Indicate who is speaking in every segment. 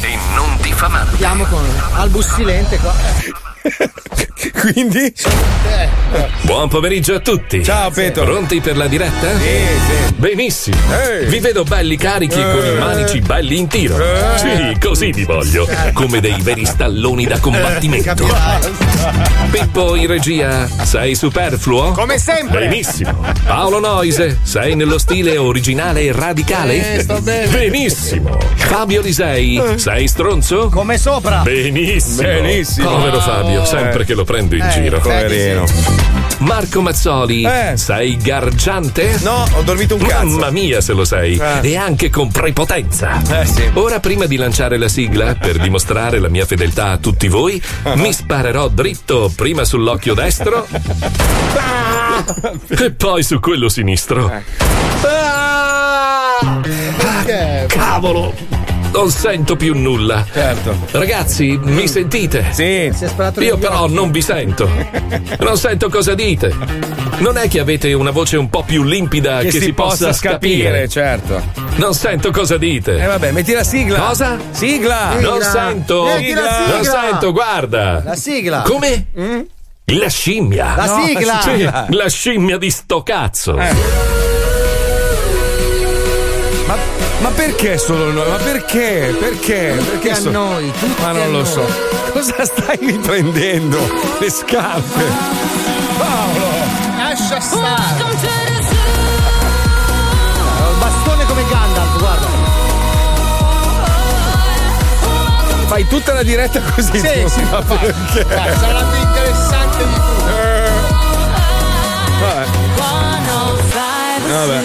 Speaker 1: E non diffamante.
Speaker 2: Andiamo con Albus Silente qua.
Speaker 1: Quindi? Buon pomeriggio a tutti. Ciao Petro. Pronti per la diretta? Sì, sì. Benissimo. Vi vedo belli carichi con i manici belli in tiro. Sì, così vi voglio. Come dei veri stalloni da combattimento. Pippo in regia, sei superfluo?
Speaker 3: Come sempre.
Speaker 1: Benissimo. Paolo Noise, sei nello stile originale e radicale?
Speaker 4: Eh, sto bene.
Speaker 1: Benissimo. Fabio Lisei, sei stronzo? Come sopra. Benissimo.
Speaker 5: Benissimo.
Speaker 1: Povero Fabio, sempre
Speaker 5: Eh.
Speaker 1: che lo prendo in
Speaker 5: Eh,
Speaker 1: giro.
Speaker 5: poverino.
Speaker 1: Marco Mazzoli, sei gargiante? Eh. No, ho dormito un cazzo. Eh. Mamma mia se lo sei. E anche con prepotenza. Ora prima di lanciare la sigla, per dimostrare la mia fedeltà a tutti voi, mi sparerò dritto prima sull'occhio destro e poi su quello sinistro.
Speaker 6: Ah!
Speaker 1: Cavolo! Non sento più nulla. Certo. Ragazzi, mi sentite? Sì.
Speaker 2: sparato
Speaker 1: Io
Speaker 2: negli
Speaker 1: però non vi sento. Non sento cosa dite. Non è che avete una voce un po' più limpida che,
Speaker 5: Che si possa scapire,
Speaker 1: scapire.
Speaker 5: certo.
Speaker 1: Non sento cosa dite.
Speaker 5: Eh, vabbè, metti la sigla.
Speaker 1: Cosa?
Speaker 5: Sigla.
Speaker 1: Non
Speaker 5: Sigla.
Speaker 1: sento. Eh,
Speaker 5: Metti la
Speaker 1: Non
Speaker 5: sigla.
Speaker 1: sento, guarda.
Speaker 5: La sigla. Mm?
Speaker 1: Come? La scimmia.
Speaker 5: La No, sigla. Eh, la sigla.
Speaker 1: Sì, la scimmia di sto cazzo.
Speaker 5: Ma, ma perché solo noi? Ma perché? Perché? Perché,
Speaker 1: a
Speaker 5: noi? ma non lo so. Cosa stai riprendendo? Le scarpe.
Speaker 2: Lascia stare. Ho il bastone come Gandalf, guarda.
Speaker 5: Fai tutta la diretta così.
Speaker 2: Sì,
Speaker 5: tu.
Speaker 2: sì,
Speaker 5: Ma perché?
Speaker 2: Dai, sarà più interessante di
Speaker 5: Eh. Vabbè.
Speaker 1: Vabbè.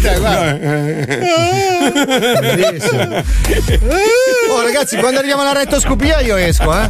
Speaker 6: eh.
Speaker 2: Oh ragazzi, quando arriviamo alla rettoscopia io esco, eh.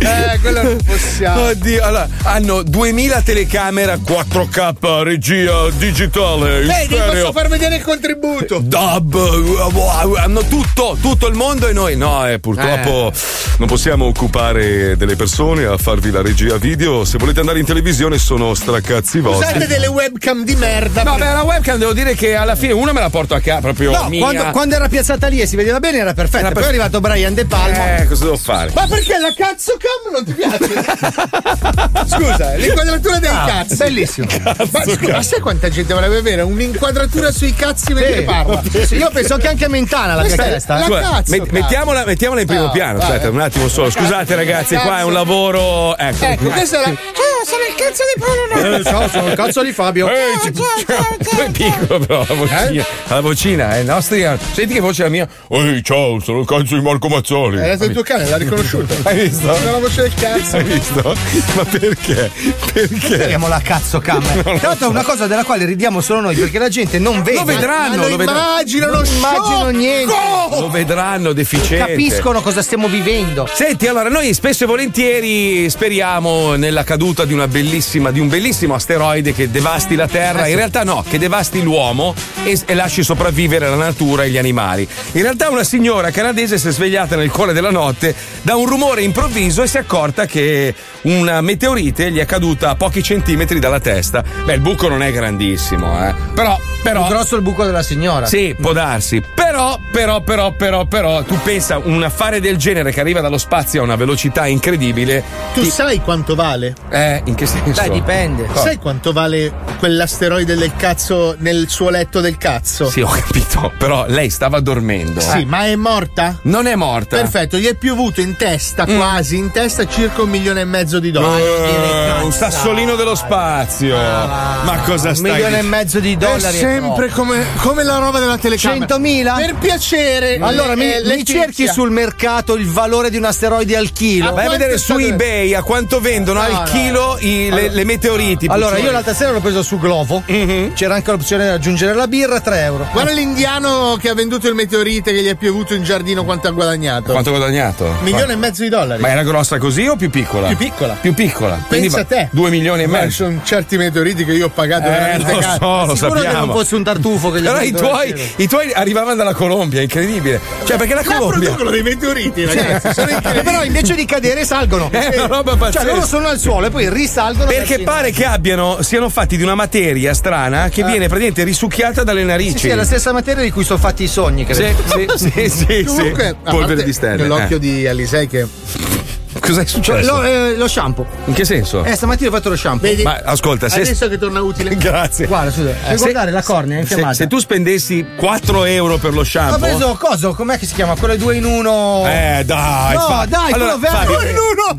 Speaker 3: Eh, quello non possiamo.
Speaker 5: Oddio, allora, hanno 2000 telecamera 4K, regia digitale, in
Speaker 3: Vedi, posso
Speaker 5: stereo.
Speaker 3: far vedere il contributo.
Speaker 5: Dub, uh, wow, hanno tutto, tutto il mondo e noi no, eh, purtroppo non possiamo occupare delle persone a farvi la regia video. Se volete andare in televisione sono stracazzi vostri.
Speaker 3: Usate delle webcam di merda.
Speaker 5: No, beh, la webcam devo dire che alla fine una me la porto a casa proprio
Speaker 2: No,
Speaker 5: mia.
Speaker 2: quando, quando era piazzata lì e si vedeva bene era perfetta.
Speaker 5: Era
Speaker 2: Poi è
Speaker 5: per-
Speaker 2: arrivato Brian De Palma.
Speaker 5: Eh, cosa devo fare?
Speaker 3: Ma perché la cazzo cam non ti piace? Scusa, l'inquadratura dei
Speaker 2: Ah,
Speaker 3: cazzi.
Speaker 2: bellissimo.
Speaker 3: ma, scusa,
Speaker 2: cazzo.
Speaker 3: ma sai quanta gente vorrebbe avere? Un'inquadratura sui cazzi mentre parla.
Speaker 2: Sì, Io penso che anche a Mentana la mia
Speaker 3: Questa è
Speaker 2: testa.
Speaker 3: la
Speaker 2: eh.
Speaker 5: Guarda, Cioè, met- mettiamola, mettiamola in primo
Speaker 2: No,
Speaker 5: piano.
Speaker 2: vai.
Speaker 5: Aspetta un attimo solo. Scusate, ragazzi, qua è un lavoro. Ecco,
Speaker 3: Ecco, questa è la.
Speaker 7: Eh,
Speaker 3: Ciao, sono il cazzo di Paolo.
Speaker 5: Eh, ciao, sono il cazzo
Speaker 2: di Fabio.
Speaker 5: Eh, ci- Poi è piccolo, però la
Speaker 3: Eh?
Speaker 5: vocina. La vocina è nostra. Senti che voce è la mia. Ehi, ciao, sono il cazzo di Marco Mazzoli.
Speaker 3: Eh, Hai dato il tuo cane, l'ha riconosciuto.
Speaker 5: Hai visto?
Speaker 3: Sono la voce del cazzo.
Speaker 5: Hai visto? Ma perché? Perché?
Speaker 2: Abbiamo la cazzo cam. eh. Tra l'altro è una cosa della quale ridiamo solo noi perché la gente non vede.
Speaker 5: Lo vedranno,
Speaker 2: Ma
Speaker 5: lo vedranno.
Speaker 3: Immagino,
Speaker 2: non
Speaker 3: lo
Speaker 2: immagino niente.
Speaker 5: Oh, lo vedranno deficiente.
Speaker 2: Capiscono cosa stiamo vivendo.
Speaker 5: Senti, allora noi spesso e volentieri speriamo nella caduta di una bellissima, di un bellissimo asteroide che devasti la Terra. In realtà no, che devasti l'uomo e, e lasci sopravvivere la natura e gli animali. In realtà una signora canadese si è svegliata nel cuore della notte da un rumore improvviso e si è accorta che una meteorite gli è caduta a pochi centimetri dalla testa. Beh, il buco non è grandissimo, eh. Però, però.
Speaker 2: Più grosso il buco della signora.
Speaker 5: Sì, può darsi. Però, però, però, però, però, tu pensa un affare del genere che arriva dallo spazio a una velocità incredibile.
Speaker 3: Tu sai quanto vale?
Speaker 5: Eh, in che senso?
Speaker 2: Dai, dipende.
Speaker 3: Sai quanto vale quell'asteroide del cazzo nel suo letto del cazzo?
Speaker 5: Sì, ho capito. Però lei stava dormendo.
Speaker 3: Sì,
Speaker 5: eh.
Speaker 3: ma è morta? Mm.
Speaker 5: Non è morta.
Speaker 3: Perfetto, gli è piovuto in testa, quasi in testa, circa un milione e mezzo di dollari.
Speaker 5: Eh, un sassolino dello spazio.
Speaker 3: Ah,
Speaker 5: Ma cosa
Speaker 2: Un
Speaker 5: stai Eh,
Speaker 2: milione e
Speaker 5: dicendo?
Speaker 2: mezzo di dollari.
Speaker 3: è sempre
Speaker 2: come, la roba della telecamera. 100.000?
Speaker 3: Per piacere.
Speaker 2: Allora, mi,
Speaker 3: eh,
Speaker 2: mi
Speaker 3: Letizia.
Speaker 2: cerchi sul mercato il valore di un asteroide al chilo?
Speaker 5: Vai a vedere su
Speaker 2: eBay.
Speaker 5: eBay a quanto vendono
Speaker 2: No,
Speaker 5: al
Speaker 2: no.
Speaker 5: chilo i- le, le meteoriti.
Speaker 2: Allora,
Speaker 5: Puccioni.
Speaker 2: io l'altra sera l'ho preso su Glovo.
Speaker 5: Mhm.
Speaker 2: C'era anche l'opzione di aggiungere la birra, 3 euro.
Speaker 3: Guarda l'indiano che ha venduto il meteorite che gli è piovuto in giardino quanto ha guadagnato.
Speaker 5: Quanto ho guadagnato?
Speaker 3: Milione e mezzo di dollari.
Speaker 5: Ma era grossa così o più piccola?
Speaker 3: Più piccola.
Speaker 5: Più piccola.
Speaker 3: Pensa a te.
Speaker 5: 2 milioni e
Speaker 3: Ma
Speaker 5: mezzo.
Speaker 3: sono certi meteoriti che io ho pagato
Speaker 5: Eh,
Speaker 3: veramente
Speaker 5: lo
Speaker 3: caro.
Speaker 5: so, lo
Speaker 2: Sicuro che non
Speaker 5: sappiamo.
Speaker 2: fosse un tartufo che gli
Speaker 5: Però
Speaker 2: ha
Speaker 5: i
Speaker 2: detto
Speaker 5: tuoi,
Speaker 2: "Grazie".
Speaker 5: i tuoi arrivavano dalla Colombia, incredibile. Cioè, perché la
Speaker 3: Là
Speaker 5: Colombia.
Speaker 3: producono dei meteoriti, ragazzi. Sono incredibili.
Speaker 2: Però invece di cadere salgono.
Speaker 5: È una roba
Speaker 2: Cioè,
Speaker 5: pazzesca.
Speaker 2: loro sono al suolo e poi risalgono.
Speaker 5: Perché pare che abbiano, siano fatti di una materia strana che viene praticamente risucchiata dalle
Speaker 2: Eh. Sì,
Speaker 5: narici.
Speaker 2: sì, è la stessa materia di cui sono fatti i sogni, credo.
Speaker 5: Sì, sì, sì, sì,
Speaker 3: Comunque,
Speaker 5: sì.
Speaker 3: a parte Nell'occhio di Alisei che
Speaker 5: Eh. Cos'è
Speaker 2: Cioè,
Speaker 5: successo?
Speaker 2: lo, eh, lo shampoo.
Speaker 5: In che senso?
Speaker 2: Eh, stamattina ho fatto lo shampoo.
Speaker 3: vedi
Speaker 5: Ma ascolta, se.
Speaker 3: adesso che torna utile.
Speaker 5: Grazie. Eh,
Speaker 2: Guarda, scusa,
Speaker 5: se-
Speaker 2: puoi guardare la cornea è
Speaker 5: Se,
Speaker 2: infiammata.
Speaker 5: se tu spendessi 4 euro per lo shampoo.
Speaker 2: Ho preso coso, com'è che si chiama? Quello due in uno.
Speaker 5: Eh, dai.
Speaker 2: No, dai, quello verde.
Speaker 5: Fabio,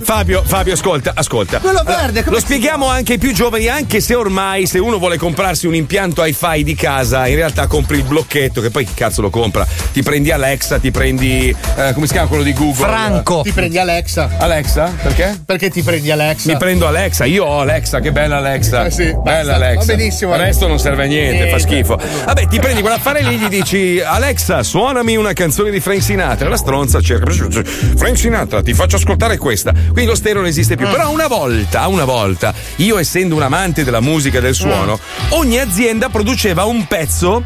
Speaker 5: Fabio, Fabio, ascolta, ascolta.
Speaker 2: Quello verde, come
Speaker 5: Lo
Speaker 2: si
Speaker 5: spieghiamo anche ai più giovani, anche se ormai se uno vuole comprarsi un impianto hi-fi di casa, in realtà compri il blocchetto, che poi chi cazzo lo compra? Ti prendi Alexa, ti prendi. eh, come si chiama quello di Google?
Speaker 2: Franco.
Speaker 3: Ti prendi Alexa.
Speaker 5: eh. Alexa? Perché?
Speaker 3: Perché ti prendi Alexa?
Speaker 5: Mi prendo Alexa, io ho Alexa, che bella Alexa.
Speaker 3: Eh sì,
Speaker 5: bella
Speaker 3: basta,
Speaker 5: Alexa.
Speaker 3: va benissimo.
Speaker 5: Il resto non serve a niente, fa
Speaker 3: Niente.
Speaker 5: schifo. Vabbè, ti prendi quell'affare lì, gli dici Alexa, suonami una canzone di Frank Sinatra. La stronza cerca. Frank Sinatra, ti faccio ascoltare questa. Quindi lo stereo non esiste
Speaker 3: Ah.
Speaker 5: più. Però una volta, una volta, io essendo un amante della musica e del suono,
Speaker 3: Ah.
Speaker 5: ogni azienda produceva un pezzo,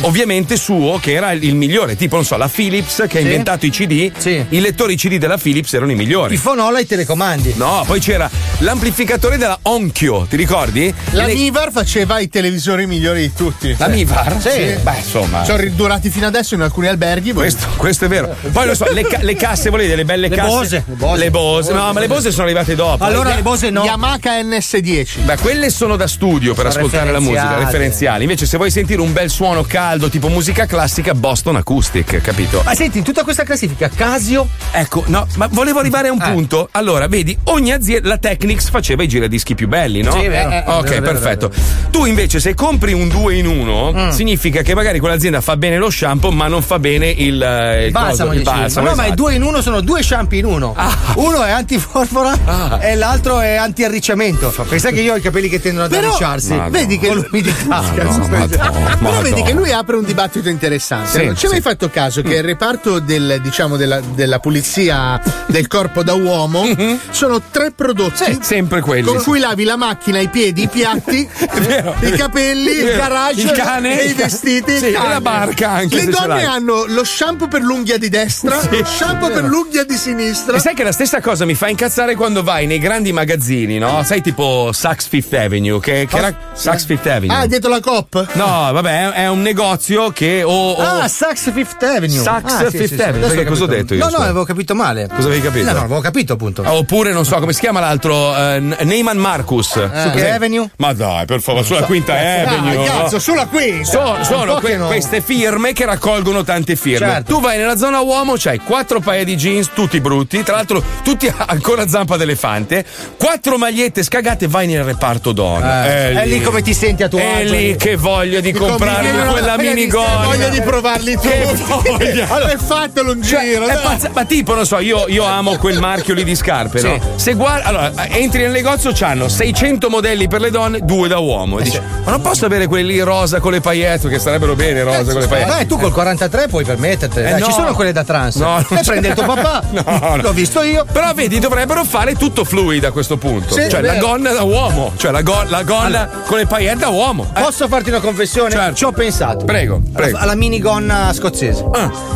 Speaker 5: ovviamente suo, che era il migliore. Tipo, non so, la Philips che ha inventato i CD.
Speaker 2: Sì.
Speaker 5: I lettori CD della Philips erano i migliori.
Speaker 2: I fonola e i telecomandi.
Speaker 5: No, poi c'era l'amplificatore della Onkyo, ti ricordi?
Speaker 3: La
Speaker 5: Le-
Speaker 3: Mivar faceva i televisori migliori di tutti.
Speaker 5: la Mivar?
Speaker 3: Sì.
Speaker 5: Beh, insomma.
Speaker 3: Sono ridurati fino adesso in alcuni alberghi. voi-
Speaker 5: Questo, questo è vero. Poi lo so, le, ca- le casse, volete delle belle casse?
Speaker 2: Bose, le Bose.
Speaker 5: Le Bose. No, ma le Bose sono arrivate dopo. Eh,
Speaker 2: Allora
Speaker 5: Le-
Speaker 2: le Bose no.
Speaker 3: Yamaha NS10.
Speaker 5: Beh, quelle sono da studio per
Speaker 2: Sono
Speaker 5: ascoltare la musica,
Speaker 2: referenziali.
Speaker 5: referenziali. Invece, se vuoi sentire un bel suono caldo, tipo musica classica, Boston Acoustic, capito?
Speaker 2: Ma senti, in tutta questa classifica, Casio
Speaker 5: Ecco, no, ma volevo arrivare a
Speaker 2: Eh.
Speaker 5: un punto. Allora, vedi, ogni azienda, la Technics faceva i giradischi più belli, no?
Speaker 2: Sì, è vero.
Speaker 5: Eh, eh, ok,
Speaker 2: Vero, Mm. vero,
Speaker 5: perfetto. Tu invece, se compri un 2 in 1, significa che magari quell'azienda fa bene lo shampoo, ma non fa bene il, eh, il
Speaker 2: Balsamo,
Speaker 5: coso, il
Speaker 2: dici?
Speaker 5: balsamo,
Speaker 2: no, ma è
Speaker 5: esatto. Ah.
Speaker 2: due in uno sono due shampoo in uno. Uno è antiforfora e l'altro è antiarricciamento. Perché sai che io ho i capelli che tendono ad
Speaker 3: Però-
Speaker 2: arricciarsi.
Speaker 5: Madonna.
Speaker 2: Vedi che l'umidità.
Speaker 5: no,
Speaker 3: Cazzo,
Speaker 5: madonna,
Speaker 3: aspetta.
Speaker 5: madonna.
Speaker 3: Però vedi che lui apre un dibattito interessante.
Speaker 5: Sì,
Speaker 3: non ci hai mai
Speaker 5: sì.
Speaker 3: fatto caso che il reparto del, diciamo, della, della pulizia del corpo da uomo sono tre prodotti
Speaker 5: Mhm. Sì, sempre quelli.
Speaker 3: con
Speaker 5: sì.
Speaker 3: cui lavi la macchina, i piedi, i piatti,
Speaker 5: vero.
Speaker 3: i capelli,
Speaker 5: È
Speaker 3: il
Speaker 5: vero.
Speaker 3: garage,
Speaker 5: Il cane.
Speaker 3: e i vestiti.
Speaker 5: Sì,
Speaker 3: il cane.
Speaker 5: e la barca anche, se
Speaker 3: Le
Speaker 5: ce l'hai.
Speaker 3: donne hanno lo shampoo per l'unghia di destra, lo shampoo per l'unghia di sinistra.
Speaker 5: E sai che la stessa cosa mi fa incazzare quando vai nei grandi magazzini, no? Sai tipo Saks Fifth Avenue, che, che era Saks Fifth Avenue.
Speaker 3: Ah, dietro la COP?
Speaker 5: No, vabbè, è è un negozio che o, o-
Speaker 2: Ah, Saks Fifth Avenue.
Speaker 5: Saks
Speaker 2: Ah,
Speaker 5: Fifth Avenue,
Speaker 2: Adesso
Speaker 5: perché cosa ho
Speaker 2: capito.
Speaker 5: detto io,
Speaker 2: No, no,
Speaker 5: scusa?
Speaker 2: avevo capito male.
Speaker 5: Cosa avevi capito?
Speaker 2: No, no, avevo capito appunto.
Speaker 5: Ah, Oppure non so come si chiama l'altro eh, N- Neyman Marcus. Su
Speaker 2: che Eh, avenue? Eh,
Speaker 5: Ma dai, per favore, sulla quinta eh,
Speaker 3: Ah,
Speaker 5: Avenue. no?
Speaker 3: cazzo, sulla qui.
Speaker 5: So- sono
Speaker 2: po'
Speaker 5: que-
Speaker 2: che no.
Speaker 5: queste firme che raccolgono tante firme.
Speaker 2: Certo.
Speaker 5: Tu vai nella zona uomo, c'hai quattro paia di jeans, tutti brutti, tra l'altro tutti a- ancora zampa d'elefante, quattro magliette scagate, vai nel reparto donna.
Speaker 2: Eh, è lì come ti senti a tuo
Speaker 5: È
Speaker 2: agio,
Speaker 5: lì
Speaker 2: lì.
Speaker 5: che voglio di comprarmi quella
Speaker 3: Voglio
Speaker 5: minigonna.
Speaker 3: di provarli
Speaker 5: Che
Speaker 3: tutti.
Speaker 5: voglia.
Speaker 3: Allora, e fatelo un
Speaker 5: Cioè,
Speaker 3: giro.
Speaker 5: è
Speaker 3: dai.
Speaker 5: pazza- ma tipo, non so, io, io amo quel marchioli di scarpe,
Speaker 1: Sì.
Speaker 5: no? Se guardi, allora, entri nel negozio, c'hanno 600 modelli per le donne, due da
Speaker 8: Eh
Speaker 5: uomo. E dici, ma non posso avere quelli rosa con le paillette, che starebbero bene rosa con le paillette.
Speaker 8: Beh, Eh, tu col 43 puoi permettertele.
Speaker 5: Eh,
Speaker 8: dai,
Speaker 5: no.
Speaker 8: Ci sono quelle da trans.
Speaker 5: No,
Speaker 8: e
Speaker 5: non
Speaker 8: prende il tuo papà.
Speaker 5: No, no.
Speaker 8: L'ho visto io.
Speaker 5: Però vedi, dovrebbero fare tutto fluido a questo punto.
Speaker 8: Sì,
Speaker 5: cioè, la
Speaker 8: vero.
Speaker 5: gonna da uomo. Cioè, la, go- la gonna con le paillette da uomo. Eh, Certo.
Speaker 8: Posso farti una confessione? Ci ho pensato.
Speaker 5: Prego, prego. Ah.
Speaker 8: Alla, alla minigonna scozzese.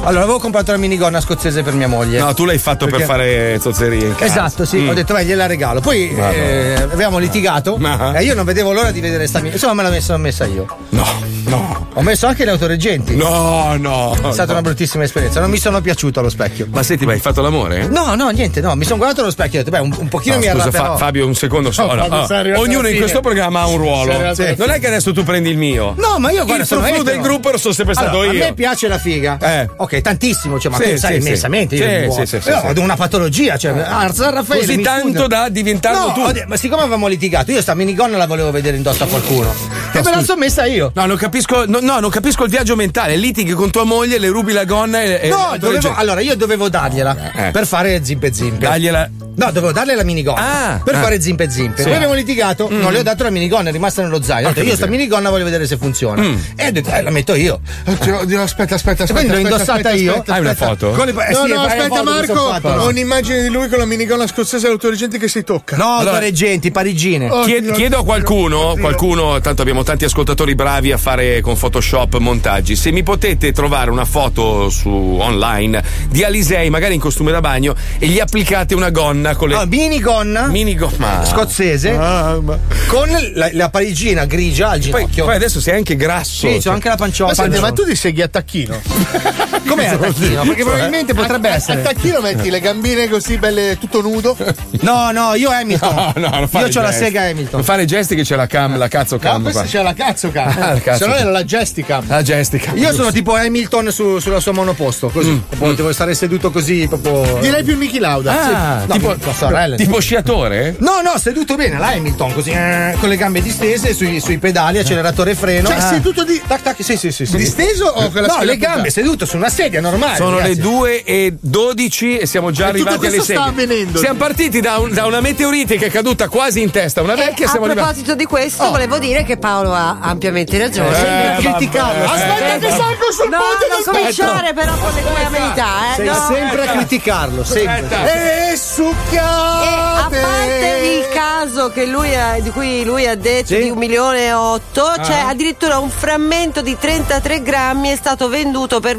Speaker 8: Allora, avevo comprato la minigonna scozzese per mia moglie.
Speaker 5: No, tu l'hai fatto
Speaker 8: Perché-
Speaker 5: per fare zozzerie in casa.
Speaker 8: Esatto, sì,
Speaker 5: Mm.
Speaker 8: ho detto, vai, gliela regalo. Poi
Speaker 5: Madonna.
Speaker 8: eh, avevamo litigato e io non vedevo l'ora di vedere sta mia. Insomma, me l'ho messa, l'ho messa io.
Speaker 5: No, no.
Speaker 8: Ho messo anche le autoreggenti.
Speaker 5: No, no.
Speaker 8: È stata
Speaker 5: no.
Speaker 8: una bruttissima esperienza. Non mi sono piaciuto allo specchio.
Speaker 5: Ma senti, ma hai fatto l'amore?
Speaker 8: No, no, niente, no. Mi sono guardato allo specchio e ho detto, beh, un, un pochino
Speaker 5: No,
Speaker 8: mi
Speaker 5: scusa,
Speaker 8: arrabbiavo.
Speaker 5: Fa- Fabio, un secondo solo.
Speaker 8: No, Fabio,
Speaker 5: Ah,
Speaker 8: sei arrivato alla
Speaker 5: ognuno in
Speaker 8: fine.
Speaker 5: questo programma ha un
Speaker 8: Sei
Speaker 5: ruolo.
Speaker 8: arrivato alla
Speaker 5: Non
Speaker 8: fine.
Speaker 5: è che adesso tu prendi il mio.
Speaker 8: No, ma io guarda,
Speaker 5: il
Speaker 8: sono
Speaker 5: frufru
Speaker 8: etero.
Speaker 5: del gruppo lo sono sempre stato
Speaker 8: Allora,
Speaker 5: io. Eh.
Speaker 8: A me piace la figa. Ok, tantissimo, cioè, ma
Speaker 5: Sì,
Speaker 8: tu sai
Speaker 5: sì, sì.
Speaker 8: immensamente.
Speaker 5: Sì,
Speaker 8: io
Speaker 5: sì, sì, sì,
Speaker 8: Però
Speaker 5: sì.
Speaker 8: ho una patologia, cioè, Arzar Raffaele.
Speaker 5: Così
Speaker 8: mi
Speaker 5: tanto
Speaker 8: sfugge.
Speaker 5: da diventarlo
Speaker 8: no,
Speaker 5: tu.
Speaker 8: ho de- ma siccome avevamo litigato, io sta minigonna la volevo vedere indossa a qualcuno. e me la sono messa io.
Speaker 5: Eh, No, non capisco, no, no, non capisco il viaggio mentale. Litighi con tua moglie, le rubi la gonna e. e-
Speaker 8: No,
Speaker 5: e-
Speaker 8: dovevo, allora io dovevo dargliela
Speaker 5: Eh.
Speaker 8: per fare zimpe zimpe.
Speaker 5: Dagliela.
Speaker 8: No, dovevo darle la minigonna
Speaker 5: Ah,
Speaker 8: per
Speaker 5: ah.
Speaker 8: fare zimpe zimpe.
Speaker 5: Sì.
Speaker 8: Poi abbiamo litigato, non le ho dato la minigonna, è rimasta nello zaino. Ho detto, io sta minigonna voglio vedere se funziona.
Speaker 3: Mm.
Speaker 8: E ho detto, eh, la metto io.
Speaker 3: Oddio, oddio, aspetta, aspetta,
Speaker 8: E quindi
Speaker 3: aspetta.
Speaker 8: l'ho
Speaker 3: aspetta,
Speaker 8: indossata
Speaker 3: aspetta,
Speaker 8: io.
Speaker 3: aspetta,
Speaker 5: Hai una
Speaker 3: aspetta.
Speaker 5: foto?
Speaker 8: Con le pa- eh,
Speaker 3: No, no,
Speaker 8: sì, hai una
Speaker 3: aspetta
Speaker 8: foto che sono
Speaker 3: Marco,
Speaker 8: fatta, no?
Speaker 3: ho un'immagine di lui con la minigonna scozzese autoreggente che si tocca.
Speaker 8: No,
Speaker 5: Allora-
Speaker 8: autoreggenti, parigine.
Speaker 3: Oh,
Speaker 5: Chie-
Speaker 3: Dio,
Speaker 5: chiedo a qualcuno,
Speaker 3: Dio.
Speaker 5: qualcuno, tanto abbiamo tanti ascoltatori bravi a fare con Photoshop montaggi. Se mi potete trovare una foto su online di Alisei, magari in costume da bagno, e gli applicate una gonna con le
Speaker 8: Ah, minigonna
Speaker 5: mini gomma.
Speaker 8: scozzese
Speaker 3: Ah, ma-
Speaker 8: con la, la parigina grigia al
Speaker 5: Poi,
Speaker 8: ginocchio.
Speaker 5: poi adesso sei anche grasso.
Speaker 8: sì, c'ho anche la panciotta.
Speaker 3: cioè. Ma senti, ma tu ti segui a tacchino? cioè,
Speaker 8: Com'è la tacchina? Perché probabilmente potrebbe
Speaker 3: A- a-
Speaker 8: essere.
Speaker 3: A tacchino metti le gambine così belle, tutto nudo.
Speaker 8: No, no, io Hamilton.
Speaker 5: No, no, non fare
Speaker 8: io ho la
Speaker 5: gesti.
Speaker 8: sega
Speaker 5: Non
Speaker 8: Hamilton.
Speaker 5: fare gesti che c'è la cam, la cazzo
Speaker 3: Ah,
Speaker 5: cam.
Speaker 3: questa
Speaker 5: qua.
Speaker 3: c'è la cazzo
Speaker 5: Ah, il
Speaker 3: cam.
Speaker 5: cazzo.
Speaker 3: Se no era la gestica.
Speaker 5: La gestica.
Speaker 8: Io sono tipo Hamilton su- sulla sua monoposto, così. Proprio Devo stare seduto così, proprio.
Speaker 3: Direi più Michi Lauda.
Speaker 5: Ah,
Speaker 8: Sì. No,
Speaker 5: tipo,
Speaker 8: la sorella.
Speaker 5: tipo sciatore?
Speaker 8: No, no, seduto bene, la Hamilton, così. eh, con le gambe distese, sui, sui pedali, acceleratore e freno. Ah.
Speaker 5: Ah.
Speaker 3: Cioè, seduto di-
Speaker 8: Tac, tac, sì, sì, sì. sì.
Speaker 3: Disteso o con la
Speaker 8: No,
Speaker 3: schiena
Speaker 8: le
Speaker 3: puntata?
Speaker 8: gambe, seduto su una sedia normale.
Speaker 5: Sono le
Speaker 8: ragazzi.
Speaker 5: 2 e 12 e siamo già
Speaker 3: E tutto
Speaker 5: arrivati alle
Speaker 3: questo
Speaker 5: 6.
Speaker 3: sta avvenendo.
Speaker 5: Siamo partiti da, un- da una meteorite che è caduta quasi in testa a una vecchia.
Speaker 9: Eh, a
Speaker 5: siamo arrivati.
Speaker 9: proposito di questo,
Speaker 8: Oh.
Speaker 9: volevo dire che Paolo ha ampiamente ragione.
Speaker 8: Sembra criticarlo.
Speaker 3: Eh, Aspetta che salgo sul
Speaker 9: No,
Speaker 3: ponte
Speaker 9: non
Speaker 3: del Esatto.
Speaker 9: cominciare però con le tue amenità, eh.
Speaker 8: Sei
Speaker 9: no.
Speaker 8: sempre a criticarlo, sempre.
Speaker 3: E
Speaker 9: E a
Speaker 3: succhiate!
Speaker 9: parte il caso che lui ha- di cui lui ha detto
Speaker 8: Sì.
Speaker 9: di un milione e otto,
Speaker 3: Ah.
Speaker 9: cioè addirittura un frammento di 33 grammi è stato venduto per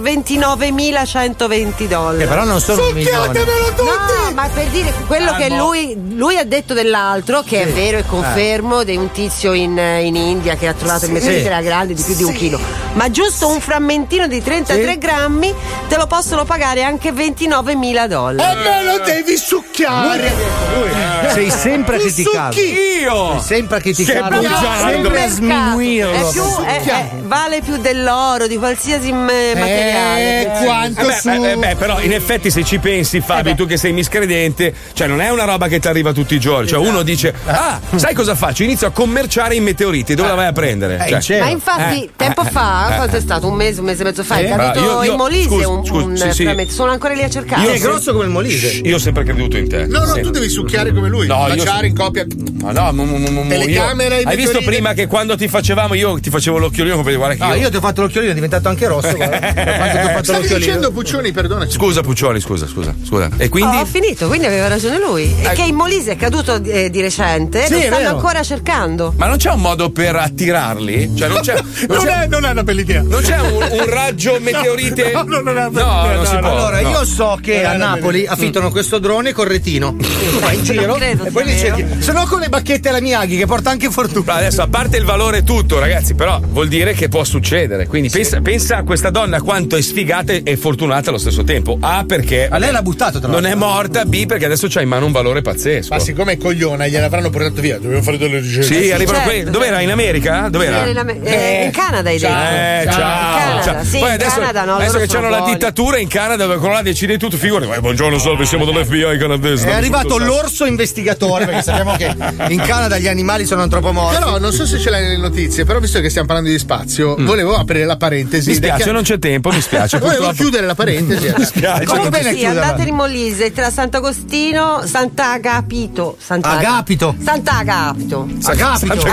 Speaker 9: 29.120
Speaker 8: Che
Speaker 9: dollari.
Speaker 8: Eh, però non sono un milione.
Speaker 3: Succhiatemelo tutti!
Speaker 9: No, ma per dire quello che lui, lui ha detto dell'altro, che è
Speaker 3: Eh.
Speaker 9: vero e confermo, di un tizio in, eh, in India che ha trovato il meteorite era grande di più di un chilo. Ma giusto un frammentino di 33 grammi te lo possono pagare anche 29.000 dollari.
Speaker 3: E Eh, me lo devi succhiare!
Speaker 8: Sei sempre a
Speaker 3: Mi
Speaker 8: criticarlo.
Speaker 3: succhi!
Speaker 5: Io!
Speaker 8: Sempre a
Speaker 5: Che
Speaker 8: criticarlo.
Speaker 5: bugiardo.
Speaker 8: Sempre a
Speaker 9: È
Speaker 8: sminuirlo.
Speaker 9: più- è- è- vale più dell'oro, di qualsiasi mm, materiale. Eh
Speaker 3: Eh, quanto
Speaker 5: Vabbè,
Speaker 3: su!
Speaker 5: beh, beh, però in effetti se ci pensi Fabio, tu che sei miscredente, cioè non è una roba che ti arriva tutti i giorni, cioè
Speaker 9: Esatto.
Speaker 5: uno dice "Ah, sai cosa faccio? Inizio a commerciare in meteoriti, dove la vai a prendere?"
Speaker 8: Eh,
Speaker 5: Cioè,
Speaker 8: in
Speaker 3: certo.
Speaker 8: cielo.
Speaker 9: Ma infatti,
Speaker 5: Eh,
Speaker 9: tempo
Speaker 5: eh,
Speaker 9: fa,
Speaker 5: eh,
Speaker 9: quanto è stato? Un mese, un mese e mezzo fa, è
Speaker 5: Allora,
Speaker 9: caduto
Speaker 5: io- io-
Speaker 9: in Molise
Speaker 5: scusa,
Speaker 9: un,
Speaker 5: scusa,
Speaker 9: un
Speaker 5: sì, sì.
Speaker 9: frammento. Sono ancora lì a cercare.
Speaker 5: Io-
Speaker 8: È grosso come il Molise.
Speaker 5: Shh, io ho sempre creduto in te.
Speaker 3: No, no,
Speaker 5: Sempre.
Speaker 3: tu devi succhiare come lui.
Speaker 5: No, io
Speaker 3: Baciare
Speaker 5: su-
Speaker 3: in coppia.
Speaker 5: Ma no, mu- mu- mu- mu-
Speaker 3: Telecamera,
Speaker 5: io-
Speaker 3: i
Speaker 5: Hai visto
Speaker 3: meteoriti.
Speaker 5: prima che quando ti facevamo io ti facevo l'occhiolino per guarda che
Speaker 8: No,
Speaker 5: io...
Speaker 8: Ah, io ti ho fatto l'occhiolino, è diventato anche rosso. Guarda. Quando ti ho fatto
Speaker 3: Eh, Stavi
Speaker 8: l'occhiolino.
Speaker 3: dicendo Puccioni, perdona.
Speaker 5: Scusa Puccioli, scusa, scusa, scusa. E quindi
Speaker 9: Oh, ho finito, quindi aveva ragione lui. E che in Molise è caduto eh, di recente,
Speaker 8: Sì,
Speaker 9: lo
Speaker 8: è
Speaker 9: stanno
Speaker 8: vero.
Speaker 9: ancora cercando.
Speaker 5: ma non c'è un modo per attirarli? Cioè non c'è non
Speaker 3: Non
Speaker 5: c'è-
Speaker 3: è, non è una bella idea.
Speaker 5: non c'è un, un raggio meteorite?
Speaker 3: no, no, non è
Speaker 5: no,
Speaker 3: vero.
Speaker 5: non
Speaker 3: No,
Speaker 5: si può.
Speaker 8: Allora,
Speaker 5: no. Eh,
Speaker 8: io so che a Napoli affittano questo drone col retino.
Speaker 3: Mm.
Speaker 8: Tu vai in giro
Speaker 9: Non credo
Speaker 8: e poi li
Speaker 9: sia
Speaker 3: eh.
Speaker 9: vero.
Speaker 8: cerchi. Se no con le bacchette alla Miyagi che porta anche
Speaker 5: Ma
Speaker 8: fortuna.
Speaker 5: Adesso, a parte il valore e tutto, ragazzi, però vuol dire che può succedere. Quindi pensa, pensa a questa donna quanto è sfigata e fortunata allo stesso tempo. A perché
Speaker 8: A lei l'ha buttato tra
Speaker 5: non
Speaker 8: l'altro.
Speaker 5: è morta, B perché adesso c'ha in mano un valore pazzesco.
Speaker 3: Ma siccome è cogliona, gliel'avranno portato via. Dovevo fare delle ricerche.
Speaker 5: Sì, arrivano
Speaker 9: Certo.
Speaker 5: quelli. Ah, Dov'era? In America? Dov'era?
Speaker 9: Eh, in Ame- eh, in Canada hai detto.
Speaker 5: Eh, Eh, ciao.
Speaker 9: Canada,
Speaker 5: ciao.
Speaker 9: sì,
Speaker 5: Poi
Speaker 9: in
Speaker 5: adesso,
Speaker 9: Canada no, boh.
Speaker 5: adesso
Speaker 9: loro
Speaker 5: che
Speaker 9: sono
Speaker 5: c'hanno la
Speaker 9: buoni.
Speaker 5: dittatura in Canada, dove quello là decide tutto, figurati. Eh, buongiorno, salve, siamo dell'FBI canadese.
Speaker 2: È arrivato l'orso investigatore, perché sappiamo che in Canada gli animali sono antropomorfi.
Speaker 3: Però non so se ce l'hai nelle notizie, però visto che stiamo parlando di spazio, volevo aprire la parentesi.
Speaker 5: Mm. Mi spiace, non c'è tempo, mi spiace.
Speaker 3: Volevo
Speaker 5: purtroppo.
Speaker 3: chiudere la parentesi.
Speaker 5: Mi spiace.
Speaker 9: Comunque
Speaker 2: bene
Speaker 9: sì,
Speaker 2: chiuderla.
Speaker 9: andate in Molise tra Sant'Agostino, Sant'Agapito, Sant'Aga-
Speaker 2: Agapito.
Speaker 9: Sant'Agapito.
Speaker 2: Agapito. Eh,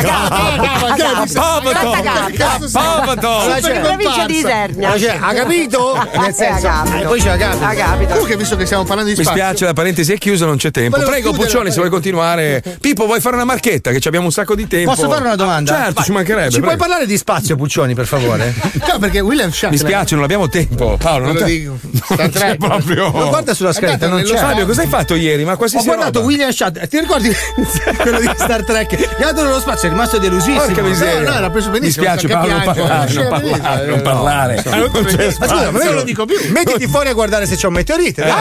Speaker 9: Agapito. Sant'Agapito.
Speaker 5: Papato! Papato!
Speaker 9: Sono in provincia di Isernia. Eh,
Speaker 2: Cioè, Agapito? Nel senso,
Speaker 9: Agapito.
Speaker 2: e poi c'è Agapito.
Speaker 9: Agapito.
Speaker 3: Comunque, visto che stiamo parlando di
Speaker 5: Mi
Speaker 3: spazio,
Speaker 5: spiace, la parentesi è chiusa, non c'è tempo.
Speaker 3: Volevo
Speaker 5: Prego,
Speaker 3: chiudere
Speaker 5: Puccioni,
Speaker 3: la
Speaker 5: se vuoi continuare. Pippo, vuoi fare una marchetta? Che ci abbiamo un sacco di tempo.
Speaker 2: Posso fare una domanda?
Speaker 5: Certo,
Speaker 2: Vai.
Speaker 5: ci mancherebbe.
Speaker 2: Ci puoi
Speaker 5: prego.
Speaker 2: parlare di spazio, Puccioni, per favore?
Speaker 3: No, perché William
Speaker 5: Mi
Speaker 3: Shatner.
Speaker 5: spiace, non abbiamo tempo. Paolo, non
Speaker 3: Ve lo
Speaker 5: te-
Speaker 3: dico.
Speaker 5: Non
Speaker 3: Star
Speaker 5: c'è
Speaker 3: Trek.
Speaker 5: proprio.
Speaker 2: Ma guarda sulla scritta,
Speaker 3: Andate
Speaker 2: non
Speaker 3: nello
Speaker 2: c'è.
Speaker 5: Fabio, cosa hai fatto ieri? Ma
Speaker 2: Ho
Speaker 5: qualsiasi
Speaker 2: guardato
Speaker 5: roba.
Speaker 2: William Shatner, ti ricordi quello di Star Trek? Gli altro nello spazio è rimasto
Speaker 5: Porca
Speaker 2: delusissimo.
Speaker 5: miseria.
Speaker 3: No, no, l'ha preso benissimo,
Speaker 5: Mi spiace
Speaker 3: sta
Speaker 5: Paolo, non
Speaker 3: cambiando,
Speaker 5: parlare, non
Speaker 3: non
Speaker 5: parlare,
Speaker 3: riesce
Speaker 5: non
Speaker 3: a
Speaker 5: parlare. Non c'è
Speaker 2: Cioè, Eh, Ma
Speaker 5: spazio.
Speaker 2: scusa, ma io non lo dico più. Eh, Mettiti fuori a guardare se c'è un meteorite. dai.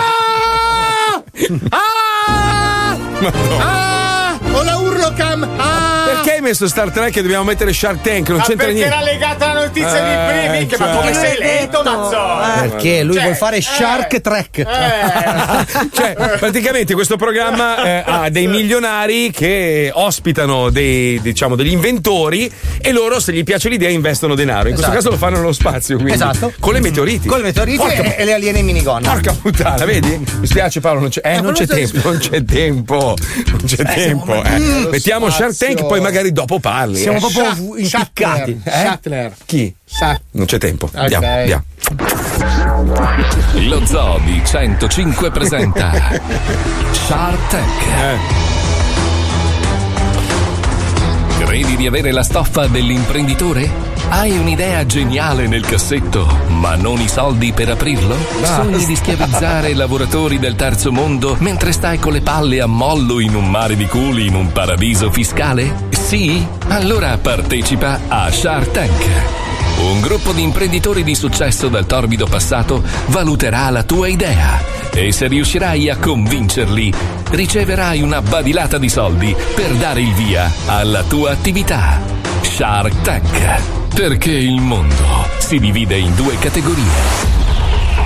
Speaker 3: Ah, ho la Urlocam. Ah,
Speaker 5: Perché hai messo Star Trek e dobbiamo mettere Shark Tank?
Speaker 2: Ah,
Speaker 5: Non c'entra
Speaker 4: perché era
Speaker 5: niente.
Speaker 4: legata alla notizia
Speaker 5: Eh,
Speaker 4: di prima, minchia, ma
Speaker 5: cioè.
Speaker 4: come sei lento, Mazzoni?
Speaker 2: eh,
Speaker 5: Eh,
Speaker 2: Perché lui
Speaker 4: Cioè,
Speaker 2: vuol fare Shark Trek.
Speaker 5: Cioè, praticamente questo programma eh, ha dei milionari che ospitano dei, diciamo, degli inventori e loro, se gli piace l'idea, investono denaro. In questo
Speaker 2: Esatto.
Speaker 5: caso lo fanno nello spazio, quindi.
Speaker 2: Esatto.
Speaker 5: Con le meteoriti.
Speaker 2: Con le meteorite e- e le aliene in minigonna.
Speaker 5: Porca puttana, vedi? Mi spiace Paolo, non c'è, eh, non c'è tempo, non c'è tempo, non c'è tempo. eh. Mettiamo Shark Tank, poi magari dopo parli.
Speaker 2: Siamo
Speaker 5: eh.
Speaker 2: proprio impiccati.
Speaker 5: Eh? Chi?
Speaker 3: Sa-
Speaker 5: Non c'è tempo. Andiamo,
Speaker 3: Ok.
Speaker 5: andiamo.
Speaker 1: Lo Zoo di 105 presenta Shark Tank. Eh. Credi di avere la stoffa dell'imprenditore? Hai un'idea geniale nel cassetto, ma non i soldi per aprirlo? Sogni di schiavizzare lavoratori del terzo mondo mentre stai con le palle a mollo in un mare di culi in un paradiso fiscale? Sì? Allora partecipa a Shark Tank. Un gruppo di imprenditori di successo dal torbido passato valuterà la tua idea e se riuscirai a convincerli, riceverai una badilata di soldi per dare il via alla tua attività. Shark Tank. Perché il mondo si divide in due categorie.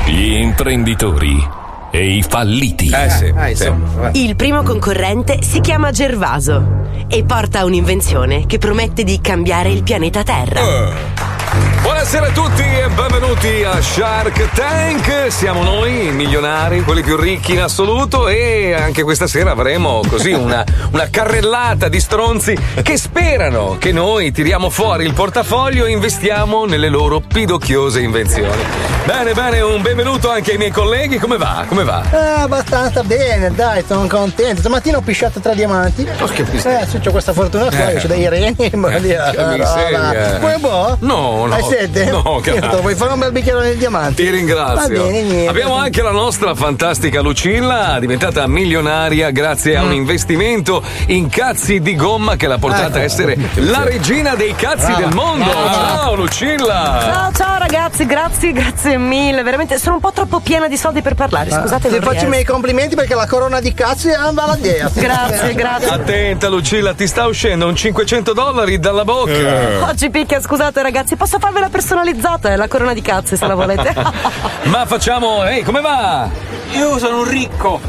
Speaker 1: Gli imprenditori e i falliti.
Speaker 5: Eh sì.
Speaker 2: Ah,
Speaker 5: sì.
Speaker 2: insomma, vabbè.
Speaker 7: Il primo concorrente si chiama Gervaso e porta un'invenzione che promette di cambiare il pianeta
Speaker 10: Eh.
Speaker 7: Terra.
Speaker 5: Eh. Buonasera a tutti e benvenuti a Shark Tank. Siamo noi, i milionari, quelli più ricchi in assoluto e anche questa sera avremo così una, una carrellata di stronzi che sperano che noi tiriamo fuori il portafoglio e investiamo nelle loro pidocchiose invenzioni. Bene, bene, un benvenuto anche ai miei colleghi. Come va? Come va?
Speaker 8: Ah, abbastanza bene, dai, sono contento. Stamattina ho pisciato tre diamanti. Eh, sì, c'ho questa fortuna qua,
Speaker 5: Eh.
Speaker 8: c'ho dei reni, ma via.
Speaker 5: che miseria.
Speaker 8: Vuoi un po'?
Speaker 5: No, no.
Speaker 8: Hai sete?
Speaker 5: No,
Speaker 8: Io
Speaker 5: grazie.
Speaker 8: te lo Vuoi fare un bel bicchierone di diamanti?
Speaker 5: Ti ringrazio.
Speaker 8: Va bene, niente.
Speaker 5: Abbiamo anche la nostra fantastica Lucilla, diventata milionaria grazie
Speaker 8: Mm.
Speaker 5: a un investimento in cazzi di gomma che l'ha
Speaker 8: Ecco.
Speaker 5: portata a essere la regina dei cazzi del mondo. Ciao Lucilla!
Speaker 7: Ciao, ciao ragazzi, grazie, grazie mille. Veramente sono un po' troppo piena di soldi per parlare.
Speaker 5: Ah.
Speaker 7: Scusate,
Speaker 8: Ti
Speaker 7: non
Speaker 8: faccio i
Speaker 7: riesco.
Speaker 8: miei complimenti perché la corona di cazzo è una valandia.
Speaker 7: Grazie, grazie.
Speaker 5: Attenta Lucilla, ti sta uscendo un 500 dollari dalla
Speaker 8: Eh.
Speaker 5: bocca.
Speaker 7: Oggi picchia, scusate ragazzi, posso farvela personalizzata? È la corona di cazzo se la volete.
Speaker 5: Ma facciamo, ehi, come va? Ah.
Speaker 10: Io sono un ricco,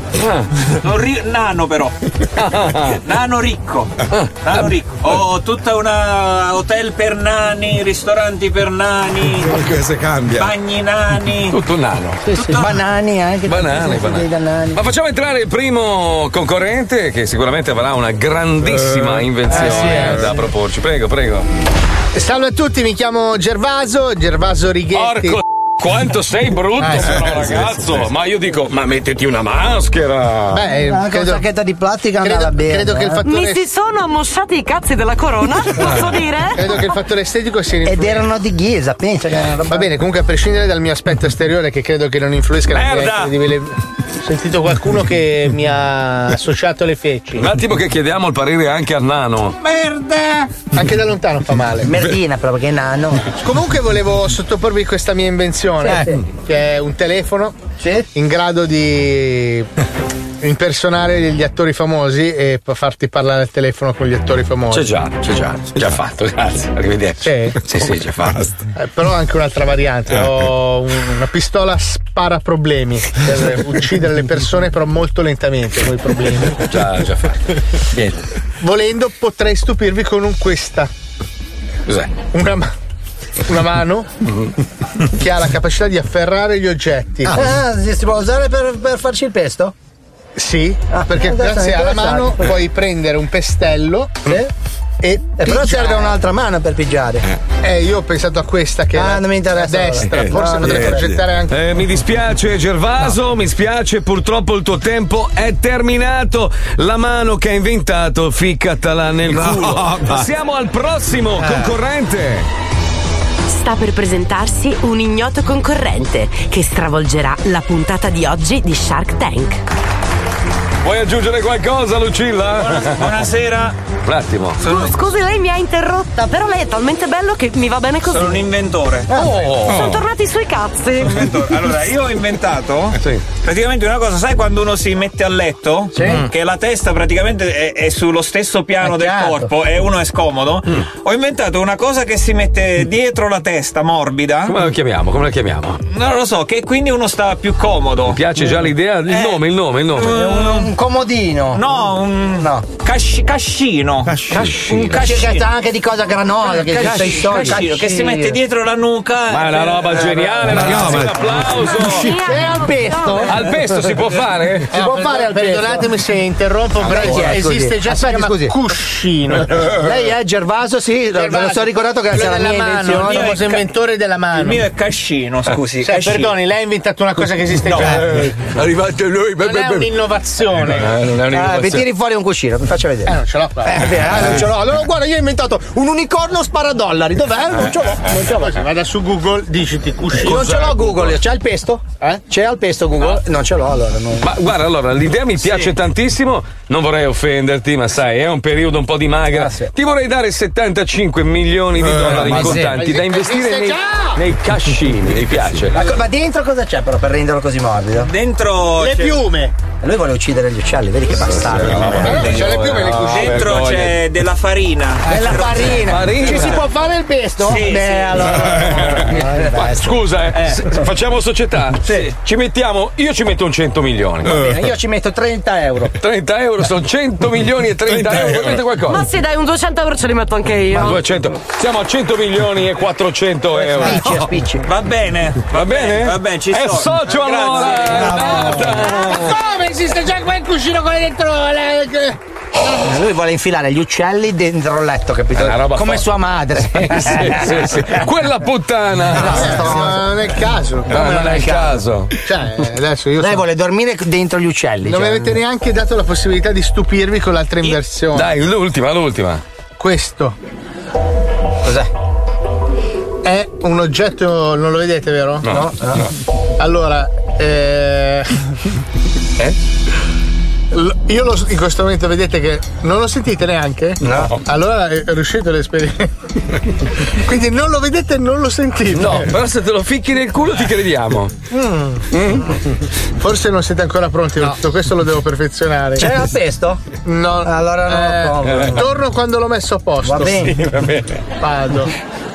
Speaker 10: Non ri- nano però, nano ricco,
Speaker 5: Ah.
Speaker 10: nano ricco. Ho tutta una hotel per nani, ristoranti per nani,
Speaker 5: se cambia.
Speaker 10: bagni nani.
Speaker 5: Tutto nano.
Speaker 8: Banani anche.
Speaker 5: Banane,
Speaker 8: tanti, sì, dei
Speaker 5: banane.
Speaker 8: banani.
Speaker 5: Ma facciamo entrare il primo concorrente che sicuramente avrà una grandissima
Speaker 8: Eh.
Speaker 5: invenzione da proporci. Prego, prego.
Speaker 3: Salve a tutti, mi chiamo Gervaso, Gervaso Righetti.
Speaker 5: Porco quanto sei
Speaker 3: Eh,
Speaker 5: brutto, però, ragazzo! ma io dico, ma mettiti una maschera!
Speaker 3: Beh,
Speaker 8: Anche una
Speaker 3: credo,
Speaker 8: sacchetta di plastica andava
Speaker 3: credo,
Speaker 8: bene.
Speaker 3: credo che il
Speaker 8: eh.
Speaker 7: Mi
Speaker 3: fattore
Speaker 7: si sono ammosciati i cazzi della corona,
Speaker 8: Ah.
Speaker 7: posso dire?
Speaker 3: Ah. credo che il fattore estetico sia
Speaker 8: Ed
Speaker 3: influente.
Speaker 8: erano di ghisa, pensa che era una roba-
Speaker 3: Va bene, comunque a prescindere dal mio aspetto esteriore che credo che non influisca la mia
Speaker 5: Merda!
Speaker 3: incredibile-
Speaker 11: Ho sentito qualcuno che mi ha associato le feci.
Speaker 5: Un attimo che chiediamo il parere anche al nano.
Speaker 3: Anche da lontano fa male.
Speaker 8: Merdina proprio che è nano.
Speaker 3: Comunque volevo sottoporvi questa mia invenzione,
Speaker 8: Sì,
Speaker 3: che è un telefono
Speaker 8: Sì.
Speaker 3: in grado di impersonare gli attori famosi e p- farti parlare al telefono con gli attori famosi.
Speaker 10: C'è già, c'è già, già fatto, grazie, arrivederci. Sì, sì, già fatto.
Speaker 3: Eh, però anche un'altra
Speaker 10: Eh.
Speaker 3: variante, ho un- una pistola spara problemi per uccidere le persone però molto lentamente con i problemi.
Speaker 10: Già, già fatto. Niente.
Speaker 3: Volendo potrei stupirvi con un questa.
Speaker 10: Cos'è?
Speaker 3: Una, ma- una mano che ha la capacità di afferrare gli oggetti.
Speaker 8: Ah, si si può usare per, per farci il pesto? Ah,
Speaker 3: Sì, perché
Speaker 8: adesso è
Speaker 3: grazie alla
Speaker 8: interessante.
Speaker 3: mano puoi prendere un pestello e
Speaker 8: Eh, però serve un'altra mano per pigiare.
Speaker 3: Eh, io ho pensato a questa che
Speaker 8: Ah,
Speaker 3: era
Speaker 8: non mi interessa.
Speaker 3: a destra,
Speaker 8: Eh,
Speaker 3: forse
Speaker 8: no,
Speaker 3: potrei
Speaker 8: niente.
Speaker 3: progettare anche
Speaker 5: Eh, mi dispiace Gervaso, mi spiace, purtroppo il tuo tempo è terminato. La mano che ha inventato ficcatela nel
Speaker 12: No,
Speaker 5: culo.
Speaker 12: ma-
Speaker 5: Passiamo al prossimo
Speaker 8: Eh.
Speaker 5: concorrente.
Speaker 7: Sta per presentarsi un ignoto concorrente che stravolgerà la puntata di oggi di Shark Tank.
Speaker 5: Vuoi aggiungere qualcosa, Lucilla?
Speaker 10: Buonasera.
Speaker 5: Un attimo.
Speaker 7: Oh, scusi, lei mi ha interrotta, però lei è talmente bello che mi va bene così. Eh,
Speaker 10: Sono un inventore.
Speaker 5: Oh.
Speaker 7: Sono tornati i suoi cazzi.
Speaker 10: inventore. Allora, io ho inventato praticamente una cosa, sai quando uno si mette a letto? Mm.
Speaker 8: Sì.
Speaker 10: Che la testa praticamente è, è sullo stesso piano
Speaker 8: È
Speaker 10: del
Speaker 8: chiaro.
Speaker 10: corpo e uno è scomodo.
Speaker 5: Mm.
Speaker 10: Ho inventato una cosa che si mette dietro la testa, morbida.
Speaker 5: Come la chiamiamo? Come la chiamiamo?
Speaker 10: Non lo so, che quindi uno sta più comodo. Eh. Mi
Speaker 5: piace già l'idea, il nome, il nome, il nome.
Speaker 8: Un, un comodino.
Speaker 10: No, un.
Speaker 8: No.
Speaker 10: Casci- cascino. Un
Speaker 8: C'è
Speaker 10: cascino.
Speaker 8: anche di cosa granola che
Speaker 10: Casci-
Speaker 8: c'è i soldi.
Speaker 10: cascino, che si mette dietro la nuca.
Speaker 5: Ma è una
Speaker 10: eh,
Speaker 5: roba geniale, ragazzi, un applauso.
Speaker 8: È al pesto.
Speaker 5: Eh, Al pesto si può fare?
Speaker 8: Eh, Si può fare al pesto.
Speaker 3: Perdonatemi se interrompo, però
Speaker 8: lei chi è, scusi?
Speaker 3: esiste già si
Speaker 8: Aspetti,
Speaker 3: chiama
Speaker 8: scusi. Eh,
Speaker 3: cuscino.
Speaker 8: Lei è Gervaso, sì,
Speaker 10: Eh.
Speaker 8: lo- me lo
Speaker 3: Gervaso.
Speaker 8: sono ricordato grazie
Speaker 3: Quello
Speaker 8: alla mia
Speaker 3: della mano,
Speaker 8: invenzione.
Speaker 3: il mio
Speaker 8: Famoso
Speaker 3: è ca-
Speaker 8: inventore della
Speaker 10: Il
Speaker 8: mano.
Speaker 10: mio è
Speaker 5: Eh,
Speaker 10: cascino, scusi.
Speaker 3: Cioè,
Speaker 10: cascino. Eh.
Speaker 3: perdoni, lei ha inventato una cosa che esiste già.
Speaker 12: Arrivato lui,
Speaker 3: Non è Eh, un'innovazione.
Speaker 12: non è
Speaker 8: Ah, mi tiri fuori un cuscino, mi faccia vedere.
Speaker 3: Eh, non ce l'ho qua.
Speaker 8: Eh, beh, ah, non ce l'ho. Allora, guarda, io ho inventato un unicorno sparadollari. Dov'è? Non ce l'ho, non ce l'ho.
Speaker 3: Così, Vada su Google, digiti cuscino.
Speaker 8: Non ce l'ho Google, c'è il pesto? Eh? C'è al pesto Google? Non ce l'ho allora. non-
Speaker 5: Ma guarda, allora l'idea mi piace tantissimo, non vorrei offenderti, ma sai, è un periodo un po' di magra. Ti vorrei dare 75 milioni di
Speaker 10: Eh,
Speaker 5: dollari in
Speaker 12: ma sì.
Speaker 5: contanti da investire nei, nei cascini, mi piace.
Speaker 10: Eh,
Speaker 8: Ecco, Ma, co- ma dentro cosa c'è però per renderlo così morbido?
Speaker 10: Dentro.
Speaker 3: Le
Speaker 10: c'è-
Speaker 3: piume.
Speaker 8: Lui vuole uccidere gli uccelli, vedi che bastardo. Eh?
Speaker 3: C'è le piume e le cuscine.
Speaker 10: Dentro
Speaker 5: Ah, vergogna.
Speaker 10: c'è della farina.
Speaker 8: Della farina.
Speaker 5: Farina.
Speaker 8: Ci si può fare il pesto?
Speaker 10: Sì,
Speaker 8: Beh,
Speaker 10: sì.
Speaker 8: allora.
Speaker 5: Ma scusa, eh, se- facciamo società? Ci mettiamo, io ci metto un 100
Speaker 10: Eh.
Speaker 5: milioni.
Speaker 8: Io ci metto 30 euro.
Speaker 5: 30 euro sono 100 milioni e 30, euro, veramente qualcosa.
Speaker 7: Ma se dai un 200 euro ce li metto anche io.
Speaker 5: 200. Siamo a 100 milioni e 400 euro.
Speaker 8: Spicci, spicci.
Speaker 10: Va bene.
Speaker 5: Va bene?
Speaker 10: Va bene, ci
Speaker 5: È
Speaker 10: sono.
Speaker 5: socio
Speaker 10: Grazie.
Speaker 5: allora! è andata.
Speaker 3: Come Ah, esiste già quel cuscino con dentro? eh, le- che-
Speaker 8: Lui vuole infilare gli uccelli dentro il letto, capito?
Speaker 5: una roba
Speaker 8: Come
Speaker 5: forte.
Speaker 8: sua madre.
Speaker 5: Sì, sì, sì. Quella puttana!
Speaker 3: Ma non è il caso.
Speaker 5: No, non è il caso.
Speaker 3: Cioè,
Speaker 8: Eh,
Speaker 3: adesso io
Speaker 8: Lei
Speaker 3: so-
Speaker 8: vuole dormire dentro gli uccelli.
Speaker 3: Non mi
Speaker 8: cioè.
Speaker 3: avete neanche dato la possibilità di stupirvi con l'altra inversione.
Speaker 5: Dai, l'ultima, l'ultima.
Speaker 3: Questo. Cos'è? È un oggetto, non lo vedete, vero? No. Ah. Allora, eh... L- Io lo, in questo momento vedete che non lo sentite neanche? No. Allora è riuscito l'esperienza. Quindi non lo vedete e non lo sentite. Mm.
Speaker 5: No, però se te lo ficchi nel culo ti crediamo.
Speaker 3: Forse non siete ancora pronti, ma tutto questo lo devo perfezionare.
Speaker 8: C'è al pesto?
Speaker 3: No.
Speaker 8: Allora non lo compro.
Speaker 3: Eh, torno quando l'ho messo a posto.
Speaker 8: Va bene.
Speaker 3: Vado.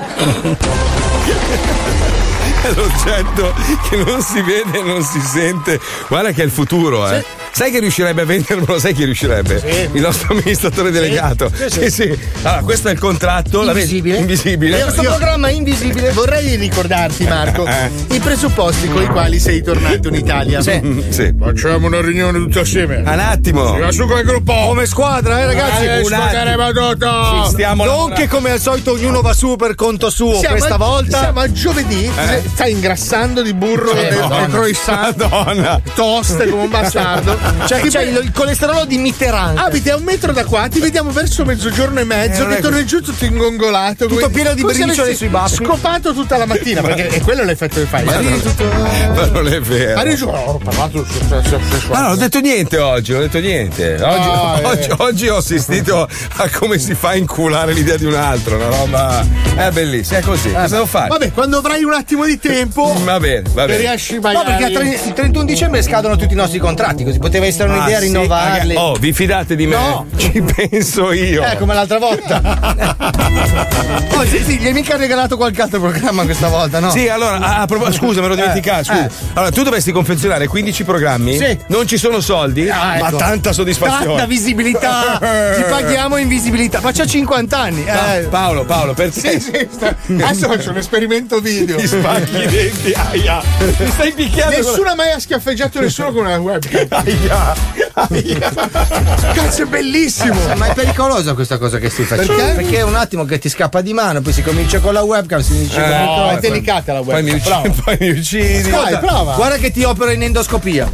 Speaker 12: È l'oggetto che non si vede e non si sente. Guarda che è il futuro, eh. Sai che riuscirebbe a vendermelo? Sai chi riuscirebbe? Il nostro amministratore delegato. Sì, sì. Allora, questo è il contratto. la vedi?
Speaker 3: Invisibile.
Speaker 12: Invisibile.
Speaker 3: Questo programma è invisibile. Vorrei ricordarti, Marco,
Speaker 12: Eh.
Speaker 3: i presupposti con i quali sei tornato in Italia.
Speaker 12: Sì. Ah,
Speaker 3: Facciamo una riunione tutti assieme.
Speaker 12: Un attimo.
Speaker 3: su col gruppo come squadra, eh, ragazzi.
Speaker 12: Eh, un
Speaker 3: Sfogheremo tutto.
Speaker 12: Stiamo
Speaker 2: Non
Speaker 12: lavorando.
Speaker 2: che come al solito ognuno va su per conto suo
Speaker 3: Siamo
Speaker 2: questa
Speaker 3: a-
Speaker 2: volta. Eh.
Speaker 3: siamo a giovedì, se- stai ingrassando di burro e e croissant,
Speaker 12: Madonna.
Speaker 3: toste come un bastardo.
Speaker 2: Cioè,
Speaker 3: Ti
Speaker 2: c'è
Speaker 3: pre-
Speaker 2: il, il colesterolo di Mitterrand.
Speaker 3: Abiti a un metro da qua, ti vediamo verso mezzogiorno e mezzo,
Speaker 2: non
Speaker 3: che
Speaker 2: è
Speaker 3: torni giù tutto ingongolato. Tutto
Speaker 2: ecco. pieno di briciole sui baffi.
Speaker 3: Scopato tutta la mattina, perché è quello l'effetto che fai. eh. Arrivi tutto.
Speaker 12: Ma non è vero.
Speaker 3: Arrivi giù. Oh, ho parlato sul successo
Speaker 12: Ma non ho
Speaker 3: sessuale.
Speaker 12: detto niente oggi, non ho detto niente. Oggi,
Speaker 3: Ah, eh.
Speaker 12: oggi- oggi ho assistito a come si fa a inculare l'idea di un altro, una roba. È bellissima, è così. Cosa devo fare? Mm,
Speaker 3: Vabbè, quando avrai un attimo di tempo,
Speaker 12: Va bene, va
Speaker 3: che
Speaker 12: bene.
Speaker 3: riesci mai
Speaker 2: No, perché a tre- il 31 dicembre scadono tutti i nostri contratti, così
Speaker 13: poteva essere
Speaker 5: Ah,
Speaker 13: un'idea
Speaker 5: sì,
Speaker 13: rinnovarli.
Speaker 5: raga, Oh, vi fidate di me?
Speaker 13: No.
Speaker 5: Ci penso io.
Speaker 13: Eh, come l'altra volta.
Speaker 8: Oh, sì, sì, gli hai mica regalato qualche altro programma questa volta, no?
Speaker 5: Sì, allora, ah, a propos- scusa, me l'ho dimenticato. scusa.
Speaker 8: eh.
Speaker 5: Allora, tu dovresti confezionare 15 programmi.
Speaker 8: Sì.
Speaker 5: Non ci sono soldi,
Speaker 8: Ah,
Speaker 5: ma
Speaker 8: ecco.
Speaker 5: tanta soddisfazione.
Speaker 8: Tanta visibilità. Ti paghiamo in visibilità. Ma c'ho 50 anni.
Speaker 5: Pa-
Speaker 8: Eh.
Speaker 5: Paolo, Paolo, per te.
Speaker 8: Ah,
Speaker 3: Adesso faccio un esperimento video.
Speaker 5: Ti spacchi i denti,
Speaker 12: ah,
Speaker 5: aia. Mi stai picchiando. con
Speaker 3: Nessuno mai ha schiaffeggiato nessuno con una webcam.
Speaker 5: Aia.
Speaker 3: Cazzo, è bellissimo.
Speaker 8: Ma è pericolosa questa cosa che stai facendo. Perché? è un attimo che ti scappa di mano, poi si comincia con la webcam, si
Speaker 3: Eh,
Speaker 8: dice con il
Speaker 3: no,
Speaker 8: microfono.
Speaker 3: è delicata la webcam,
Speaker 5: Poi mi uccidi. Poi mi uccidi.
Speaker 8: Ascolta,
Speaker 5: Dai, prova.
Speaker 8: Guarda che ti opero in endoscopia.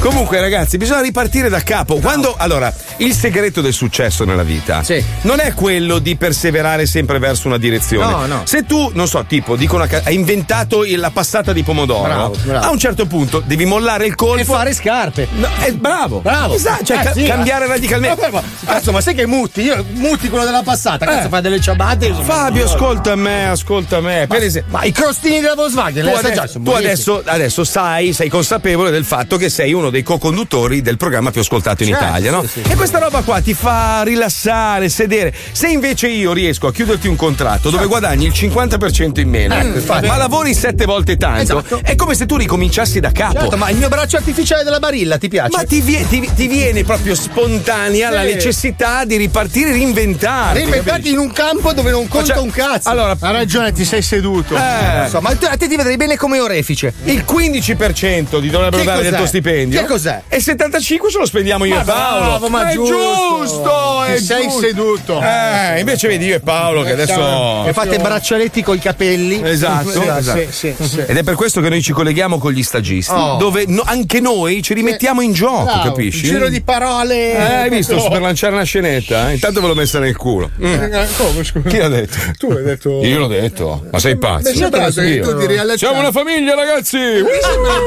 Speaker 5: Comunque, ragazzi, bisogna ripartire da capo. Quando, allora, il segreto del successo nella vita non è quello di perseverare sempre verso una direzione.
Speaker 8: No, no.
Speaker 5: Se tu, non so, tipo, dico una ca- hai inventato il- la passata di pomodoro,
Speaker 8: Bravo, bravo.
Speaker 5: a un certo punto devi mollare il colpo.
Speaker 8: E fare scarpe.
Speaker 5: No, eh, bravo.
Speaker 8: Bravo.
Speaker 5: Esatto, cioè,
Speaker 8: Eh,
Speaker 5: ca-
Speaker 8: sì,
Speaker 5: cambiare
Speaker 8: eh.
Speaker 5: radicalmente.
Speaker 8: Vabbè, ma, cazzo, ma sai che muti? Io muti quello della passata. Cazzo,
Speaker 5: Eh.
Speaker 8: fai delle ciabatte.
Speaker 5: Fabio, ascolta me, ascolta me. Per esempio,
Speaker 8: Ma i crostini della Volkswagen,
Speaker 5: Tu,
Speaker 8: l'hai
Speaker 5: adesso,
Speaker 8: assaggiato? Sono
Speaker 5: tu
Speaker 8: buonissimi.
Speaker 5: adesso, adesso sai, sei consapevole del fatto che sei uno dei co-conduttori del programma più ascoltato
Speaker 8: Eh,
Speaker 5: in
Speaker 14: Certo,
Speaker 5: Italia, no?
Speaker 14: sì, sì.
Speaker 5: E questa roba qua ti fa rilassare, sedere. Se invece io riesco a chiuderti un contratto dove guadagni il 50% in meno,
Speaker 8: Ecco, Certo. infatti.
Speaker 5: ma lavori sette volte tanto,
Speaker 8: Esatto.
Speaker 5: è come se tu ricominciassi da capo.
Speaker 8: Certo, ma il mio braccio artificiale della Barilla ti piace?
Speaker 5: Ma ti, vie- ti- ti viene proprio spontanea
Speaker 8: Sì.
Speaker 5: la necessità di ripartire, reinventarti.
Speaker 8: Reinventati in un campo dove non conta
Speaker 5: Cioè,
Speaker 8: un cazzo.
Speaker 5: allora-
Speaker 3: Ha ragione, ti sei seduto.
Speaker 5: Eh.
Speaker 8: Non so, ma te- a te ti vedrei bene come orefice.
Speaker 5: Il 15% ti dovrebbero
Speaker 8: Che
Speaker 5: dare del
Speaker 8: cos'è?
Speaker 5: tuo stipendio.
Speaker 8: Che cos'è?
Speaker 5: E il 75% ce lo spendiamo io
Speaker 8: Ma
Speaker 5: e Paolo.
Speaker 8: bravo, ma
Speaker 5: è giusto,
Speaker 8: giusto.
Speaker 5: è
Speaker 3: Ti sei
Speaker 5: giusto.
Speaker 3: seduto.
Speaker 5: Eh, invece vedi io e Paolo che adesso.
Speaker 8: E fate braccialetti coi capelli.
Speaker 5: Esatto, esatto.
Speaker 8: Sì, sì, sì.
Speaker 5: Ed è per questo che noi ci colleghiamo con gli stagisti,
Speaker 8: Oh.
Speaker 5: dove no- anche noi ci rimettiamo in gioco,
Speaker 3: Bravo,
Speaker 5: capisci?
Speaker 3: Giro di parole.
Speaker 5: Eh, hai visto per lanciare una scenetta? eh? Intanto ve l'ho messa nel culo. Mm.
Speaker 3: Eh, Come, scusa?
Speaker 5: Chi l'ha detto?
Speaker 3: Tu hai detto.
Speaker 5: Io l'ho detto, ma sei
Speaker 3: Mi è
Speaker 5: pazzo.
Speaker 15: certo,
Speaker 3: sembrato che
Speaker 5: Io.
Speaker 3: tu ti riallacciavi.
Speaker 5: Siamo una famiglia, ragazzi!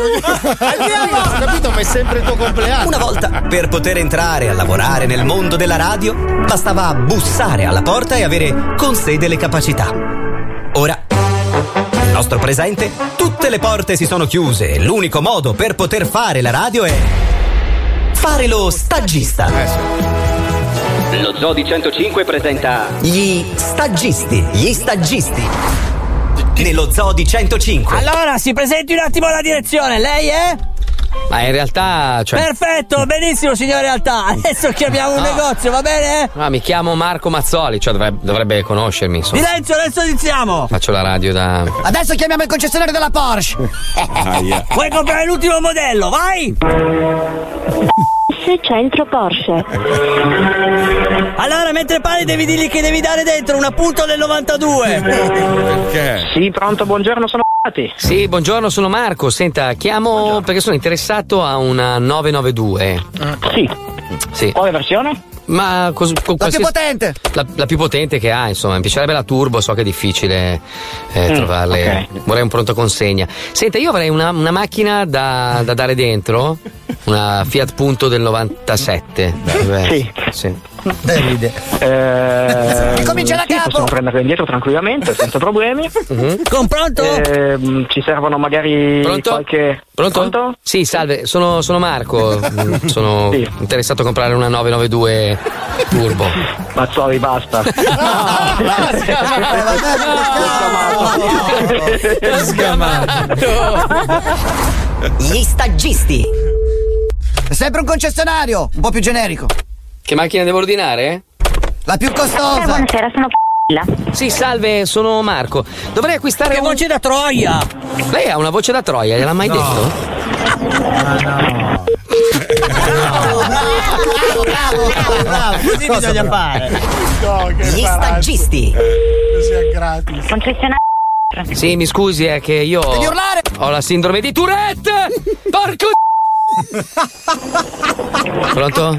Speaker 8: Andiamo! Ho capito, ma è sempre il tuo compleanno.
Speaker 16: Una volta, per poter entrare a lavorare nel mondo della radio, bastava bussare alla porta e avere con sé delle capacità. Ora, nel nostro presente, tutte le porte si sono chiuse e l'unico modo per poter fare la radio è fare lo stagista.
Speaker 8: Eh,
Speaker 17: Lo Zoo di 105 presenta
Speaker 16: Gli stagisti, gli stagisti. Nello zoo di 105.
Speaker 6: Allora, si presenti un attimo alla direzione. Lei è?
Speaker 17: Ma in realtà, cioè.
Speaker 6: Perfetto, benissimo, signor Realtà. Adesso chiamiamo un
Speaker 8: Ah.
Speaker 17: No.
Speaker 6: negozio, va bene?
Speaker 17: Ah, mi chiamo Marco Mazzoli, cioè dovrebbe, dovrebbe conoscermi, insomma.
Speaker 6: Silenzio, adesso iniziamo.
Speaker 17: Faccio la radio da.
Speaker 6: Adesso chiamiamo il concessionario della Porsche. Vuoi comprare l'ultimo modello, vai!
Speaker 18: Centro Porsche.
Speaker 6: Allora, mentre parli, devi dirgli che devi dare dentro un appunto del 92.
Speaker 5: Perché?
Speaker 17: Sì, pronto, buongiorno, sono Sì, buongiorno, sono Marco. Senta, chiamo perché sono interessato a una 992. Sì. Sì. Quale versione? Ah. Ma cos- co- qualsiasi-
Speaker 6: potente.
Speaker 17: La, la più potente che ha, insomma, mi piacerebbe la turbo, so che è difficile eh,
Speaker 6: Mm,
Speaker 17: trovarle. Vorrei un pronto consegna. Senta, io avrei una, una macchina da, da dare dentro, una Fiat Punto del 97. Sì.
Speaker 8: Bella idea.
Speaker 2: Eh,
Speaker 6: Ricomincia da
Speaker 2: sì,
Speaker 6: capo.
Speaker 2: Possiamo prenderlo indietro tranquillamente, senza problemi.
Speaker 10: Mhm.
Speaker 6: Con pronto?
Speaker 2: Ehm, ci servono magari
Speaker 17: Pronto?
Speaker 2: qualche.
Speaker 17: Pronto? Sì, salve, sono, sono Marco. Mm, sono interessato a comprare una 992 Turbo.
Speaker 2: Mazzoli, basta.
Speaker 17: Eh,
Speaker 16: Gli stagisti.
Speaker 19: È sempre un concessionario, un po' più generico.
Speaker 17: Che macchina devo ordinare?
Speaker 19: La più costosa. Eh, buonasera, sono
Speaker 17: Sì, salve, sono Marco. Dovrei acquistare. Che voce
Speaker 6: da troia!
Speaker 17: Lei ha una voce da troia, gliel'ha mai detto?
Speaker 16: Bravo, bravo, bravo, bravo. Così bisogna fare. Gli stagisti.
Speaker 18: Concessionario.
Speaker 17: Sì, mi scusi, è che io.
Speaker 18: Devi urlare!
Speaker 17: Ho la sindrome di Tourette! Porco! Pronto?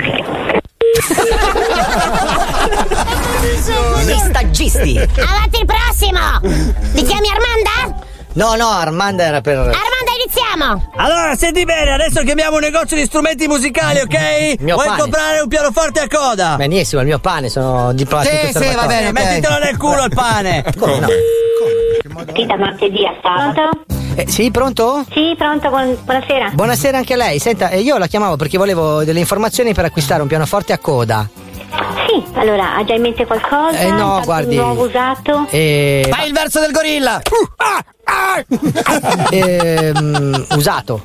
Speaker 16: Gli stagisti.
Speaker 18: Avanti il prossimo! Ti chiami Armanda?
Speaker 19: No, no, Armanda era per.
Speaker 18: Armanda, iniziamo!
Speaker 6: Allora, senti bene, adesso chiamiamo un negozio di strumenti musicali, ok?
Speaker 19: Mio
Speaker 6: Vuoi
Speaker 19: pane.
Speaker 6: comprare un pianoforte a coda?
Speaker 19: Benissimo, il mio pane, sono diplomatico.
Speaker 6: Sì, sì, va bene, mettitelo nel culo il pane.
Speaker 19: Come no?
Speaker 18: Sì, da martedì a sabato.
Speaker 19: Eh, sì, pronto? Sì, pronto, buonasera. Buonasera anche a lei. Senta, eh, io la chiamavo perché volevo delle informazioni per acquistare un pianoforte a coda.
Speaker 18: Sì, allora, ha già in mente qualcosa?
Speaker 19: Eh, no,
Speaker 18: Tanto
Speaker 19: guardi. Eh,
Speaker 18: Nuovo usato?
Speaker 19: E...
Speaker 20: Fai il verso del gorilla!
Speaker 19: Ehm, usato.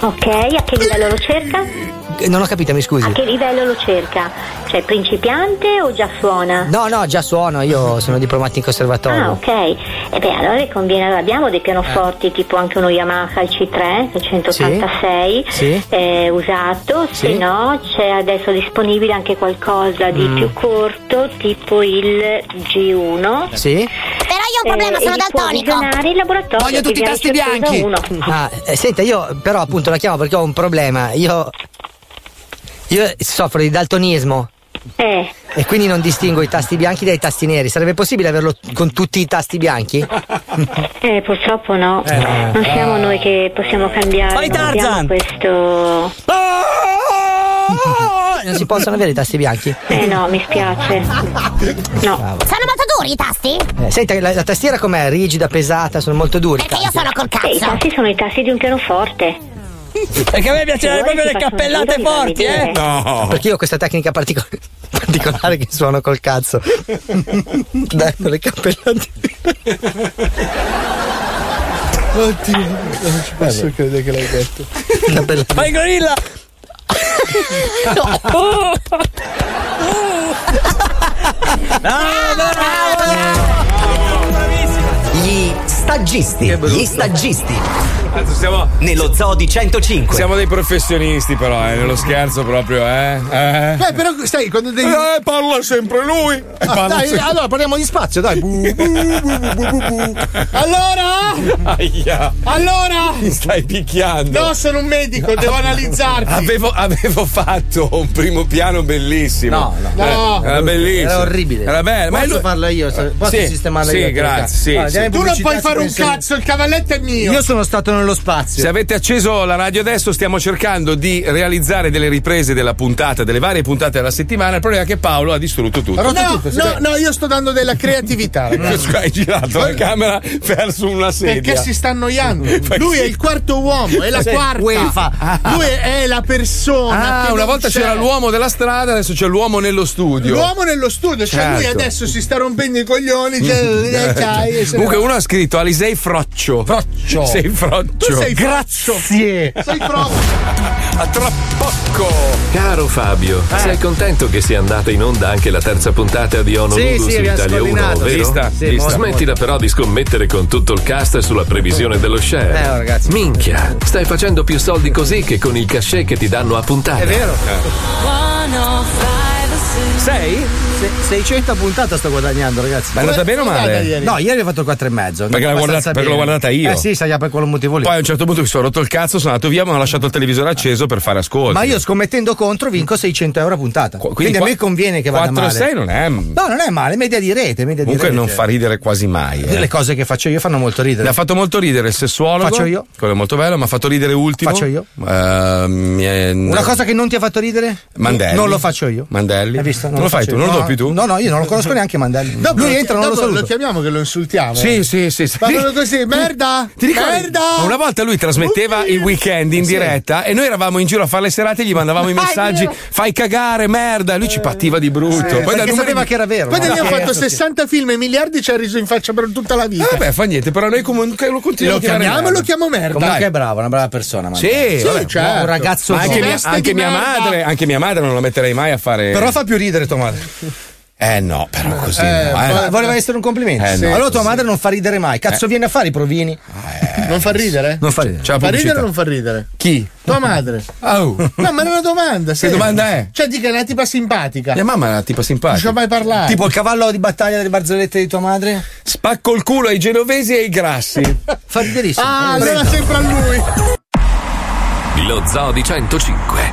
Speaker 18: Ok, a che livello lo cerca?
Speaker 19: Eh, Non ho capito, mi scusi.
Speaker 18: A che livello lo cerca? Cioè, principiante o già suona?
Speaker 19: No, no, già suono, io sono diplomato in conservatorio.
Speaker 18: Ah, ok. E beh, allora le conviene. allora, abbiamo dei pianoforti
Speaker 19: Eh.
Speaker 18: tipo anche uno Yamaha il C3 il 186
Speaker 19: Sì.
Speaker 18: eh, usato, se
Speaker 19: Sì.
Speaker 18: no c'è adesso disponibile anche qualcosa di
Speaker 19: Mm.
Speaker 18: più corto, tipo il Eh, G1.
Speaker 19: Sì?
Speaker 18: Però io
Speaker 19: ho un problema, sono daltonico.
Speaker 18: Il laboratorio
Speaker 19: Voglio tutti
Speaker 18: che
Speaker 19: i
Speaker 18: vi ha
Speaker 19: tasti
Speaker 18: ricevuto
Speaker 19: bianchi.
Speaker 18: uno.
Speaker 19: Ah, eh, senta, io però appunto la chiamo perché ho un problema. Io. Io soffro di daltonismo.
Speaker 18: Eh.
Speaker 19: E quindi non distingo i tasti bianchi dai tasti neri. Sarebbe possibile averlo con tutti i tasti bianchi?
Speaker 18: Eh, purtroppo no.
Speaker 19: eh,
Speaker 18: non siamo noi che possiamo cambiare.
Speaker 19: Fai
Speaker 18: non abbiamo
Speaker 19: Tarzan!
Speaker 18: questo.
Speaker 19: Non si possono avere i tasti bianchi?
Speaker 18: Eh no, mi spiace. No. Sono molto duri i tasti?
Speaker 19: Eh, senta, la, la tastiera com'è? Rigida, pesata, sono molto duri.
Speaker 18: Perché Eh, io sono col cazzo. I tasti sono i tasti di un pianoforte.
Speaker 19: Perché a me
Speaker 18: piacerebbe proprio le cappellate forti, eh?
Speaker 19: No. Perché io ho questa tecnica partico- particolare che suono col cazzo. Dai, con le cappellate.
Speaker 3: Oddio, non ci posso credere che l'hai detto.
Speaker 19: Vai gorilla!
Speaker 21: Oh.
Speaker 6: Gli stagisti. Gli stagisti. Nello zoo di 105.
Speaker 5: Siamo dei professionisti, però, eh, nello scherzo proprio, eh. eh.
Speaker 3: Beh, però stai quando devi.
Speaker 5: Eh, parla sempre lui!
Speaker 3: Ah, dai, allora parliamo di spazio, dai. Bu, bu, bu, bu, bu, bu. Allora?
Speaker 5: Aia.
Speaker 3: Allora?
Speaker 5: Mi stai picchiando!
Speaker 3: No, sono un medico, devo analizzarti.
Speaker 5: Avevo, avevo fatto un primo piano bellissimo. Eh,
Speaker 3: No, no. No.
Speaker 5: Era bellissimo.
Speaker 3: Era orribile.
Speaker 5: Era bello. Ma è
Speaker 8: Posso
Speaker 5: lui-
Speaker 8: farla io? Se- posso
Speaker 5: sì,
Speaker 8: sistemarla
Speaker 5: sì,
Speaker 8: io?
Speaker 5: grazie. sì,
Speaker 8: Allora,
Speaker 5: sì.
Speaker 8: andiamo in
Speaker 3: Tu non
Speaker 8: pubblicità,
Speaker 3: puoi fare un
Speaker 8: pensiamo-
Speaker 3: cazzo, il cavalletto è mio.
Speaker 8: Io sono stato nello spazio.
Speaker 5: Se avete acceso la radio adesso stiamo cercando di realizzare delle riprese della puntata, delle varie puntate della settimana. Il problema è che Paolo ha distrutto tutto.
Speaker 3: No, no, no, io sto dando della creatività, ragazzi.
Speaker 5: Hai girato la camera verso una sedia.
Speaker 3: Perché si sta annoiando? Lui è il quarto uomo, è la
Speaker 5: Sì,
Speaker 3: quarta.
Speaker 5: UEFA.
Speaker 3: Lui è la persona.
Speaker 5: Ah,
Speaker 3: che
Speaker 5: una
Speaker 3: non
Speaker 5: volta
Speaker 3: c'è.
Speaker 5: c'era l'uomo della strada, adesso c'è l'uomo nello studio.
Speaker 3: L'uomo nello studio, cioè lui
Speaker 5: Certo.
Speaker 3: adesso si sta rompendo i coglioni. cioè, eh, dai, eh,
Speaker 5: Eh,
Speaker 3: se-
Speaker 5: Comunque uno ha scritto Alisei Froccio. Froccio. Sei Froccio.
Speaker 3: Tu sei Froccio.
Speaker 8: Grazie.
Speaker 3: Sei proprio.
Speaker 5: A tra poco. Eh.
Speaker 1: Caro Fabio, sei contento che sia andata in onda anche la terza puntata di Honolulu
Speaker 8: Sì, sì,
Speaker 1: su
Speaker 8: abbiamo
Speaker 1: Italia 1,
Speaker 8: scombinato.
Speaker 1: vero?
Speaker 8: Vista, Sì, vista. molto,
Speaker 1: Smettila però di scommettere con tutto il cast sulla previsione dello share.
Speaker 8: Eh, oh, ragazzi.
Speaker 1: Minchia, stai facendo più soldi così che con il cachet che ti danno a puntata. Eh.
Speaker 8: È vero.
Speaker 22: oh,
Speaker 5: Sei?
Speaker 8: 600 a puntata sto guadagnando, ragazzi.
Speaker 5: Ma è andata bene o male?
Speaker 8: No, ieri ho fatto 4 e mezzo.
Speaker 5: Perché l'ho guardata- perché l'ho guardata io.
Speaker 8: Eh sì, sai per quello motivo lì.
Speaker 5: Poi a un certo punto mi sono rotto il cazzo, sono andato via, ma ho lasciato il televisore acceso per fare ascolto.
Speaker 8: Ma io scommettendo contro vinco 600 euro a puntata. quindi, a me conviene che vada
Speaker 5: 4
Speaker 8: male.
Speaker 5: 6 non è.
Speaker 8: No, non è male, media di rete, media
Speaker 5: Comunque
Speaker 8: di
Speaker 5: non
Speaker 8: rete.
Speaker 5: fa ridere quasi mai. eh.
Speaker 8: Le cose che faccio io fanno molto ridere.
Speaker 5: Mi ha fatto molto ridere il sessuologo.
Speaker 8: Faccio io.
Speaker 5: Quello è molto bello, mi ha fatto ridere ultimo.
Speaker 8: Faccio io.
Speaker 5: Ehm, eh,
Speaker 8: Una cosa che non ti ha fatto ridere?
Speaker 5: Mandelli.
Speaker 8: Non lo faccio io.
Speaker 5: Mandelli.
Speaker 8: Hai visto?
Speaker 5: Non, lo fai
Speaker 8: faccio
Speaker 5: tu,
Speaker 8: io.
Speaker 5: non lo
Speaker 8: No,
Speaker 5: doppi tu?
Speaker 8: No, no, io non lo conosco neanche Mandelli. Lui entra, non lo
Speaker 3: dopo
Speaker 8: saluto.
Speaker 3: lo chiamiamo che lo insultiamo.
Speaker 5: Sì, sì, sì. sì.
Speaker 3: Ma proprio così, merda!
Speaker 5: Ti ricordi?
Speaker 3: merda!
Speaker 5: Una volta lui trasmetteva il weekend in
Speaker 3: Sì.
Speaker 5: diretta e noi eravamo in giro a fare le serate e gli mandavamo i messaggi: fai cagare, merda. Lui ci pattiva di brutto.
Speaker 8: Perché
Speaker 5: da numeri-
Speaker 8: sapeva che era vero.
Speaker 3: Poi ne
Speaker 8: no?
Speaker 3: abbiamo
Speaker 5: Eh,
Speaker 8: Sì,
Speaker 3: fatto
Speaker 8: sì.
Speaker 3: 60 film e miliardi ci ha riso in faccia per tutta la vita.
Speaker 5: Vabbè, Eh, fa niente, però noi comunque lo continuiamo
Speaker 3: lo
Speaker 5: a chiamare
Speaker 3: chiamiamo e
Speaker 5: merda.
Speaker 3: lo chiamo merda.
Speaker 8: Comunque
Speaker 3: Dai.
Speaker 8: è brava, una brava persona. Mandelli.
Speaker 5: Sì, vabbè.
Speaker 3: certo.
Speaker 8: Un ragazzo
Speaker 5: Ma anche,
Speaker 8: giovane.
Speaker 5: mia,
Speaker 3: Veste
Speaker 5: anche
Speaker 3: di
Speaker 5: mia
Speaker 3: merda.
Speaker 5: madre, anche mia madre non la metterei mai a fare.
Speaker 8: Però fa più ridere tua madre.
Speaker 5: Eh no, però così. no, eh.
Speaker 8: Ma voleva essere un complimento.
Speaker 5: Eh, no,
Speaker 8: allora tua
Speaker 5: sì.
Speaker 8: madre non fa ridere mai. Cazzo, viene a fare i provini.
Speaker 3: Eh. Non fa ridere?
Speaker 8: Non fa ridere.
Speaker 5: C'è la
Speaker 3: Fa ridere
Speaker 5: pubblicità.
Speaker 3: o non fa ridere?
Speaker 5: Chi?
Speaker 3: Tua madre.
Speaker 5: Oh.
Speaker 3: No, ma è una domanda.
Speaker 5: Che domanda è?
Speaker 3: Cioè, dica, è una tipa simpatica.
Speaker 5: Mia
Speaker 3: Non
Speaker 5: mamma è una tipa
Speaker 3: ci ho
Speaker 5: simpatica.
Speaker 3: mai parlato.
Speaker 8: Tipo il cavallo di battaglia delle barzellette di tua madre?
Speaker 5: Spacco il culo ai genovesi e ai grassi.
Speaker 8: Fa riderissimo.
Speaker 3: Ah, allora sempre a lui.
Speaker 1: Lo Zoo di 105,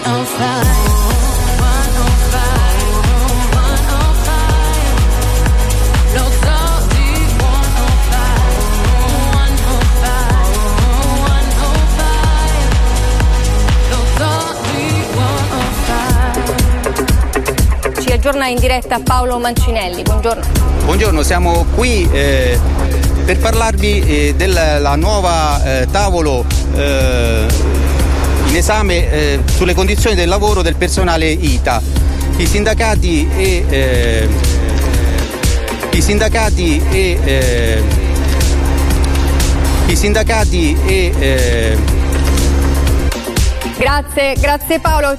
Speaker 22: Five. Buongiorno in diretta Paolo Mancinelli, buongiorno.
Speaker 16: Buongiorno, siamo qui eh, per parlarvi eh, della nuova eh, tavolo eh, in esame eh, sulle condizioni del lavoro del personale ITA. I sindacati e, eh, i sindacati e, eh, i sindacati e eh,
Speaker 22: Grazie, grazie Paolo.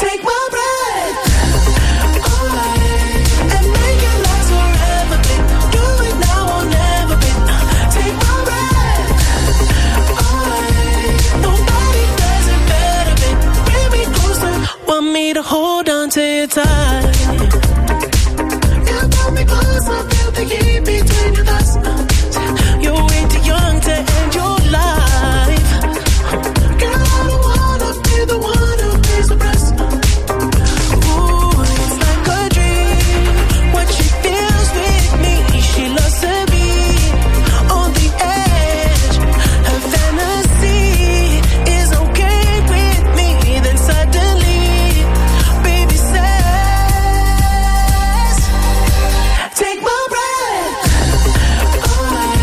Speaker 6: Take my breath away and make it last forever, babe. Do it now or never, babe. Take my breath away. Nobody does it better, babe. Bring me closer. Want me to hold on to you tight. You pull me closer, feel the heat between your thighs. You're way too young to end your life. Girl, I don't wanna be the one who pays the price. Ooh, it's like a dream. What she feels with me, she loves to be on the edge. Her fantasy is okay with me. Then suddenly, baby says, "Take my breath away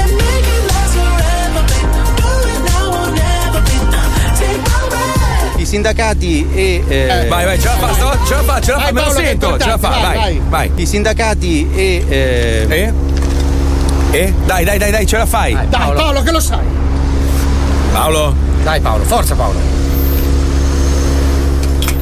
Speaker 6: and make it last forever, babe. Do it now or never, babe. Take my breath."
Speaker 16: i sindacati e eh,
Speaker 5: Vai, vai, ce la fa, sto- ce la fa, ce
Speaker 2: Ah,
Speaker 5: la fa, Eh, me lo sento, ce la fa, vai, vai.
Speaker 16: I sindacati e eh,
Speaker 5: Eh? Dai, dai, dai, dai, ce la fai.
Speaker 3: Dai Paolo. che lo sai.
Speaker 5: Paolo.
Speaker 2: Dai Paolo, forza Paolo.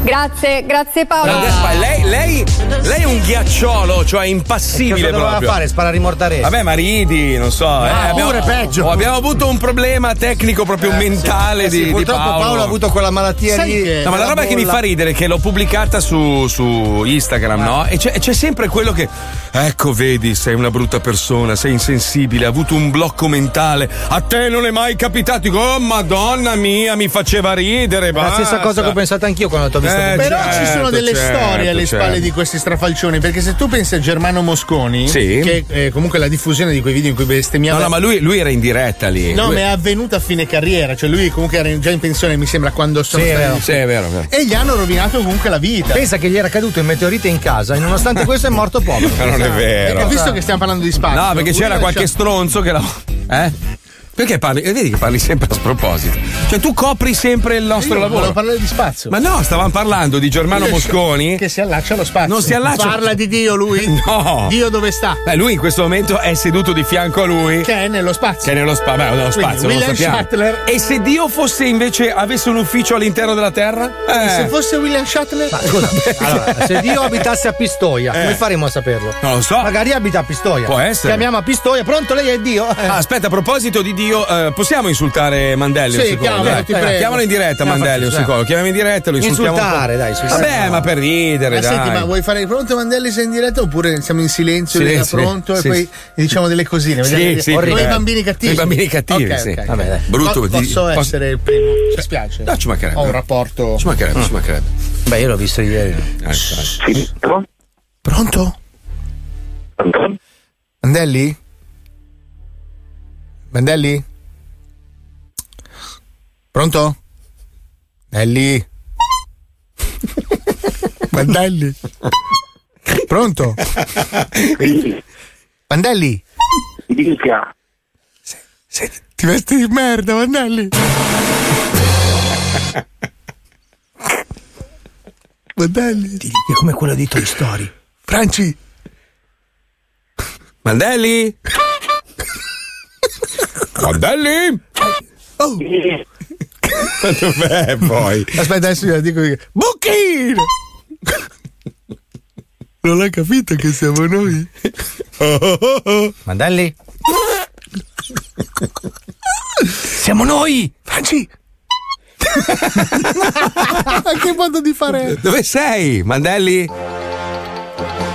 Speaker 22: Grazie, grazie Paolo.
Speaker 5: Ma Lei, lei, lei è un ghiacciolo, cioè impassibile
Speaker 2: Cosa doveva
Speaker 5: proprio.
Speaker 2: fare? Sparare i mortarelli.
Speaker 5: Vabbè, ma ridi, non so. eh, abbiamo,
Speaker 2: pure peggio.
Speaker 5: oh, abbiamo avuto un problema tecnico proprio mentale
Speaker 2: Eh sì,
Speaker 5: di, di
Speaker 2: purtroppo Paolo. ha avuto quella malattia
Speaker 5: Sai
Speaker 2: lì.
Speaker 5: No, ma la roba che mi
Speaker 2: bolla.
Speaker 5: fa ridere è che l'ho pubblicata su, su Instagram, no? E c'è, c'è sempre quello che. Ecco, vedi, sei una brutta persona, sei insensibile, hai avuto un blocco mentale. A te non è mai capitato. Dico, oh madonna mia, mi faceva ridere.
Speaker 23: La stessa cosa che ho pensato anch'io quando ti ho visto.
Speaker 5: Eh,
Speaker 3: Però
Speaker 5: certo,
Speaker 3: ci sono delle
Speaker 5: certo,
Speaker 3: storie alle
Speaker 5: certo.
Speaker 3: spalle di questi strafalcioni, perché se tu pensi a Germano Mosconi,
Speaker 5: Sì.
Speaker 3: che eh, comunque la diffusione di quei video in cui bestemmiava...
Speaker 5: No, no, ma lui, lui era in diretta lì.
Speaker 3: No,
Speaker 5: Lui-
Speaker 3: ma è avvenuta a fine carriera, cioè lui comunque era in- già in pensione, mi sembra, quando sono
Speaker 5: Sì, è
Speaker 3: stati-
Speaker 5: vero. Sì, è vero, è vero.
Speaker 3: E gli hanno rovinato comunque la vita.
Speaker 2: Pensa che gli era caduto il meteorite in casa e nonostante questo è morto Esatto. povero.
Speaker 5: Ma non è vero.
Speaker 3: Ho visto che stiamo parlando di spazio.
Speaker 5: No, perché
Speaker 3: Lui
Speaker 5: c'era
Speaker 3: ha
Speaker 5: qualche
Speaker 3: lasciato-
Speaker 5: stronzo che la. Eh? Perché parli? eh, Vedi che parli sempre a sproposito. Cioè, tu copri sempre il nostro
Speaker 3: Io
Speaker 5: lavoro.
Speaker 3: volevo parlare di spazio.
Speaker 5: Ma no, stavamo parlando di Germano
Speaker 3: Io-
Speaker 5: Mosconi.
Speaker 3: Che si allaccia allo spazio.
Speaker 5: Non si allaccia.
Speaker 3: Parla di Dio lui.
Speaker 5: No.
Speaker 3: Dio dove sta?
Speaker 5: Beh, lui in questo momento è seduto di fianco a lui.
Speaker 3: Che è nello spazio.
Speaker 5: Che è nello, spa- beh, nello
Speaker 3: Quindi,
Speaker 5: spazio, non lo
Speaker 3: William
Speaker 5: sappiamo.
Speaker 3: Shatner.
Speaker 5: E se Dio fosse invece avesse un ufficio all'interno della Terra?
Speaker 3: E
Speaker 5: Eh.
Speaker 3: Se fosse William Shatner.
Speaker 2: Allora, se Dio abitasse a Pistoia,
Speaker 5: Eh.
Speaker 2: come faremo a saperlo?
Speaker 5: Non lo so.
Speaker 2: Magari abita a Pistoia.
Speaker 5: Può essere.
Speaker 2: Chiamiamo a Pistoia, pronto lei è Dio? Eh.
Speaker 5: Ah, aspetta, a proposito di Dio, eh, possiamo insultare Mandelli un
Speaker 2: Sì,
Speaker 5: secondo?
Speaker 2: chiamalo,
Speaker 5: dai?
Speaker 2: ti prego.
Speaker 5: Chiamalo in diretta,
Speaker 2: Chiamalo,
Speaker 5: Mandelli un
Speaker 2: faccio,
Speaker 5: secondo. Chiamiamo in diretta, lo insultiamo. un po'.
Speaker 2: Insultare, dai, sì, sì.
Speaker 5: Vabbè, ma per ridere,
Speaker 3: Ma
Speaker 5: dai.
Speaker 3: senti, ma vuoi fare pronto Mandelli sei in diretta oppure siamo in silenzio,
Speaker 5: Silenzio,
Speaker 3: era pronto
Speaker 5: sì,
Speaker 3: e poi
Speaker 5: sì.
Speaker 3: diciamo delle cosine,
Speaker 5: Sì,
Speaker 3: vediamo-
Speaker 5: sì,
Speaker 3: come
Speaker 5: sì,
Speaker 3: i
Speaker 5: beh.
Speaker 3: bambini cattivi.
Speaker 5: I bambini cattivi,
Speaker 3: Ok,
Speaker 5: sì.
Speaker 3: ok, ok.
Speaker 5: Vabbè, dai. Brutto,
Speaker 3: Po-
Speaker 5: ti-
Speaker 3: posso
Speaker 5: posso-
Speaker 3: essere il primo. Ci spiace.
Speaker 5: No, ci mancherebbe.
Speaker 3: Ho un rapporto.
Speaker 5: Ci mancherebbe,
Speaker 2: Mm.
Speaker 5: ci mancherebbe.
Speaker 23: Beh, io l'ho visto ieri.
Speaker 5: Filippo?
Speaker 3: Pronto? Mandelli? Mandelli? Pronto? Mandelli? Mandelli? Pronto? Mandelli?
Speaker 24: Dica.
Speaker 3: Ti vesti di merda, Mandelli? Mandelli?
Speaker 23: È come quella di Toy Story.
Speaker 3: Franci?
Speaker 5: Mandelli? Mandelli?
Speaker 3: Oh!
Speaker 12: Ma dov'è poi?
Speaker 3: Aspetta, adesso gliela dico io. Bucchino! Non l'ha capito che siamo noi?
Speaker 2: Mandelli?
Speaker 3: Siamo noi! Franci! che modo di
Speaker 5: Eh,
Speaker 3: fare?
Speaker 12: Dove sei, Mandelli?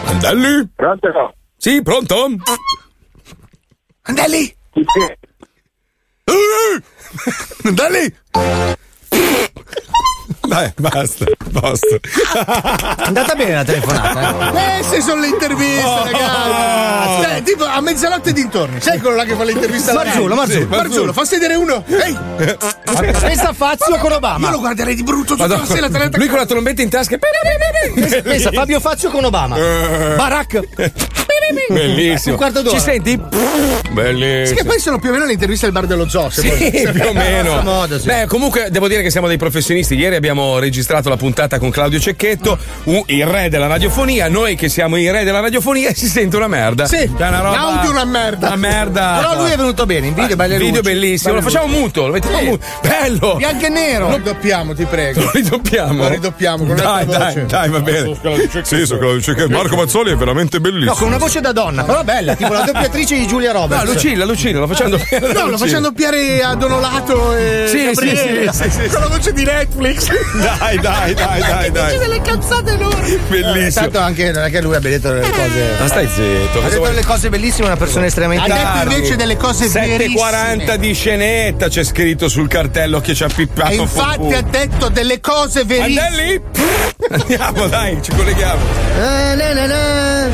Speaker 12: Mandelli? Pronto? Sì, pronto?
Speaker 3: Mandelli! Mandelli!
Speaker 12: Dai, basta, posto.
Speaker 2: È andata bene la telefonata? eh?
Speaker 3: Eh, se sono le interviste,
Speaker 12: Oh,
Speaker 3: ragazzi! Cioè, tipo a mezzanotte dintorni. Sai quello là che fa le interviste alla radio?
Speaker 2: Marzullo, Marzullo.
Speaker 3: Sì, Marzullo, fa sedere uno. Ehi!
Speaker 2: Pensa a Fazio con Obama.
Speaker 3: Io lo guarderei di brutto tutta
Speaker 12: Madonna.
Speaker 3: la sera. te la-
Speaker 12: Lui con la trombetta in tasca.
Speaker 2: Pensa a Fabio Fazio con Obama.
Speaker 5: Eh.
Speaker 2: Barack.
Speaker 12: Bellissimo.
Speaker 3: Un quarto d'ora.
Speaker 12: Ci senti?
Speaker 3: Sì,
Speaker 12: Bellissimo.
Speaker 3: che poi sono più o meno le interviste al bar dello zoo. se
Speaker 12: Sì,
Speaker 3: vuoi.
Speaker 12: Eh, più o
Speaker 3: Grosso
Speaker 12: meno.
Speaker 3: modo, sì.
Speaker 12: Beh, comunque devo dire che siamo dei professionisti. Ieri abbiamo registrato la puntata con Claudio Cecchetto, u- il re della radiofonia. Noi che siamo i re della radiofonia si sente una merda.
Speaker 3: Sì,
Speaker 12: C'è una roba.
Speaker 3: l'audio è una merda.
Speaker 12: Una merda.
Speaker 2: Però lui è venuto bene, in video belle luci.
Speaker 12: Video bellissimo,
Speaker 2: Belle
Speaker 12: lo facciamo
Speaker 2: luci.
Speaker 12: muto, lo mettiamo
Speaker 2: Sì.
Speaker 12: muto. Bello!
Speaker 3: Bianco e nero. Lo ridoppiamo, ti prego.
Speaker 12: Lo ridoppiamo.
Speaker 3: Lo ridoppiamo con
Speaker 12: dai,
Speaker 3: un'altra
Speaker 12: dai,
Speaker 3: voce. Ah,
Speaker 12: dai, va bene. Sì, so Claudio Cecchetto. Marco Mazzoli è veramente bellissimo.
Speaker 2: No, con una voce da donna, però bella, tipo la doppiatrice di Giulia Roberts.
Speaker 12: No, Lucilla, Lucilla, lo facciamo
Speaker 3: Ah.
Speaker 12: doppiare.
Speaker 3: No, lo
Speaker 12: Lucilla.
Speaker 3: facciamo doppiare a Donolato e
Speaker 12: Sì,
Speaker 3: Gabriele,
Speaker 12: sì, sì, sì, sì,
Speaker 3: con la voce di Netflix.
Speaker 12: Dai, dai, dai, dai,
Speaker 3: Dice
Speaker 12: dai.
Speaker 3: delle cazzate enormi.
Speaker 12: Bellissimo.
Speaker 2: Tanto anche, non è che lui abbia detto le cose.
Speaker 12: Ma stai zitto.
Speaker 2: Ha
Speaker 12: cosa
Speaker 2: detto
Speaker 12: vuoi?
Speaker 2: delle cose bellissime, una persona estremamente.
Speaker 12: Tardi. 7.40
Speaker 2: 7.40
Speaker 12: di scenetta c'è scritto sul cartello che ci ha pippato.
Speaker 3: E infatti
Speaker 12: Fufu.
Speaker 3: ha detto delle cose verissime.
Speaker 12: Mandelli? Andiamo, dai, ci colleghiamo.
Speaker 2: Eh, na, na, na.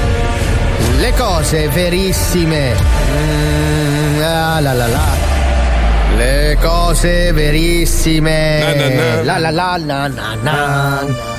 Speaker 2: Le cose verissime. Mm, ah, la, la, la. Le cose verissime. La, la, la, la, na, na, na.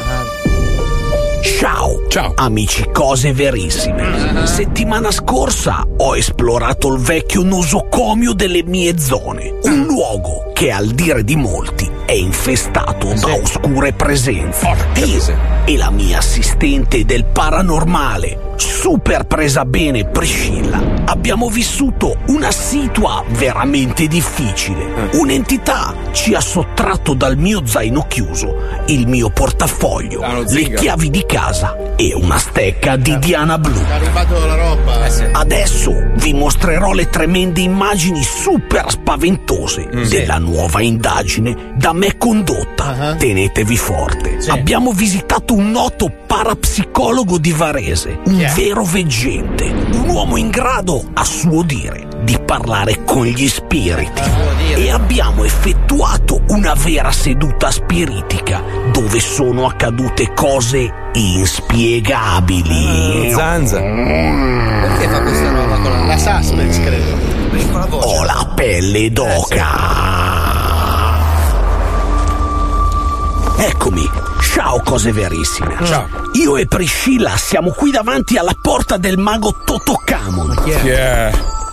Speaker 25: Ciao! Ciao! Amici, cose verissime. Settimana scorsa ho esplorato il vecchio nosocomio delle mie zone. Un luogo che, al dire di molti, è infestato da oscure presenze. Io e la mia assistente del paranormale, super presa bene Priscilla, abbiamo vissuto una situa veramente difficile. Un'entità ci ha sottratto dal mio zaino chiuso, il mio portafoglio, le chiavi di casa e una stecca di Diana Blu.
Speaker 3: Ha rubato la roba.
Speaker 25: Adesso vi mostrerò le tremende immagini super spaventose della nuova indagine da me condotta. Tenetevi forte. Abbiamo visitato un noto parapsicologo di Varese, un vero veggente, un uomo in grado, a suo dire, di parlare con gli spiriti. E abbiamo effettuato una vera seduta spiritica dove sono accadute cose inspiegabili.
Speaker 12: Zanza.
Speaker 25: Perché
Speaker 2: fa questa roba con la, suspense, credo?
Speaker 25: Ho la pelle
Speaker 2: Eh,
Speaker 25: d'oca. Eccomi. Ciao cose verissime. Ciao. Io e Priscilla siamo qui davanti alla porta del mago Totocamon.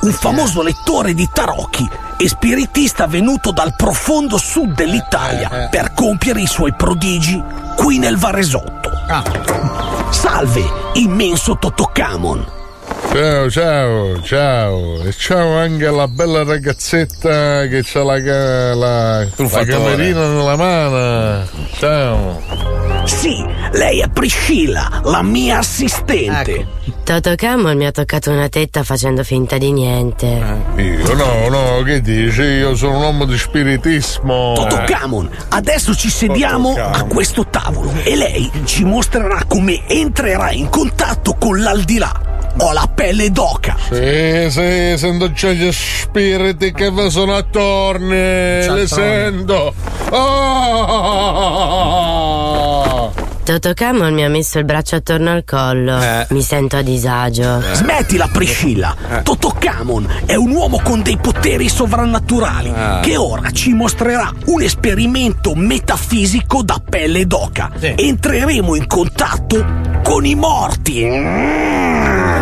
Speaker 25: Un famoso lettore di tarocchi e spiritista venuto dal profondo sud dell'Italia per compiere i suoi prodigi qui nel Varesotto. Salve, immenso Totocamon.
Speaker 15: Ciao, ciao, ciao. E ciao anche alla bella ragazzetta che c'ha la, ca- la, la
Speaker 25: Truffatore.
Speaker 15: camerina nella mano. Ciao.
Speaker 25: Sì, lei è Priscilla, la mia assistente.
Speaker 26: Toto Camon mi ha toccato una tetta facendo finta di niente.
Speaker 15: Io no, no, che dici? Io sono un uomo di spiritismo.
Speaker 25: Toto Camon, adesso ci sediamo a questo tavolo e lei ci mostrerà come entrerà in contatto con l'aldilà. Ho la pelle d'oca.
Speaker 15: Sì, sì, sento già gli spiriti che vi sono attorno.
Speaker 26: Cialtroni.
Speaker 15: Li sento. Oh!
Speaker 26: Toto Camon mi ha messo il braccio attorno al collo.
Speaker 27: Eh.
Speaker 26: Mi sento a disagio.
Speaker 25: Smettila Priscilla, Toto Camon è un uomo con dei poteri sovrannaturali che ora ci mostrerà un esperimento metafisico da pelle d'oca. Entreremo in contatto con i morti.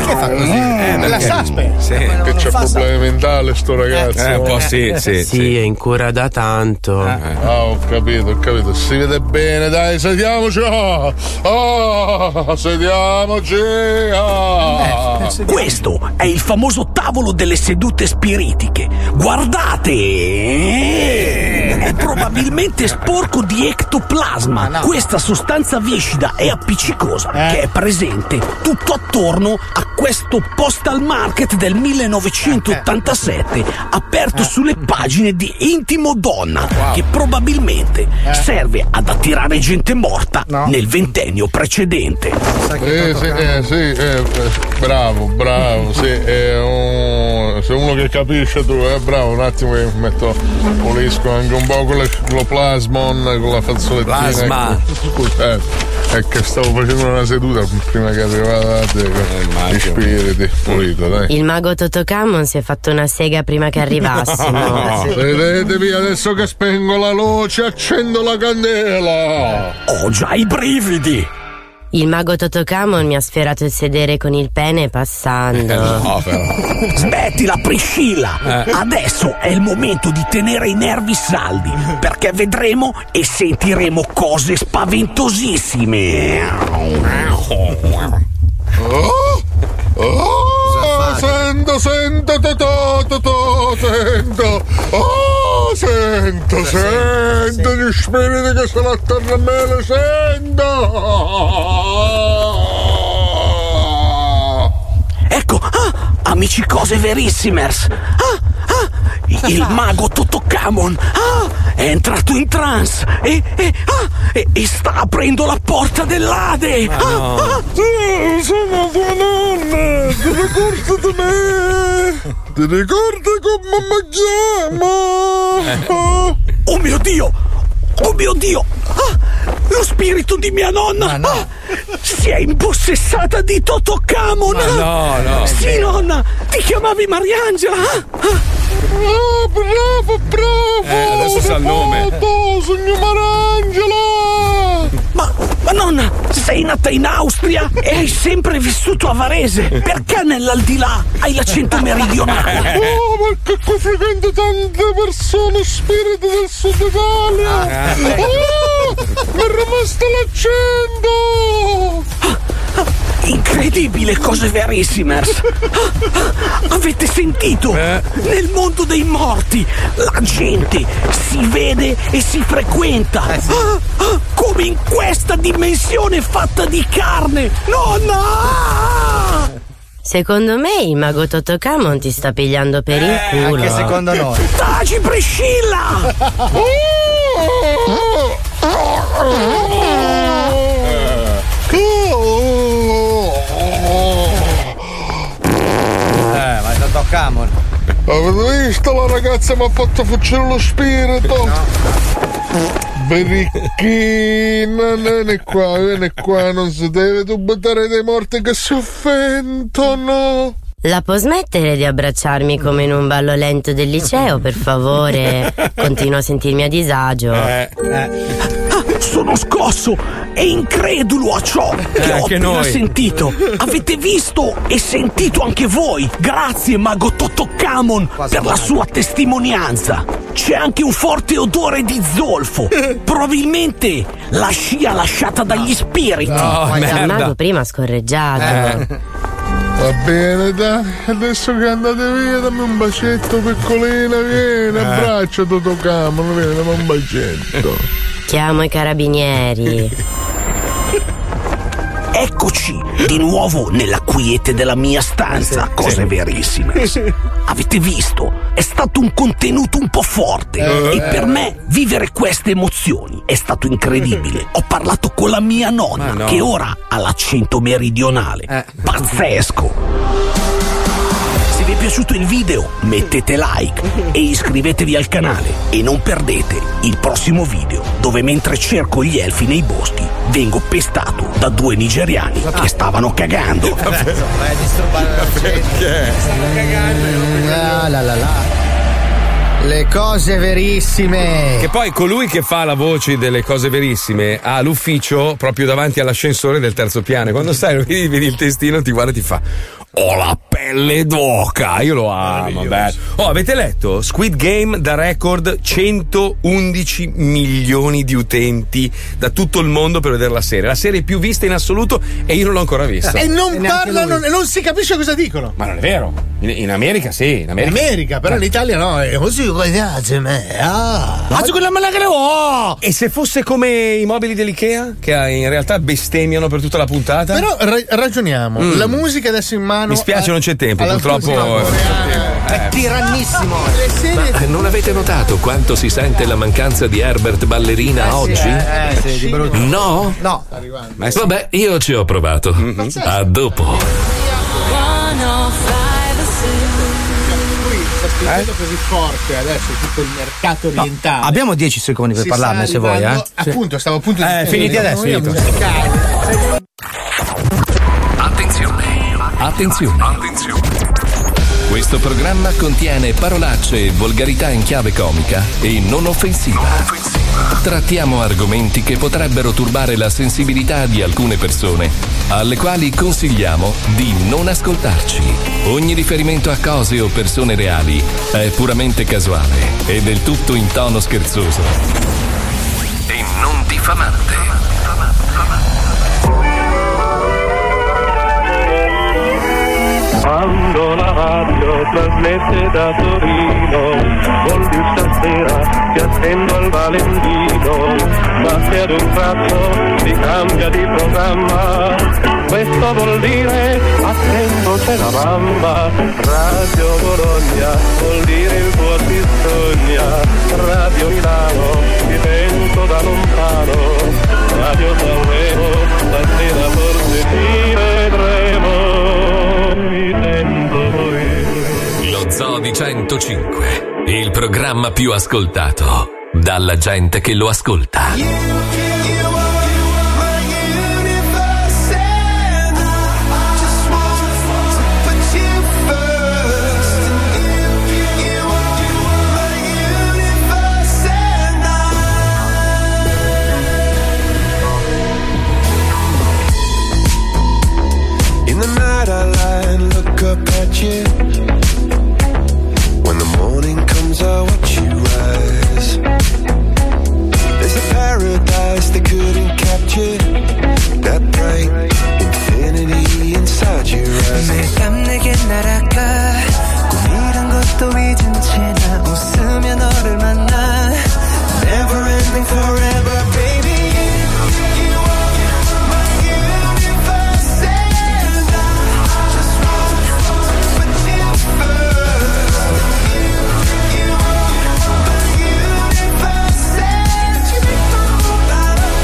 Speaker 25: Che fa così? Eh,
Speaker 15: la suspense. Che c'è problemi mentali sto ragazzo.
Speaker 9: eh,
Speaker 28: è in cura da tanto.
Speaker 15: Ah, ho capito, ho capito. Si vede bene, dai,
Speaker 25: Eh,
Speaker 15: sediamoci. Oh, oh, sediamoci. Oh.
Speaker 25: Questo è il famoso tavolo delle sedute spiritiche. Guardate! È probabilmente sporco di ectoplasma, questa sostanza viscida e appiccicosa che è presente tutto attorno a questo postal market del 1987, aperto sulle pagine di Intimo Donna, che probabilmente serve ad attirare gente morta nel ventennio precedente.
Speaker 15: Eh, sì, eh, sì, eh, eh, bravo, bravo, sì, eh, un- se uno che capisce tu, eh, bravo, un attimo che metto, pulisco anche un po' con le- con lo plasmon, con la fazzolettina.
Speaker 5: Plasma.
Speaker 15: ecco. Scusa, eh, è che stavo facendo una seduta prima che arrivate, eh, gli spiriti, pulito, dai.
Speaker 26: Il mago Totocamon si è fatto una sega prima che arrivassimo.
Speaker 15: Vedetevi adesso che spengo la luce, accendo la candela.
Speaker 25: Ho Oh, già i brividi.
Speaker 26: Il mago Totocamon mi ha sferato il sedere con il pene passando.
Speaker 27: Eh,
Speaker 25: Smettila Priscilla! Adesso è il momento di tenere i nervi saldi, perché vedremo e sentiremo cose spaventosissime.
Speaker 15: Oh, oh, sento, sento, to, to, to, to, sento. Oh, sento, sento gli spiriti che sono attorno a me, li sento.
Speaker 25: Ecco, ah, amici cose verissimers. Ah, ah, il mago Totocamon ah, è entrato in trance e, e, ah, e- e sta aprendo la porta dell'Ade. Ah, ah.
Speaker 15: Sì, sono tua nonna, ti ricordi di me? Ti ricordi come mi chiama?
Speaker 25: Oh mio Dio! Oh mio Dio! Ah, lo spirito di mia nonna ah, si è impossessata di Totocamon!
Speaker 6: Ma
Speaker 25: ah.
Speaker 6: no, no.
Speaker 25: Sì, nonna! Ti chiamavi Mariangela! ah, ah.
Speaker 15: Oh, bravo, bravo!
Speaker 25: Eh, adesso sa il nome.
Speaker 15: Foto, signor Marangela!
Speaker 25: Ma, ma nonna, sei nata in Austria e hai sempre vissuto a Varese. Perché nell'aldilà hai l'accento meridionale?
Speaker 15: Oh, ma che qui frequento tante persone, spiriti del sud
Speaker 25: Ah,
Speaker 15: Italia!
Speaker 25: eh.
Speaker 15: Oh, mi è rimasto l'accento!
Speaker 25: Incredibile cose verissimers! Ah, ah, Avete sentito? Nel mondo dei morti la gente si vede e si frequenta! Ah, ah, Come in questa dimensione fatta di carne! Nonna!
Speaker 26: Secondo me il mago Totocamon ti sta pigliando per il culo.
Speaker 27: Eh, anche secondo noi.
Speaker 25: Taci Priscilla!
Speaker 15: Ah.
Speaker 27: Eh, ma è stato Camon.
Speaker 15: Avete visto la ragazza mi ha fatto fuggire lo spirito? Bericchina, vieni qua, vieni qua, non si deve dubitare dei morti che si offendono.
Speaker 26: La può smettere di abbracciarmi come in un ballo lento del liceo, per favore? Continuo a sentirmi a disagio.
Speaker 25: Sono scosso e incredulo a ciò che ho
Speaker 26: Eh, anche
Speaker 25: appena
Speaker 26: noi.
Speaker 25: sentito. Avete visto e sentito anche voi. Grazie Mago Totocamon per la sua testimonianza. C'è anche un forte odore di zolfo. Probabilmente la scia lasciata dagli spiriti. Eh.
Speaker 26: il mago prima ha scorreggiato.
Speaker 15: Va bene, dai, adesso che andate via, dammi un bacetto piccolina,
Speaker 28: Eh.
Speaker 15: vieni, abbraccio Toto Camon, vieni, dammi un bacetto.
Speaker 26: Chiamo i carabinieri.
Speaker 25: Eccoci di nuovo nella quiete della mia stanza, cose verissime. Avete visto? È stato un contenuto un po' forte
Speaker 6: Eh.
Speaker 25: e per me vivere queste emozioni è stato incredibile. Ho parlato con la mia nonna
Speaker 6: Ma no.
Speaker 25: che ora ha l'accento meridionale.
Speaker 27: Eh.
Speaker 25: Pazzesco! Se vi è piaciuto il video mettete like e iscrivetevi al canale e non perdete il prossimo video dove mentre cerco gli elfi nei boschi vengo pestato da due nigeriani che stavano cagando.
Speaker 27: Vai a disturbare la gente. Stanno
Speaker 2: Mm, ah, la, la, la. Le cose
Speaker 3: Eh.
Speaker 2: verissime.
Speaker 5: Che poi colui che fa la voce delle cose verissime ha l'ufficio proprio davanti all'ascensore del terzo piano. E Quando stai, lo vedi, vedi il testino, ti guarda e ti fa: Ho la pelle d'oca. Io lo amo. bello. Oh, avete letto? Squid Game da record 111 milioni di utenti da tutto il mondo per vedere la serie. La serie più vista in assoluto e io non l'ho ancora vista.
Speaker 3: E non parlano, non si capisce cosa dicono.
Speaker 5: Ma non è vero. In, in America sì, in
Speaker 3: In
Speaker 5: America. Eh.
Speaker 3: America,
Speaker 12: Eh.
Speaker 3: però in Italia no, è così guadagnate me. Ah,
Speaker 5: Faccio quella E se fosse come i mobili dell'IKEA, che in realtà bestemmiano per tutta la puntata?
Speaker 3: Però ra- ragioniamo,
Speaker 5: Mm.
Speaker 3: la musica adesso in mano.
Speaker 5: Mi spiace,
Speaker 3: a-
Speaker 5: non c'è tempo,
Speaker 3: alla
Speaker 5: purtroppo.
Speaker 3: musica
Speaker 5: Eh,
Speaker 3: Tirannissimo. Le serie
Speaker 1: Ma non avete notato quanto si sente la mancanza di Herbert Ballerina oggi? No?
Speaker 3: No.
Speaker 1: Vabbè, io ci ho provato. A dopo.
Speaker 3: Lui sta spingendo così forte adesso tutto il mercato orientale.
Speaker 8: Abbiamo 10 secondi per
Speaker 3: Si
Speaker 8: parlarne
Speaker 3: sta
Speaker 8: se vuoi, eh.
Speaker 3: arrivando- Appunto, stavo appunto
Speaker 8: Eh,
Speaker 3: dicendo,
Speaker 8: finiti adesso,
Speaker 3: noi
Speaker 8: finito.
Speaker 3: abbiamo cercato.
Speaker 1: Attenzione. Attenzione. Questo programma contiene parolacce e volgarità in chiave comica e non offensiva. Trattiamo argomenti che potrebbero turbare la sensibilità di alcune persone, alle quali consigliamo di non ascoltarci. Ogni riferimento a cose o persone reali è puramente casuale e del tutto in tono scherzoso. E non diffamante.
Speaker 29: Quando la radio trasmette da Torino, vuol dire stasera ti attendo al Valentino, ma se ad un tratto si cambia di programma, questo vuol dire attendo c'è la mamma, Radio Bologna vuol dire il tuo ti sogna, Radio Milano ti sento da lontano, Radio Sanremo stasera forse ti vedremo.
Speaker 1: Lo Zoo di 105, il programma più ascoltato dalla gente che lo ascolta.
Speaker 22: In the night I lie and look up at you. When the morning comes, I watch you rise. There's a paradise they couldn't capture. That bright infinity inside your eyes.
Speaker 6: 매일 밤 내게 날아가 꿈이란 것도 잊은 채 나 웃으며 너를 만나 Never ending forever baby You are my universe and I just want to put you first You, you are my universe and you make my whole life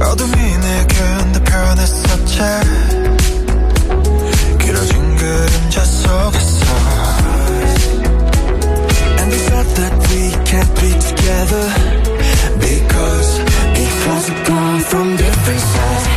Speaker 6: inside
Speaker 22: 어둠이 내겐 더 변했어 잘 길어진 그림자 속에서 And they said that we can't be together Because, because we're born from different sides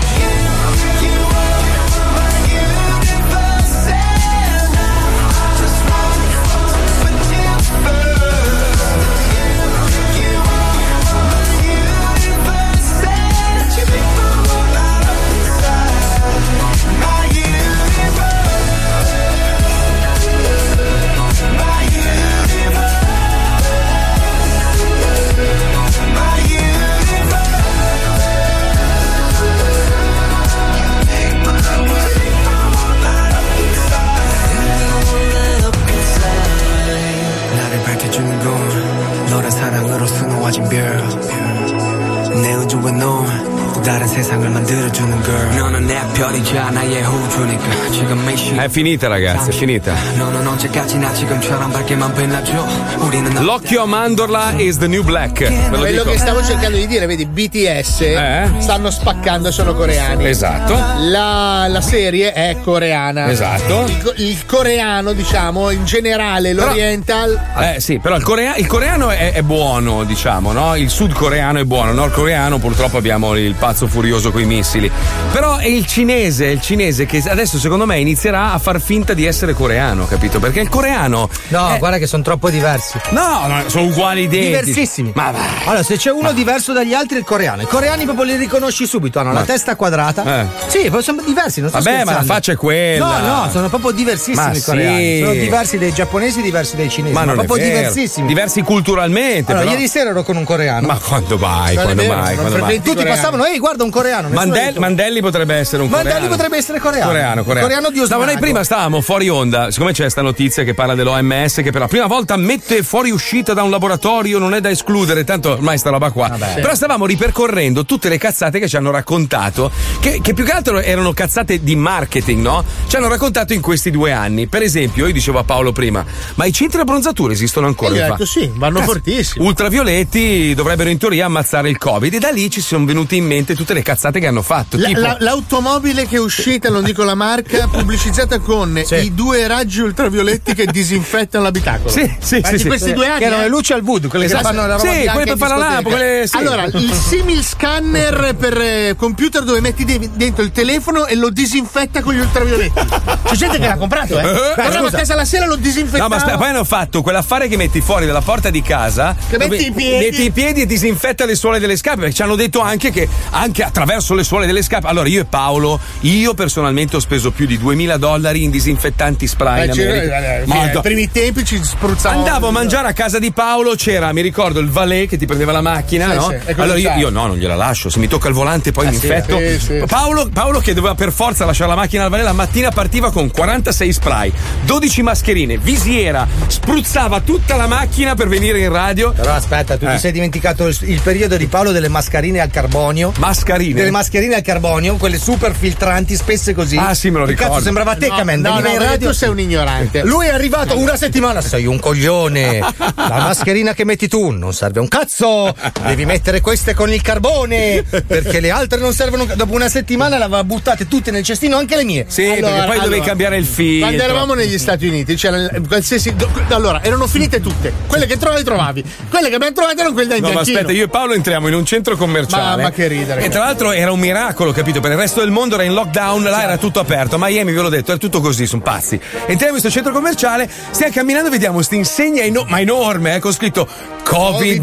Speaker 6: 나를 밝혀주는 건 너란 사랑으로 수놓아진 별내 우주와 넌또 다른 세상을 만들어주는 girl 너는 내 별이자 나의 호주니까 지금 make sure
Speaker 5: È finita ragazzi, è finita.
Speaker 6: 너는 언제까지나 지금처럼 밝게만 빛나줘 우리는 나-
Speaker 5: L'occhio a mandorla is the new black. Ve lo
Speaker 3: Quello
Speaker 5: dico.
Speaker 3: che stavo cercando di dire, vedi, BTS
Speaker 8: Eh?
Speaker 3: stanno spaccando, sono coreani.
Speaker 5: Esatto.
Speaker 3: La, la serie è coreana.
Speaker 5: Esatto.
Speaker 3: Il, co- il coreano, diciamo, in generale, l'oriental.
Speaker 5: Eh sì, però il, corea- il coreano è, è buono, diciamo, no? Il sudcoreano è buono, il nordcoreano purtroppo abbiamo il pazzo furioso con i missili. Però è il cinese, è il cinese che adesso secondo me inizierà a far finta di essere coreano, capito? Perché il coreano
Speaker 8: No,
Speaker 3: Eh.
Speaker 8: guarda che sono troppo diversi.
Speaker 5: No, no, sono uguali identici.
Speaker 8: Diversissimi.
Speaker 5: Ma va.
Speaker 8: Allora, se c'è uno diverso dagli altri, è il coreano. I coreani proprio li riconosci subito. Hanno
Speaker 5: Ma-
Speaker 8: la testa quadrata.
Speaker 5: Eh.
Speaker 8: Sì, poi sono diversi. Non sto
Speaker 5: Vabbè, ma
Speaker 8: scherzando.
Speaker 5: la faccia è quella.
Speaker 8: No, no, sono proprio diversissimi
Speaker 5: Ma
Speaker 8: i coreani.
Speaker 5: sì.
Speaker 8: Sono diversi dai giapponesi, diversi dai cinesi.
Speaker 5: Ma non è
Speaker 8: proprio
Speaker 5: vero.
Speaker 8: diversissimi.
Speaker 5: Diversi culturalmente.
Speaker 8: Allora,
Speaker 5: però.
Speaker 8: ieri sera ero con un coreano.
Speaker 5: Ma quando mai?
Speaker 8: Non è
Speaker 5: Quando
Speaker 8: vero,
Speaker 5: mai?
Speaker 8: non
Speaker 5: Quando mai?
Speaker 8: Tutti passavano, ehi, guarda un coreano. nessuno ha
Speaker 5: Mandel-
Speaker 8: detto-
Speaker 5: Mandelli potrebbe essere un
Speaker 8: Mandelli
Speaker 5: coreano.
Speaker 8: potrebbe essere coreano.
Speaker 5: Coreano, coreano.
Speaker 8: Coreano di
Speaker 5: No, ma noi
Speaker 8: Osnago.
Speaker 5: prima stavamo fuori onda. Siccome c'è sta notizia che parla dell'OMS, che per la prima volta ammette fuori uscita da un laboratorio, non è da escludere, tanto ormai sta roba qua.
Speaker 11: Vabbè.
Speaker 5: Però stavamo ripercorrendo tutte le cazzate che ci hanno raccontato, che, che più che altro erano cazzate di marketing, no? Ci hanno raccontato in questi due anni. Per esempio, io dicevo a Paolo prima, ma i centri abbronzatura esistono ancora?
Speaker 3: Io ho
Speaker 5: Mi fa-
Speaker 3: detto sì, vanno fortissimo.
Speaker 5: ultravioletti dovrebbero in teoria ammazzare il covid e da lì ci sono venute in mente tutte le cazzate che hanno fatto
Speaker 3: La-
Speaker 5: tipo
Speaker 3: la- l'automobile che è uscita, non dico la marca, pubblicizzata con i due raggi ultravioletti che disinfettano l'abitacolo.
Speaker 5: Sì, sì,
Speaker 3: Ma
Speaker 5: sì,
Speaker 3: di
Speaker 5: sì.
Speaker 3: questi
Speaker 5: Sì.
Speaker 3: due anni.
Speaker 5: Che erano
Speaker 3: eh.
Speaker 5: le luci al voodoo, quelle che fanno la roba Sì, bianca quelle in per fare la lampo, discoteca. quelle- sì.
Speaker 3: Allora, il simil scanner per eh, computer dove metti de- dentro il telefono e lo disinfetta con gli ultravioletti. C'è gente che l'ha comprato, eh.
Speaker 5: Eh,
Speaker 3: Guardavo a
Speaker 5: scusa.
Speaker 3: casa la sera lo disinfettava.
Speaker 5: No, ma aspetta, poi hanno fatto quell'affare che metti fuori dalla porta di casa.
Speaker 3: Che metti
Speaker 5: dove-
Speaker 3: i piedi.
Speaker 5: metti i piedi e disinfetta le suole delle scarpe. Perché ci hanno detto anche che anche attraverso le suole delle scarpe. Allora, io e Paolo, io personalmente ho speso più di 2000 dollari in disinfettanti spray. in
Speaker 3: Eh, c'era-
Speaker 5: America.
Speaker 3: eh, sì,
Speaker 5: Madonna.
Speaker 3: ai primi tempi ci spruzzavamo.
Speaker 5: Andavo a mangiare a casa di Paolo, c'era, mi ricordo, il valet che ti prendeva la macchina,
Speaker 3: Sì,
Speaker 5: no?
Speaker 3: sì, e cosa
Speaker 5: allora io,
Speaker 3: fai?
Speaker 5: io no, non gliela lascio, se mi tocca il volante poi
Speaker 3: Ah,
Speaker 5: mi
Speaker 3: sì,
Speaker 5: infetto. Eh.
Speaker 3: sì, sì.
Speaker 5: Paolo, Paolo che doveva per forza lasciare la macchina al valet, la mattina partiva con 46 spray, 12 mascherine, visiera, spruzzava tutta la macchina per venire in radio.
Speaker 8: Però aspetta, tu
Speaker 5: Eh.
Speaker 8: ti sei dimenticato il, il periodo di Paolo delle mascherine al carbonio.
Speaker 5: Mascherine?
Speaker 8: Delle mascherine al carbonio, quelle super filtranti, spesse così.
Speaker 3: Ah, sì, me lo
Speaker 8: Che
Speaker 3: ricordo.
Speaker 8: Cazzo, sembrava te,
Speaker 3: No,
Speaker 8: Camen.
Speaker 3: no, no,
Speaker 8: veniva in
Speaker 3: perché
Speaker 8: radio.
Speaker 3: tu sei un ignorante.
Speaker 8: Lui è arrivato una settimana, sei un coglione. La mascherina che metti tu non serve a un cazzo. Devi mettere queste con il carbone. Perché le altre non servono. un ca- Dopo una settimana le aveva buttate tutte nel cestino, anche le mie.
Speaker 5: Sì, perché poi dovevi cambiare il filtro.
Speaker 3: Quando eravamo negli Stati Uniti, c'era il- qualsiasi. do- allora, erano finite tutte. Quelle che trovavi, trovavi. Quelle che abbiamo trovato erano quelle da
Speaker 5: No, ma aspetta, io e Paolo entriamo in un centro commerciale.
Speaker 3: Ma- ma che ridere.
Speaker 5: E tra l'altro era un miracolo, capito? Per il resto del mondo era in lockdown, là era tutto aperto. A Miami, ve l'ho detto, era tutto così, sono pazzi. Entriamo in questo centro commerciale, stiamo camminando, vediamo questa insegna, eno- ma enorme, eh, con scritto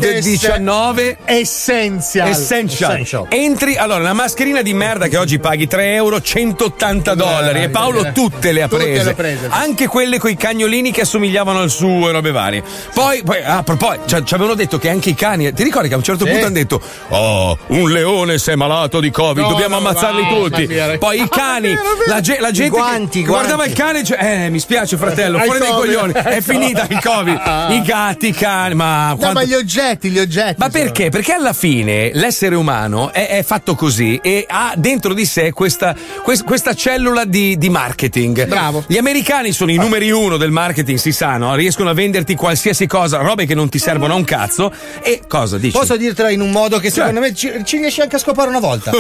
Speaker 5: COVID-19
Speaker 3: Essential.
Speaker 5: Essential. Entri, allora, una mascherina di merda che oggi paghi 3 euro, 180 dollari. E Paolo tutte le ha
Speaker 3: Tutte le
Speaker 5: prese.
Speaker 3: ha prese.
Speaker 5: Anche quelle coi cagnolini che assomigliavano al suo e robe varie. Poi, poi, ah, pro- poi, ci ci avevano detto che anche i cani. Ti ricordi che a un certo punto hanno detto: Oh, un leone si è malato di Covid,
Speaker 12: No,
Speaker 5: dobbiamo
Speaker 12: no,
Speaker 5: ammazzarli
Speaker 12: vai,
Speaker 5: tutti.
Speaker 12: mamma mia.
Speaker 5: Poi i cani, la, ge- la
Speaker 12: I
Speaker 5: gente. che-
Speaker 12: guanti, i
Speaker 5: che guardava
Speaker 12: guanti.
Speaker 5: il cane e dice: Eh, mi spiace, fratello,
Speaker 3: Hai
Speaker 5: fuori dai
Speaker 3: Covid.
Speaker 5: coglioni. È finita il Covid. I gatti, i cani, ma.
Speaker 3: No,
Speaker 5: quanto-
Speaker 3: ma gli oggetti, gli oggetti.
Speaker 5: ma perché? Perché alla fine l'essere umano è, è fatto così e ha dentro di sé questa, quest- questa cellula di, di marketing.
Speaker 3: Bravo.
Speaker 5: Gli americani sono i numeri uno del marketing, si sa, no? Riescono a venderti qualsiasi cosa, robe che non ti servono a un cazzo. E cosa dici?
Speaker 8: Posso dirtela in un modo
Speaker 5: Cioè.
Speaker 8: che secondo me ci, ci riesci anche a scopare una volta.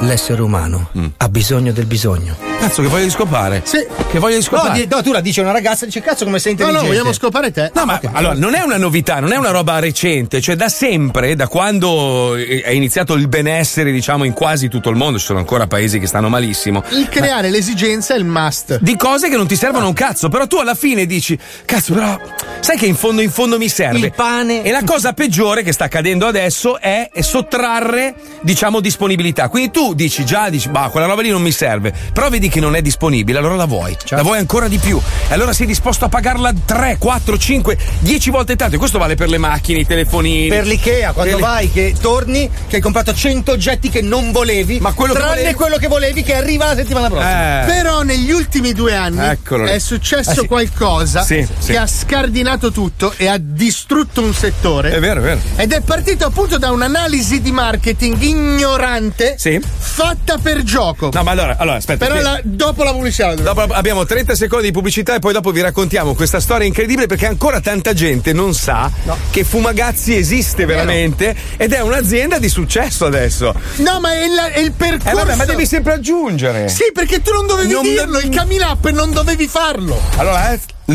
Speaker 8: L'essere umano ha bisogno del bisogno.
Speaker 5: Cazzo, che voglio scopare? Sì. Che voglio scopare?
Speaker 8: No, di- no, tu la dici a una ragazza, dice cazzo come sei intelligente.
Speaker 3: scopare te.
Speaker 5: No, ma allora non è una novità, non è una roba recente, cioè da sempre, da quando eh, è iniziato il benessere, diciamo, in quasi tutto il mondo, ci sono ancora paesi che stanno malissimo.
Speaker 3: Il creare l'esigenza è il must.
Speaker 5: di cose che non ti servono un cazzo, però tu alla fine dici, cazzo, però sai che in fondo in fondo mi serve.
Speaker 8: Il pane.
Speaker 5: E la cosa peggiore che sta accadendo adesso è sottrarre, diciamo, disponibilità. Quindi tu dici già, dici, ma quella roba lì non mi serve, però vedi che non è disponibile, allora la vuoi,
Speaker 8: Certo.
Speaker 5: la vuoi ancora di più. E allora sei disposto a pagarla 3, 4, 5, 10 volte tanto. E questo vale per le macchine, i telefonini.
Speaker 8: Per l'Ikea, quando
Speaker 5: Per le-
Speaker 8: vai, che torni, che hai comprato 100 oggetti che non volevi,
Speaker 5: quello che
Speaker 8: tranne
Speaker 5: volevi-
Speaker 8: quello che volevi che arriva la settimana prossima.
Speaker 5: Eh.
Speaker 3: Però negli ultimi due anni
Speaker 8: Eccolo lì.
Speaker 3: è successo
Speaker 8: Eh sì.
Speaker 3: qualcosa
Speaker 8: Sì,
Speaker 3: che
Speaker 8: sì.
Speaker 3: ha scardinato tutto e ha distrutto un settore.
Speaker 5: È vero, è vero.
Speaker 3: Ed è partito appunto da un'analisi di marketing ignorante fatta per gioco.
Speaker 5: No, ma allora, allora aspetta.
Speaker 3: Però
Speaker 5: che-
Speaker 3: la- dopo la pubblicità.
Speaker 5: Dopo abbiamo 30 secondi di pubblicità e poi dopo vi raccontiamo questa storia incredibile perché ancora tanta gente non sa che Fumagazzi esiste veramente ed è un'azienda di successo adesso.
Speaker 3: No, ma è, la- è il percorso.
Speaker 5: Eh, vabbè, ma devi sempre aggiungere.
Speaker 3: Sì, perché tu non dovevi
Speaker 5: Non
Speaker 3: dirlo, il coming up non dovevi farlo.
Speaker 5: Allora, eh,
Speaker 3: Eh,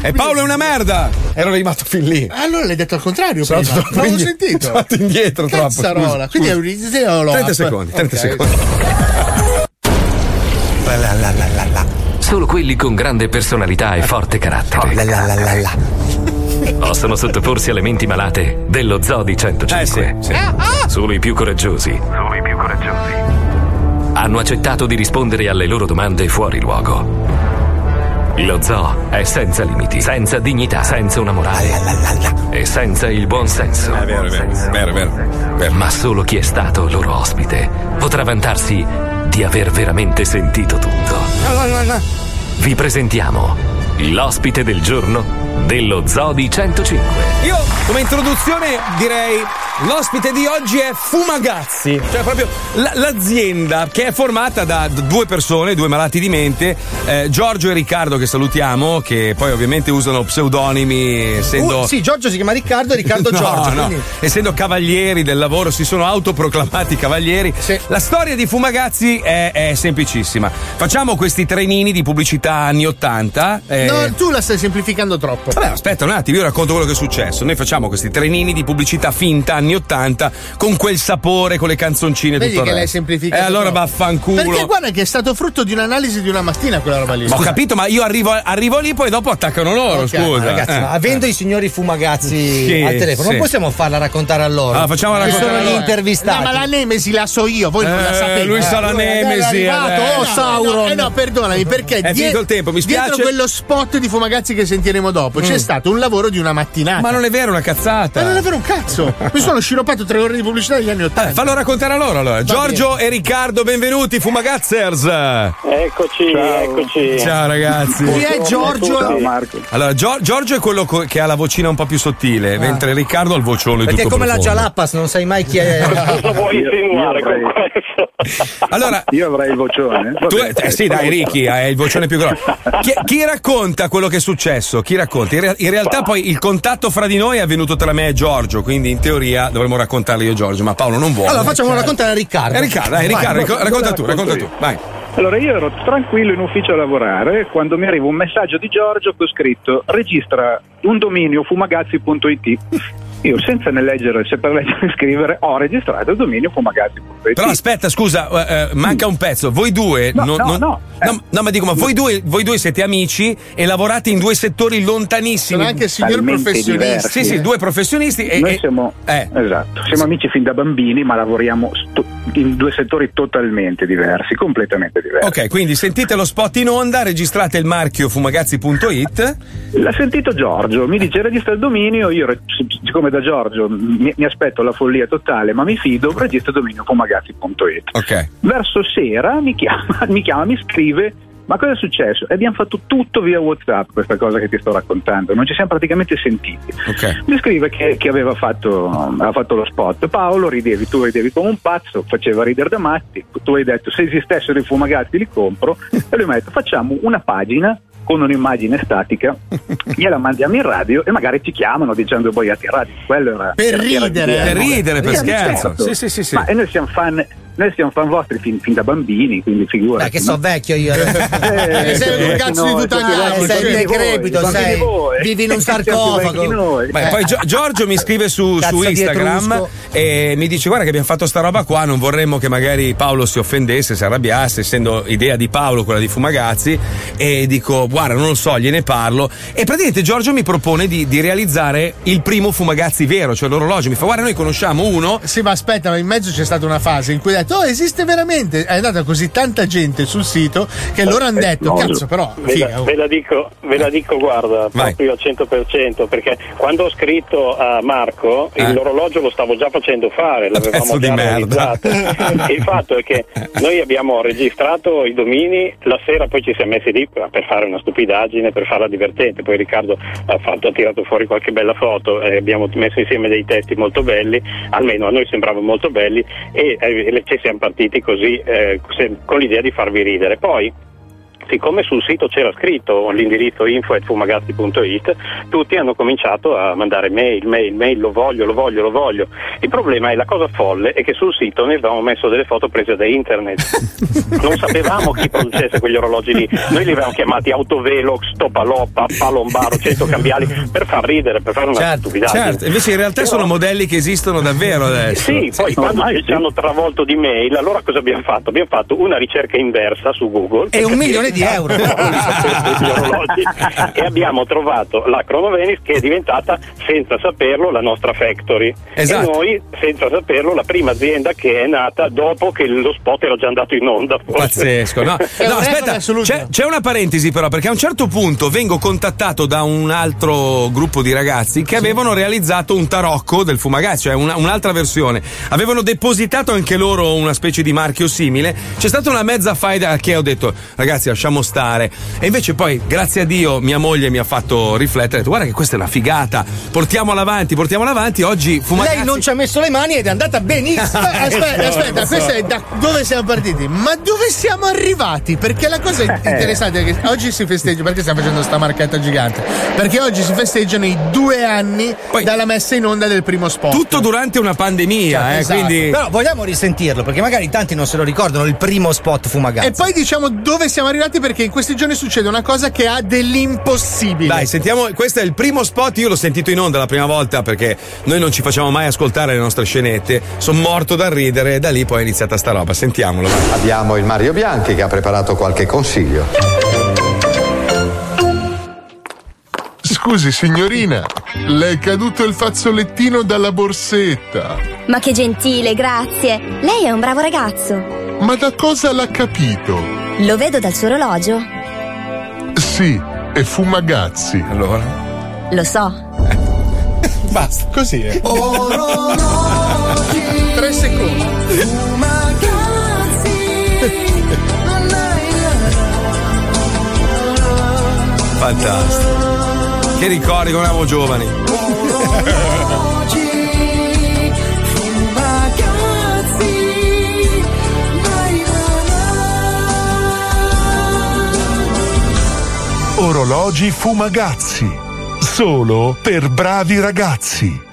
Speaker 5: E Paolo è una merda. Ero arrivato fin lì.
Speaker 3: Allora l'hai detto al contrario,
Speaker 5: Sono
Speaker 3: prima.
Speaker 5: stato
Speaker 3: Non l'ho
Speaker 5: quindi-
Speaker 3: sentito.
Speaker 5: sono stato indietro troppo, scusa,
Speaker 3: Cazzarola, quindi è un
Speaker 5: scusa.
Speaker 3: ideologo.
Speaker 5: 30 secondi, 30
Speaker 3: Ok.
Speaker 5: secondi.
Speaker 4: Solo quelli con grande personalità e forte carattere. Possono sottoporsi alle menti malate dello Zoo di 105. Solo i più coraggiosi. Eh, Solo i più coraggiosi. Hanno accettato di rispondere alle loro domande fuori luogo. Lo zoo è senza limiti, senza dignità, senza una morale e senza il buon senso. È vero, è vero, Ma solo chi è stato loro ospite potrà vantarsi di aver veramente sentito tutto. Vi presentiamo l'ospite del giorno dello zoo di 105.
Speaker 5: Io come introduzione direi l'ospite di oggi è Fumagazzi, cioè proprio l- l'azienda che è formata da d- due persone, due malati di mente, eh, Giorgio e Riccardo che salutiamo, che poi ovviamente usano pseudonimi essendo...
Speaker 8: Uh, sì, Giorgio si chiama Riccardo e Riccardo
Speaker 5: No,
Speaker 8: Giorgio.
Speaker 5: no.
Speaker 8: quindi-
Speaker 5: Essendo cavalieri del lavoro, si sono autoproclamati cavalieri. La storia di Fumagazzi è, è semplicissima. Facciamo questi trenini di pubblicità anni 80. eh,
Speaker 3: No, tu la stai semplificando troppo.
Speaker 5: Vabbè, aspetta un attimo, io racconto quello che è successo. Noi facciamo questi trenini di pubblicità finta anni 80 con quel sapore, con le canzoncine e
Speaker 3: Vedi
Speaker 5: tutto il
Speaker 3: che l'hai
Speaker 5: resto.
Speaker 3: semplificato
Speaker 5: E allora
Speaker 3: troppo.
Speaker 5: vaffanculo.
Speaker 3: Perché guarda che è stato frutto di un'analisi di una mattina quella roba lì.
Speaker 5: Ma ho capito, ma io arrivo, arrivo lì, poi dopo attaccano loro.
Speaker 8: Ok,
Speaker 5: Scusa.
Speaker 8: ma ragazzi,
Speaker 5: Eh.
Speaker 8: ma avendo i signori fumagazzi
Speaker 5: Sì,
Speaker 8: al telefono,
Speaker 5: sì.
Speaker 8: non possiamo farla raccontare a loro.
Speaker 5: Ah, facciamola
Speaker 8: Che
Speaker 5: raccontare
Speaker 8: sono
Speaker 5: a
Speaker 8: gli
Speaker 5: loro.
Speaker 8: intervistati.
Speaker 3: No, ma la nemesi la so io, voi non la
Speaker 5: Eh,
Speaker 3: sapete.
Speaker 5: lui sa la
Speaker 3: Eh,
Speaker 5: nemesi,
Speaker 3: è arrivato,
Speaker 5: eh.
Speaker 3: oh, Sauron.
Speaker 5: Eh,
Speaker 3: Eh
Speaker 5: no,
Speaker 3: no, perdonami, perché
Speaker 5: È
Speaker 3: die-
Speaker 5: finito il tempo, mi
Speaker 3: dietro
Speaker 5: spiace.
Speaker 3: quello spot di Fumagazzi che sentiremo dopo
Speaker 5: Mm.
Speaker 3: c'è stato un lavoro di una mattinata.
Speaker 5: Ma non è vero, una cazzata.
Speaker 3: Ma non è vero un cazzo. Mi sono sciroppato tre ore di pubblicità degli anni Ottanta.
Speaker 5: Fallo raccontare a loro allora. Giorgio e Riccardo, benvenuti, Fumagazzers.
Speaker 11: Eccoci, eccoci.
Speaker 5: Ciao ragazzi.
Speaker 11: Chi è Giorgio? Ciao, Marco.
Speaker 5: Allora, Gio- Giorgio è quello co- che ha la vocina un po' più sottile,
Speaker 3: Ah.
Speaker 5: mentre Riccardo ha il vocione
Speaker 8: Perché è
Speaker 5: tutto
Speaker 8: come la
Speaker 5: profondo.
Speaker 8: Jalapas, non sai mai chi è.
Speaker 5: Allora,
Speaker 11: io avrei il vocione.
Speaker 5: Tu- eh, sì, dai, Ricky, hai il vocione più grosso. Chi, chi racconta quello che è successo? Chi racconta? In, rea- in realtà, poi il contatto fra di noi è avvenuto tra me e Giorgio, quindi in teoria dovremmo raccontarlo io, e Giorgio, ma Paolo non vuole.
Speaker 8: Allora facciamo raccontare a Riccardo.
Speaker 5: Eh, Riccardo, dai, Riccardo, racco- racconta tu, racconta tu. Vai.
Speaker 11: Allora, io ero tranquillo in ufficio a lavorare quando mi arriva un messaggio di Giorgio che ho scritto registra un dominio fumagazzi.it. Io senza né leggere, se per leggere e scrivere, ho registrato il dominio fumagazzi.it.
Speaker 5: Però aspetta, scusa, eh, eh, manca un pezzo. Voi due.
Speaker 11: No,
Speaker 5: non-
Speaker 11: no,
Speaker 5: non-
Speaker 11: no.
Speaker 5: no, no, ma dico, ma voi due, voi due siete amici e lavorate in due settori lontanissimi.
Speaker 11: Sono anche signor Talmente professionisti. diversi.
Speaker 5: Sì, sì, due professionisti. E,
Speaker 11: Noi
Speaker 5: e- eh.
Speaker 11: siamo, esatto, siamo amici fin da bambini, ma lavoriamo sto- in due settori totalmente diversi, completamente diversi.
Speaker 5: Ok, quindi sentite lo spot in onda, registrate il marchio fumagazzi.it.
Speaker 11: L'ha sentito Giorgio, mi dice registra il dominio, io re- sic- siccome da Giorgio mi, mi aspetto la follia totale, ma mi fido, registro il dominio fumagazzi.it.
Speaker 5: Ok.
Speaker 11: Verso sera mi chiama, mi chiama, mi scrive, ma cosa è successo? E abbiamo fatto tutto via Whatsapp questa cosa che ti sto raccontando, non ci siamo praticamente sentiti. Mi scrive che, che aveva, fatto, aveva fatto lo spot, Paolo ridevi, tu ridevi come un pazzo, faceva ridere da matti, tu hai detto se esistessero i fumagazzi li compro e lui mi ha detto facciamo una pagina con un'immagine statica, gliela mandiamo in radio e magari ci chiamano dicendo boiate in radio. Quello era
Speaker 5: Per
Speaker 11: era-
Speaker 5: ridere.
Speaker 11: era il
Speaker 5: Per
Speaker 11: piano.
Speaker 5: ridere, per
Speaker 11: Sì,
Speaker 5: scherzo.
Speaker 11: certo.
Speaker 5: Sì, sì, sì, sì.
Speaker 11: Ma e noi siamo fan, noi siamo fan vostri fin, fin da bambini, quindi figurati.
Speaker 8: Che so vecchio io.
Speaker 11: Eh,
Speaker 8: sei
Speaker 11: eh, no, siete
Speaker 8: Sei
Speaker 11: voi,
Speaker 8: in decrepito,
Speaker 11: siete
Speaker 8: sei.
Speaker 11: voi. Eh,
Speaker 8: Vivi in un
Speaker 11: Siete più vecchi di
Speaker 8: sarcofago.
Speaker 11: noi.
Speaker 5: Beh,
Speaker 11: Eh.
Speaker 5: poi Gio- Giorgio mi scrive su,
Speaker 11: Cazzo
Speaker 5: su
Speaker 11: di
Speaker 5: Instagram
Speaker 11: etrusco.
Speaker 5: e mi dice: Guarda, che abbiamo fatto sta roba qua. Non vorremmo che magari Paolo si offendesse, si arrabbiasse, essendo idea di Paolo quella di Fumagazzi. E dico: Guarda, non lo so, gliene parlo. E praticamente Giorgio mi propone di, di realizzare il primo Fumagazzi vero, cioè l'orologio. Mi fa: Guarda, noi conosciamo uno.
Speaker 3: Sì, ma aspetta, ma in mezzo c'è stata una fase in cui ha detto: Oh, esiste veramente. È andata così tanta gente sul sito che loro hanno
Speaker 11: Eh,
Speaker 3: detto:
Speaker 11: no.
Speaker 3: Cazzo, però. oh." Eh.
Speaker 11: Ve la, ve la dico, ve la dico, guarda, proprio al 100%, perché quando ho scritto a Marco,
Speaker 5: Eh.
Speaker 11: l'orologio lo stavo già facendo fare,
Speaker 5: Pezzo
Speaker 11: l'avevamo
Speaker 5: di
Speaker 11: già
Speaker 5: merda.
Speaker 11: realizzato. E il fatto è che noi abbiamo registrato i domini, la sera poi ci siamo messi lì per per fare una stupidaggine, per farla divertente, poi Riccardo ha, fatto- ha tirato fuori qualche bella foto e abbiamo messo insieme dei testi molto belli, almeno a noi sembravano molto belli e, eh, ci siamo partiti così eh, se- con l'idea di farvi ridere. Poi
Speaker 29: siccome sul sito c'era scritto l'indirizzo info.fumagazzi.it, tutti hanno cominciato a mandare mail, mail, mail, lo voglio, lo voglio, lo voglio. Il problema è la cosa folle è che sul sito noi avevamo messo delle foto prese da internet. Non sapevamo chi producesse quegli orologi lì. Noi li avevamo chiamati Autovelox, Topaloppa, Palombaro, 100 cambiali per far ridere, per fare una stupidaggine.
Speaker 5: Certo, invece in realtà sono modelli che esistono davvero adesso.
Speaker 29: Sì, poi quando ci hanno travolto di mail, allora cosa abbiamo fatto? Abbiamo fatto una ricerca inversa su Google.
Speaker 8: E
Speaker 29: per
Speaker 8: un
Speaker 29: capire
Speaker 8: milione di euro.
Speaker 29: gli orologi e abbiamo trovato la Chrono Venice che è diventata, senza saperlo, la nostra factory.
Speaker 5: Esatto.
Speaker 29: E noi, senza saperlo, la prima azienda che è nata dopo che lo spot era già andato in onda. forse.
Speaker 5: Pazzesco, no? No, aspetta, c'è, c'è una parentesi però, perché a un certo punto vengo contattato da un altro gruppo di ragazzi che avevano realizzato un tarocco del Fumagazzi, cioè una- un'altra versione. Avevano depositato anche loro una specie di marchio simile. C'è stata una mezza faida che ho detto, ragazzi, lasciamo stare. E invece poi, grazie a Dio, mia moglie mi ha fatto riflettere, ha detto, guarda che questa è una figata, portiamola avanti, portiamola avanti. Oggi Fumagazzi...
Speaker 8: Lei non ci ha messo le mani ed è andata benissimo.
Speaker 5: Eh,
Speaker 3: Aspetta, aspetta, aspetta, questa è da dove siamo partiti, ma dove siamo arrivati? Perché la cosa
Speaker 5: Eh.
Speaker 3: interessante è che oggi si festeggia, perché stiamo facendo sta marchetta gigante? Perché oggi si festeggiano i due anni dalla messa in onda del primo spot.
Speaker 5: Tutto durante una pandemia,
Speaker 3: Cioè, eh, esatto. quindi-
Speaker 8: Però vogliamo risentirlo, perché magari tanti non se lo ricordano, il primo spot fu magari.
Speaker 3: E poi diciamo dove siamo arrivati perché in questi giorni succede una cosa che ha dell'impossibile.
Speaker 5: Dai, sentiamo, questo è il primo spot, io l'ho sentito in onda la prima volta perché noi non ci facciamo mai ascoltare le nostre scenette, sono morto dal ridere e da lì poi è iniziata sta roba, sentiamolo.
Speaker 17: Abbiamo il Mario Bianchi che ha preparato qualche consiglio.
Speaker 15: Scusi signorina, le è caduto il fazzolettino dalla borsetta.
Speaker 18: Ma che gentile, grazie. Lei è un bravo ragazzo.
Speaker 15: Ma da cosa l'ha capito?
Speaker 18: Lo vedo dal suo orologio.
Speaker 15: Sì, e Fumagazzi.
Speaker 5: Allora?
Speaker 18: Lo so.
Speaker 3: Basta, così è.
Speaker 28: Oh,
Speaker 3: Tre secondi.
Speaker 5: Fantastico. Che ricordi quando eravamo giovani.
Speaker 15: Orologi Fumagazzi. Solo per bravi ragazzi.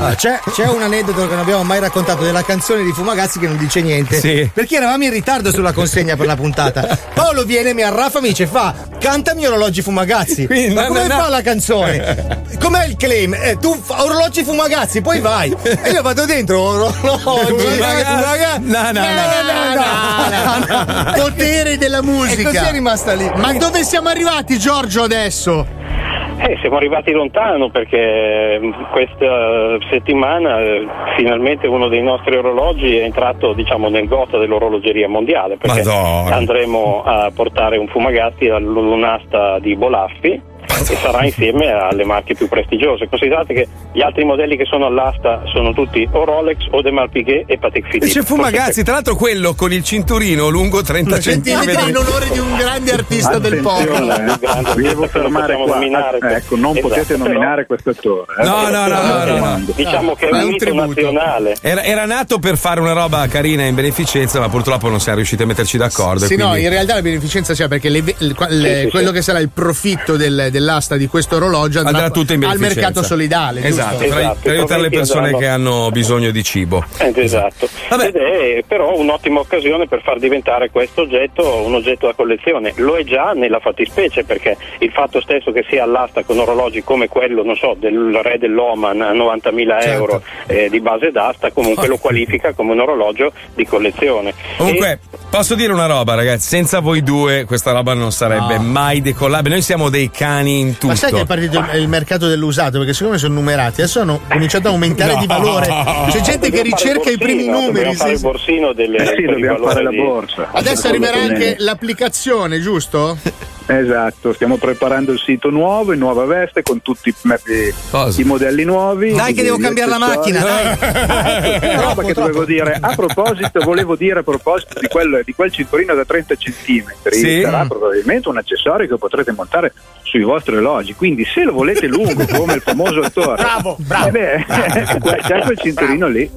Speaker 8: Ah, c'è, c'è un aneddoto che non abbiamo mai raccontato della canzone di Fumagazzi che non dice niente.
Speaker 5: Sì.
Speaker 8: Perché eravamo in ritardo sulla consegna per la puntata. Paolo viene, mi arraffa, mi dice fa, cantami orologi Fumagazzi.
Speaker 5: Quindi,
Speaker 8: Ma
Speaker 5: no,
Speaker 8: come
Speaker 5: no,
Speaker 8: fa
Speaker 5: no.
Speaker 8: la canzone? Com'è il claim? Eh, tu fa- orologi Fumagazzi, poi vai. E io vado dentro, orologi
Speaker 6: Fumagazzi.
Speaker 8: Fumagazzi.
Speaker 6: No, no, no.
Speaker 8: Ah, no, no, no.
Speaker 3: Potere della musica.
Speaker 8: E così è rimasta lì.
Speaker 3: Ma dove siamo arrivati, Giorgio, adesso?
Speaker 29: Eh, siamo arrivati lontano perché mh, questa settimana eh, finalmente uno dei nostri orologi è entrato diciamo, nel gotha dell'orologeria mondiale perché
Speaker 9: Madonna.
Speaker 29: andremo a portare un Fumagazzi all'unasta di Bolaffi e sarà insieme alle marche più prestigiose. Considerate che gli altri modelli che sono all'asta sono tutti o Rolex, o De Malpighe e Patek Philippe.
Speaker 5: E c'è Fumagazzi,
Speaker 29: Forse-
Speaker 5: tra l'altro quello con il cinturino lungo 30 centimetri.
Speaker 3: in onore di un grande artista del popolo.
Speaker 29: Vi devo fermare qua.
Speaker 11: Eh,
Speaker 16: ecco, non potete
Speaker 8: Esatto.
Speaker 16: nominare quest'attore. eh.
Speaker 5: No, no, no, no, no, no.
Speaker 29: Diciamo che è un mito nazionale.
Speaker 5: Era, era nato per fare una roba carina in beneficenza, ma purtroppo non siamo riusciti a metterci d'accordo.
Speaker 3: Sì, no,
Speaker 5: quindi-
Speaker 3: in realtà la beneficenza c'è perché le- il- qua- le-
Speaker 5: Sì, sì,
Speaker 3: quello
Speaker 5: sì.
Speaker 3: che sarà il profitto del- dell'asta di questo orologio andrà,
Speaker 5: andrà tutto in
Speaker 3: al
Speaker 5: beneficenza.
Speaker 3: mercato solidale. giusto?
Speaker 5: Esatto, per- per, aiutare le persone che hanno bisogno di cibo.
Speaker 29: Eh, Esatto, ed è però un'ottima occasione per far diventare questo oggetto un oggetto da collezione. Lo è già nella fattispecie perché il fatto stesso che sia all'asta con orologi come quello, non so, del re dell'Oman a 90.000 euro eh, di base d'asta, comunque lo qualifica come un orologio di collezione.
Speaker 5: Comunque, posso dire una roba, ragazzi? Senza voi due questa roba non sarebbe mai decollabile. Noi siamo dei cani in tutto.
Speaker 3: Ma sai che è partito il- il mercato dell'usato? Perché siccome sono numerati, adesso hanno cominciato ad aumentare
Speaker 29: No.
Speaker 3: di valore. C'è gente che
Speaker 29: Dobbiamo fare
Speaker 3: ricerca i
Speaker 29: il
Speaker 3: primi
Speaker 29: borsino,
Speaker 3: numeri.
Speaker 29: Dobbiamo fare
Speaker 3: sì,
Speaker 29: il
Speaker 3: sì.
Speaker 29: borsino delle,
Speaker 16: Eh sì,
Speaker 29: per il
Speaker 16: dobbiamo
Speaker 29: valore
Speaker 16: fare la
Speaker 29: di-
Speaker 16: borsa.
Speaker 3: Adesso arriverà anche l'applicazione, giusto?
Speaker 11: Esatto, stiamo preparando il sito nuovo in nuova veste con tutti i, i modelli nuovi.
Speaker 6: Dai che devo
Speaker 11: gli
Speaker 6: cambiare la
Speaker 11: accessori.
Speaker 6: macchina, dai.
Speaker 11: Ah, ecco, una roba che dovevo dire. A proposito, volevo dire a proposito di, quello- di quel cinturino da 30 cm,
Speaker 30: Sì.
Speaker 11: sarà probabilmente un accessorio che potrete montare sui vostri elogi. Quindi se lo volete lungo come il famoso attore, bravo, bravo. c'è quel cinturino lì.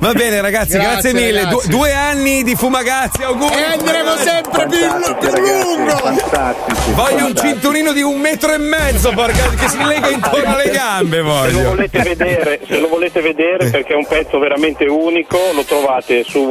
Speaker 5: Va bene, ragazzi, grazie,
Speaker 11: Grazie,
Speaker 5: mille.
Speaker 11: ragazzi.
Speaker 5: Du- due anni di fumagazzi, auguri.
Speaker 11: E andremo sempre più lu- più lungo.
Speaker 5: Voglio un
Speaker 11: fantastici.
Speaker 5: cinturino di un metro e mezzo, porca, che si lega intorno alle gambe,
Speaker 29: Se lo
Speaker 5: voglio.
Speaker 29: volete vedere, se lo volete vedere perché è un pezzo veramente unico, lo trovate su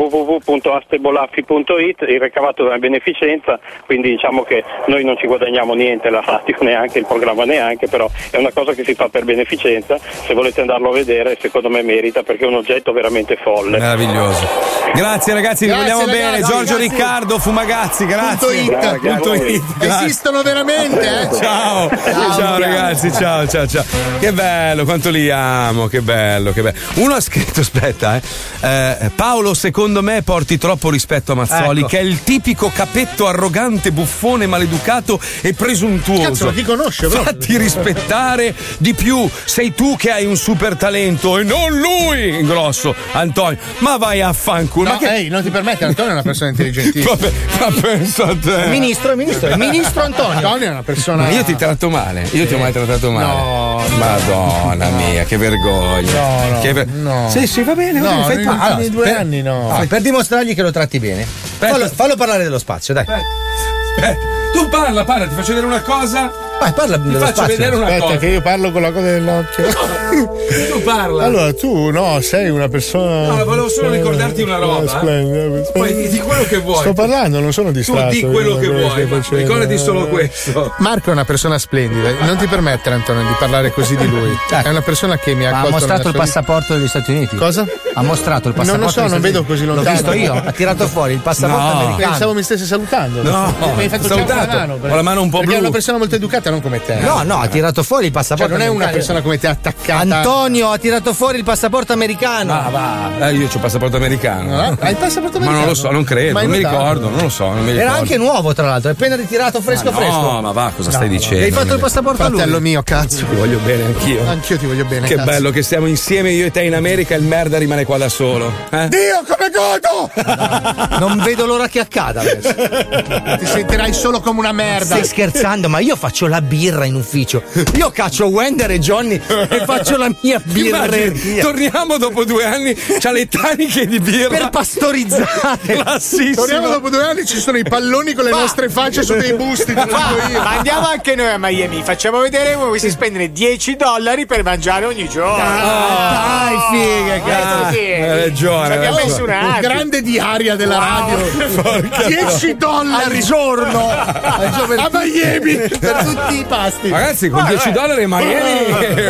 Speaker 29: www.astebolaffi.it, il ricavato della beneficenza, quindi diciamo che noi non ci guadagniamo niente, la radio neanche, il programma neanche, però è una cosa che si fa per beneficenza, se volete andarlo a vedere secondo me merita perché è un oggetto veramente folle.
Speaker 5: Meraviglioso. Grazie ragazzi, vi
Speaker 29: Grazie,
Speaker 5: vogliamo
Speaker 29: ragazzi,
Speaker 5: bene. Giorgio
Speaker 29: ragazzi.
Speaker 5: Riccardo, Fumagazzi,
Speaker 29: Punto
Speaker 5: grazie.
Speaker 29: it. Grazie a
Speaker 5: Punto
Speaker 29: voi.
Speaker 5: it, grazie.
Speaker 3: Esistono veramente? Eh?
Speaker 5: Ciao, ciao, ragazzi, ciao, ciao, ciao. Che bello, quanto li amo, che bello, che bello. Uno ha scritto, aspetta, eh. eh, Paolo, secondo me porti troppo rispetto a Mazzoli,
Speaker 31: Ecco.
Speaker 5: che è il tipico capetto arrogante, buffone, maleducato e presuntuoso.
Speaker 3: Cazzo, lo riconosce proprio.
Speaker 5: Fatti rispettare di più, sei tu che hai un super talento e non lui, in grosso, Antonio. Ma vai a fanculo.
Speaker 3: No,
Speaker 5: ma che...
Speaker 3: ehi, non ti permette, Antonio è una persona intelligentissima.
Speaker 5: Vabbè, ma pensa a te.
Speaker 3: il ministro, il ministro Antonio. Antonio è una persona.
Speaker 5: Ma io ti tratto male, io ti ho mai trattato male.
Speaker 3: No.
Speaker 5: Madonna mia, che vergogna.
Speaker 3: No, no,
Speaker 5: Che ver-
Speaker 3: no.
Speaker 5: Sì, sì, va bene, va
Speaker 3: No,
Speaker 5: bene, fai
Speaker 3: negli
Speaker 5: tu.
Speaker 3: ultimi due
Speaker 5: per-
Speaker 3: anni no.
Speaker 6: Ah, per dimostrargli che lo tratti bene. Fallo, fallo parlare dello spazio, dai.
Speaker 5: Aspetta, Eh, tu parla, parla, ti faccio vedere una cosa.
Speaker 6: Vai, parla
Speaker 5: Ti
Speaker 6: dello
Speaker 5: faccio
Speaker 6: spazio.
Speaker 5: vedere una
Speaker 3: Aspetta,
Speaker 5: cosa.
Speaker 3: che io parlo con la cosa dell'occhio.
Speaker 5: tu parla.
Speaker 3: Allora, tu no, sei una persona.
Speaker 5: No, volevo solo
Speaker 3: eh,
Speaker 5: ricordarti una roba.
Speaker 3: eh, splendida.
Speaker 5: Poi di- di quello che vuoi.
Speaker 3: Sto parlando, non sono
Speaker 5: Tu
Speaker 3: distratto.
Speaker 5: di quello
Speaker 3: io,
Speaker 5: che
Speaker 3: da
Speaker 5: vuoi,
Speaker 3: stai
Speaker 5: ma
Speaker 3: facendo. Eh.
Speaker 5: ricordati solo questo.
Speaker 3: Marco è una persona splendida, non ti permettere Antonio di parlare così di lui. È una persona che mi ha
Speaker 8: Ma ha
Speaker 3: accolto
Speaker 8: mostrato il
Speaker 3: nella sua
Speaker 8: passaporto degli Stati Uniti.
Speaker 3: Cosa?
Speaker 8: Ha mostrato il
Speaker 3: Non
Speaker 8: passaporto.
Speaker 3: lo so,
Speaker 8: degli
Speaker 3: non
Speaker 8: Stati
Speaker 3: vedo
Speaker 8: Uniti.
Speaker 3: così lontano.
Speaker 8: L'ho visto io, ha tirato fuori il passaporto
Speaker 3: No.
Speaker 8: americano.
Speaker 3: Pensavo mi stesse salutando.
Speaker 8: No,
Speaker 3: mi hai fatto già
Speaker 8: salutato.
Speaker 3: con la mano.
Speaker 8: Ho la mano un po'
Speaker 3: Perché
Speaker 8: blu.
Speaker 3: è una persona molto educata, non come te.
Speaker 8: No, no, ha tirato fuori il
Speaker 3: Cioè,
Speaker 8: passaporto.
Speaker 3: non è una
Speaker 8: americano.
Speaker 3: persona come te attaccata.
Speaker 8: Antonio ha tirato fuori il passaporto americano. Eh?
Speaker 5: Ah, va. Eh, io ho il passaporto americano.
Speaker 8: No,
Speaker 3: hai il passaporto
Speaker 5: Ma non lo so, non credo,
Speaker 8: Ma
Speaker 5: non mi
Speaker 8: hai notato?
Speaker 5: ricordo, non lo so, non mi ricordo.
Speaker 8: Era anche nuovo, tra l'altro, è appena ritirato fresco
Speaker 5: Ma no,
Speaker 8: fresco.
Speaker 5: ma va, cosa stai dicendo?
Speaker 8: Hai fatto
Speaker 5: Non
Speaker 8: il
Speaker 5: è-
Speaker 8: passaporto a lui.
Speaker 3: Fratello mio, cazzo.
Speaker 5: Ti voglio bene anch'io.
Speaker 3: Anch'io ti voglio bene.
Speaker 5: Che
Speaker 3: cazzo.
Speaker 5: bello che stiamo insieme io e te in America e il merda rimane qua da solo. Eh?
Speaker 3: Dio, come godo!
Speaker 8: Non vedo l'ora che accada adesso.
Speaker 3: Ti sentirai solo come una merda.
Speaker 8: Stai scherzando, ma io faccio la birra in ufficio. Io caccio Wender e Johnny e faccio la mia
Speaker 5: Immagini,
Speaker 8: birreria.
Speaker 5: torniamo dopo due anni, c'ha le taniche di birra.
Speaker 8: Per pastorizzare.
Speaker 5: Classissimo.
Speaker 3: Torniamo dopo due anni, ci sono i palloni con le nostre facce su dei busti. te lo dico io.
Speaker 17: Ma andiamo anche noi a Miami, facciamo vedere come si spendono 10 dollari per mangiare ogni giorno.
Speaker 5: Dai, figa,
Speaker 17: cazzo.
Speaker 5: Hai ragione.
Speaker 17: Ci abbiamo
Speaker 5: hai
Speaker 17: messo
Speaker 5: ragione.
Speaker 17: un
Speaker 3: grande diaria della radio.
Speaker 5: Porca
Speaker 3: 10 dollari al giorno a Miami per tutti i pasti. Eh,
Speaker 5: Ragazzi, con 10 dollari a Miami-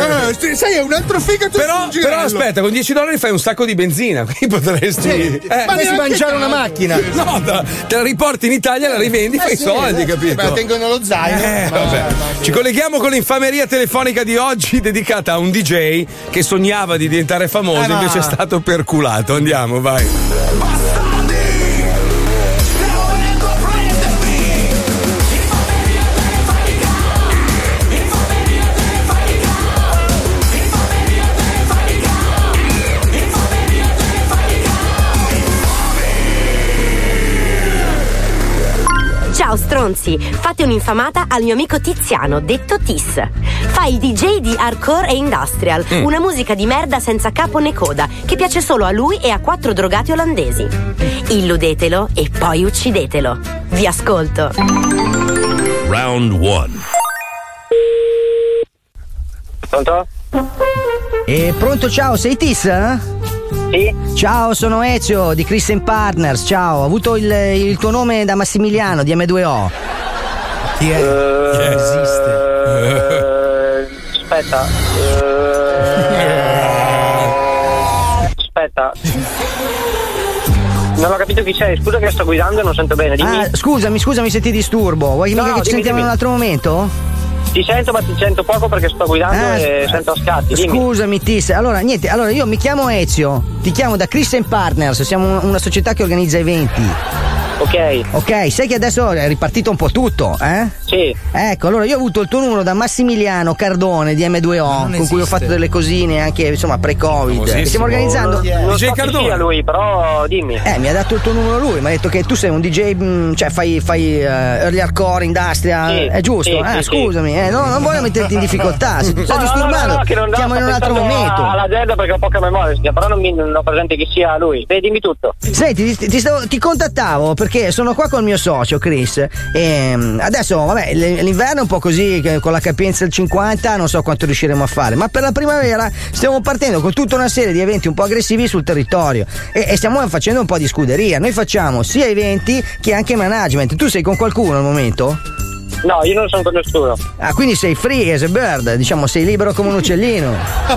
Speaker 3: Ah, ah, sì, sai, è un altro figa tu
Speaker 5: Però,
Speaker 3: un girello.
Speaker 5: però aspetta, con 10 dollari fai un sacco di benzina, quindi potresti.
Speaker 3: Sì, ma
Speaker 5: potresti
Speaker 3: neanche tanto.
Speaker 5: No, da- te la riporti in Italia, la rivendi,
Speaker 3: Eh
Speaker 5: fai i
Speaker 3: sì,
Speaker 5: soldi,
Speaker 3: eh,
Speaker 5: capito?
Speaker 3: Ma tengono lo zaino.
Speaker 5: Eh, vabbè. Ci colleghiamo con l'infameria telefonica di oggi dedicata a un DJ che sognava di diventare famoso,
Speaker 8: Eh, ma-
Speaker 5: invece è stato perculato. Andiamo, vai.
Speaker 7: Ciao stronzi, fate un'infamata al mio amico Tiziano, detto Tis. Fa il DJ di hardcore e industrial,
Speaker 17: Mm.
Speaker 7: una musica di merda senza capo né coda, che piace solo a lui e a quattro drogati olandesi. Illudetelo e poi uccidetelo. Vi ascolto.
Speaker 1: Round 1.
Speaker 17: Pronto?
Speaker 19: E pronto, ciao, sei Tis? Sì. Ciao, sono Ezio di Christian Partners. Ciao, ho avuto il, il tuo nome da Massimiliano di M2O.
Speaker 17: Chi è? esiste? Aspetta. eh, Aspetta. Non ho capito chi sei, scusa che sto guidando e non sento bene, dimmi.
Speaker 19: Ah, scusami, scusami se ti disturbo. Vuoi
Speaker 17: No,
Speaker 19: mica che
Speaker 17: dimmi,
Speaker 19: ci sentiamo in
Speaker 17: dimmi.
Speaker 19: un altro momento?
Speaker 17: Ti sento ma ti sento poco perché sto guidando
Speaker 19: Ah,
Speaker 17: e
Speaker 19: s-
Speaker 17: sento a scatti, dimmi.
Speaker 19: Scusami, Tis. Allora, niente, allora io mi chiamo Ezio, ti chiamo da Christian Partners, siamo un- una società che organizza eventi. Ok. Ok, sai che adesso è ripartito un po' tutto, eh? Sì. Ecco, allora io ho avuto il tuo numero da Massimiliano Cardone di M2O, con cui ho
Speaker 6: esiste.
Speaker 19: fatto delle cosine anche insomma pre-Covid. Che stiamo organizzando.
Speaker 6: Non so chi sia
Speaker 19: lui, però dimmi. Eh, mi ha dato il tuo numero lui, mi ha detto che tu sei un DJ, mh, cioè fai, fai eh, early hardcore, industrial,
Speaker 6: Sì,
Speaker 19: è giusto?
Speaker 6: sì,
Speaker 19: eh,
Speaker 6: sì,
Speaker 19: scusami, eh, no, non voglio metterti in difficoltà, se ti sto
Speaker 17: No, no, no,
Speaker 19: disturbando,
Speaker 17: no, no, che non- no,
Speaker 19: siamo in
Speaker 17: sto
Speaker 19: un altro
Speaker 17: pensando
Speaker 19: momento.
Speaker 17: a- All'agenda perché ho poca memoria, signora, però non, mi, non ho presente chi sia lui. Beh, dimmi tutto.
Speaker 19: Senti, ti, ti stavo- ti contattavo perché sono qua col mio socio Chris. E mm, adesso, vabbè, l- l'inverno è un po' così, che con la capienza del 50, non so quanto riusciremo a fare, ma per la primavera stiamo partendo con tutta una serie di eventi un po' aggressivi sul territorio e, e stiamo facendo un po' di scuderia. Noi facciamo sia eventi che anche management. Tu sei con qualcuno al momento?
Speaker 17: No, io non sono con nessuno.
Speaker 19: Ah, quindi sei free as a bird, diciamo, sei libero come un uccellino.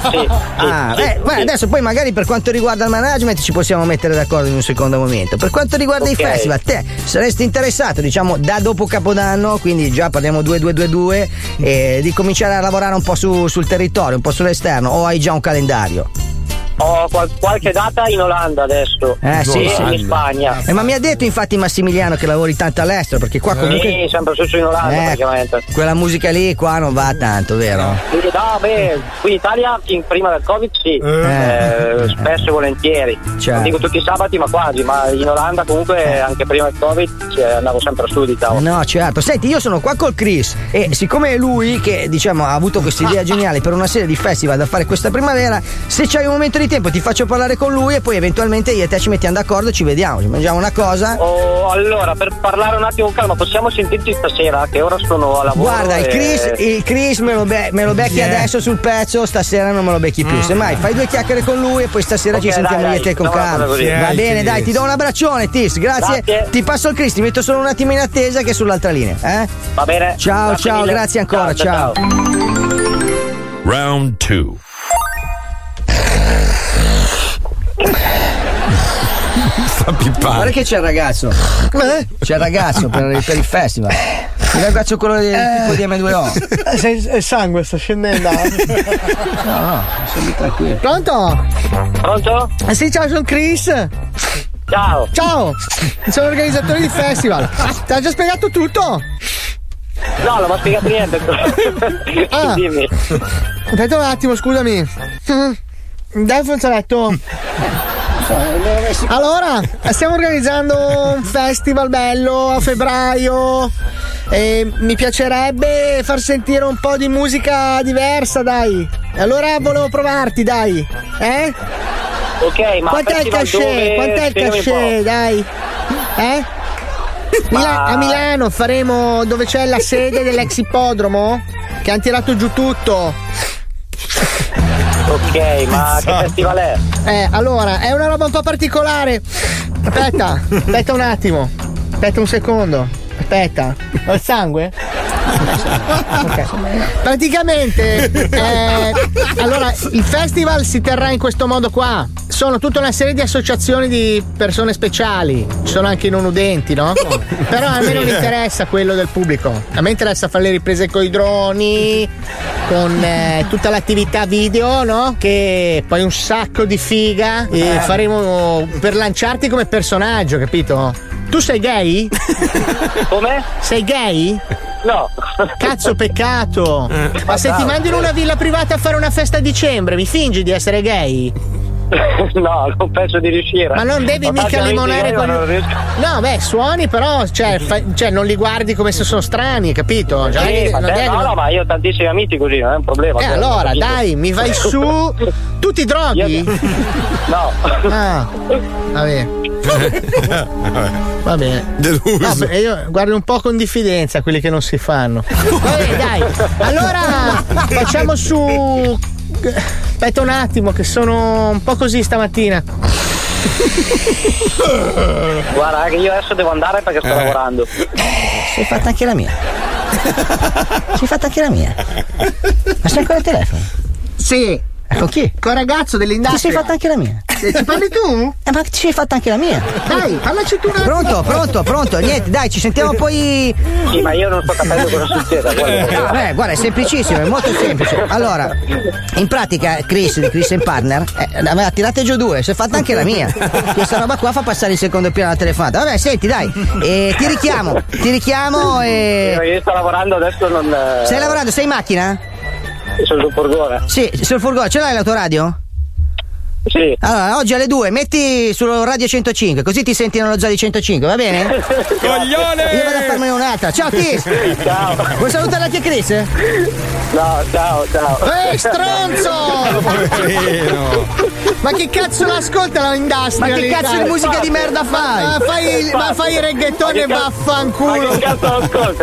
Speaker 17: Sì,
Speaker 19: Ah,
Speaker 17: sì,
Speaker 19: beh,
Speaker 17: sì,
Speaker 19: guarda,
Speaker 17: sì.
Speaker 19: adesso poi magari per quanto riguarda il management ci possiamo mettere d'accordo in un secondo momento. Per quanto riguarda
Speaker 6: Ok.
Speaker 19: i festival, te saresti interessato, diciamo, da dopo Capodanno, quindi già parliamo 2222, eh, di cominciare a lavorare un po' su- sul territorio, un po' sull'esterno, o hai già un calendario?
Speaker 17: Ho qual- qualche data in Olanda adesso.
Speaker 19: Eh, sì,
Speaker 17: E
Speaker 19: sì.
Speaker 17: in Spagna.
Speaker 19: Eh, ma mi ha detto infatti Massimiliano che lavori tanto all'estero, perché qua comunque...
Speaker 17: Sì, sempre successo in Olanda
Speaker 19: Eh,
Speaker 17: praticamente.
Speaker 19: quella musica lì qua non va tanto, vero?
Speaker 17: Quindi, No, beh, qui in Italia in- prima del Covid sì, Eh, spesso e volentieri.
Speaker 19: Certo.
Speaker 17: Non dico tutti i sabati, ma quasi, ma in Olanda
Speaker 2: Eh.
Speaker 17: comunque anche prima del Covid cioè, andavo sempre a su di tavolo.
Speaker 19: No, certo. Senti, io sono qua col Chris e siccome è lui che diciamo ha avuto questa idea geniale per una serie di festival da fare questa primavera, se c'hai un momento di tempo ti faccio parlare con lui e poi eventualmente io e te ci mettiamo d'accordo e ci vediamo, ci mangiamo una cosa.
Speaker 17: Oh, allora, per parlare un attimo con calma, possiamo sentirci stasera? Che ora sono a lavoro.
Speaker 19: Guarda, il
Speaker 17: e-
Speaker 19: Chris, il Chris me, lo be- me lo becchi
Speaker 17: Yeah. Mm.
Speaker 19: adesso sul pezzo, stasera non me lo becchi più. Semmai fai due chiacchiere con lui e poi stasera
Speaker 6: Ok,
Speaker 19: ci
Speaker 6: dai,
Speaker 19: sentiamo
Speaker 6: dai,
Speaker 19: io e te con
Speaker 6: no,
Speaker 19: calma.
Speaker 6: vado così.
Speaker 19: Va
Speaker 6: Dai,
Speaker 19: bene,
Speaker 6: Chris.
Speaker 19: dai, ti do un abbraccione, Tis, grazie.
Speaker 6: Grazie.
Speaker 19: Ti passo il Chris, ti metto solo un attimo in attesa che è sull'altra linea. eh?
Speaker 17: Va bene.
Speaker 19: Ciao,
Speaker 17: Grazie
Speaker 19: ciao,
Speaker 17: mille.
Speaker 19: grazie ancora,
Speaker 17: Ciao, ciao,
Speaker 1: Round 2.
Speaker 19: Sta pippando. Guarda che c'è il ragazzo. C'è il ragazzo per, per il festival. Il ragazzo quello del
Speaker 3: Eh.
Speaker 19: tipo di M2O.
Speaker 2: Il Eh, sangue sta scendendo.
Speaker 19: No, no, sono lì tranquillo.
Speaker 2: Pronto?
Speaker 17: Pronto?
Speaker 2: Eh sì, ciao, sono Chris.
Speaker 17: Ciao.
Speaker 2: Ciao, sono organizzatore di festival. Ti ha già spiegato tutto?
Speaker 17: No, non mi ha spiegato niente.
Speaker 2: Ah.
Speaker 17: Dimmi.
Speaker 2: Aspetta un attimo, scusami. Dai, Fonzaletto. Allora, stiamo organizzando un festival bello a febbraio. E mi piacerebbe far sentire un po' di musica diversa, dai. E Allora volevo provarti, dai. Eh?
Speaker 17: Ok, ma
Speaker 2: Quant'è il
Speaker 17: festival
Speaker 2: cachet?
Speaker 17: dove?
Speaker 2: Quant'è il
Speaker 17: Spiegami un
Speaker 2: cachet, dai? Eh? Mila- a Milano faremo dove c'è la sede dell'ex ippodromo? Che hanno tirato giù tutto.
Speaker 17: Ok, ma che festival è?
Speaker 2: Eh, allora, è una roba un po' particolare. Aspetta, aspetta un attimo. Aspetta un secondo. Aspetta. Ho il sangue? Ok. Praticamente, eh, allora, il festival si terrà in questo modo qua. Sono tutta una serie di associazioni di persone speciali. Ci sono anche i non udenti, no? Però a me non interessa quello del pubblico. A me interessa fare le riprese con i droni, con eh, tutta l'attività video, no? Che poi un sacco di figa. E
Speaker 6: Eh.
Speaker 2: faremo per lanciarti come personaggio, capito? Tu sei gay?
Speaker 17: Come?
Speaker 2: Sei gay?
Speaker 17: No.
Speaker 2: Cazzo, peccato. Ma se ti
Speaker 17: bravo.
Speaker 2: mando in una villa privata a fare una festa a dicembre, mi fingi di essere gay?
Speaker 17: po'? no, non penso di riuscire.
Speaker 2: Ma non devi
Speaker 17: Ho tanti
Speaker 2: mica
Speaker 17: amici
Speaker 2: limonare
Speaker 17: gay, ma
Speaker 2: con.
Speaker 17: non riesco-
Speaker 2: No, beh, suoni, però, cioè, fa- cioè, non li guardi come se sono strani, capito? Cioè,
Speaker 17: Sì,
Speaker 2: non
Speaker 17: ma
Speaker 2: è
Speaker 17: te-
Speaker 2: che
Speaker 17: Eh, no,
Speaker 2: non-
Speaker 17: no, ma io ho tantissimi amici così, non è un problema.
Speaker 2: Eh,
Speaker 17: cioè,
Speaker 2: allora,
Speaker 17: capito?
Speaker 2: dai, mi vai su. Tu ti droghi?
Speaker 17: No.
Speaker 2: Ah, vabbè. Va bene. No, beh, io guardo un po' con diffidenza quelli che non si fanno. Vabbè, dai. Allora, facciamo su. Aspetta un attimo, che sono un po' così stamattina.
Speaker 17: Guarda, che io adesso devo andare perché sto lavorando.
Speaker 19: Si è fatta anche la mia. Si è fatta anche la mia. Ma sei ancora il telefono? Eh,
Speaker 2: Sì.
Speaker 19: Con chi?
Speaker 3: Col ragazzo dell'industria.
Speaker 19: Ti sei fatta anche la mia.
Speaker 3: Eh, Ti parli tu?
Speaker 19: Eh, ma ci sei fatta anche la mia.
Speaker 3: Dai, parlaci tu un attimo.
Speaker 19: Pronto, pronto, pronto. Niente, dai, ci sentiamo poi.
Speaker 17: Sì, ma io non sto capendo cosa succede.
Speaker 19: Ah, beh, guarda, è semplicissimo, è molto semplice. Allora, in pratica, Chris di Chris and Partner eh, ne aveva tirate giù due, si è fatta anche la mia. Questa roba qua fa passare in secondo piano la telefonata. Vabbè, senti, dai, eh, ti richiamo, ti richiamo e.
Speaker 17: Io sto lavorando adesso non. eh,
Speaker 19: Stai lavorando, sei in macchina?
Speaker 17: Sono sul furgone.
Speaker 19: Sì, sul furgone, ce l'hai l'autoradio?
Speaker 17: Sì.
Speaker 19: Allora, oggi alle 2 metti sul radio 105, così ti senti nello zoo di 105, va bene?
Speaker 17: Coglione!
Speaker 19: Io vado a farmene un'altra. Ciao Chris!
Speaker 17: Ciao.
Speaker 19: Vuoi salutare anche Chris?
Speaker 17: No, ciao, ciao.
Speaker 3: Eh, stronzo! ma che cazzo l'ascolta la industria?
Speaker 19: Ma che
Speaker 3: lì,
Speaker 19: cazzo
Speaker 3: dai?
Speaker 19: di musica di merda fai?
Speaker 3: Ma fai il, ma fai il reggaeton e vaffanculo!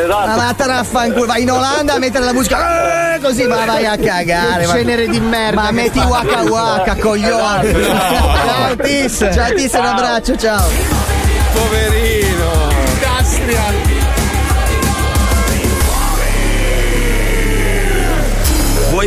Speaker 19: Ma vattene a fanculo, vai in Olanda a mettere la musica. eh, Così ma vai a cagare.
Speaker 3: Che
Speaker 19: vai.
Speaker 3: genere di merda
Speaker 19: Ma
Speaker 3: che
Speaker 19: metti
Speaker 3: fai.
Speaker 19: waka waka,
Speaker 17: Esatto,
Speaker 19: coglione. Ciao Tis. Ciao Tis, un abbraccio, ciao.
Speaker 5: Poverino.
Speaker 3: Industria!
Speaker 23: Vuoi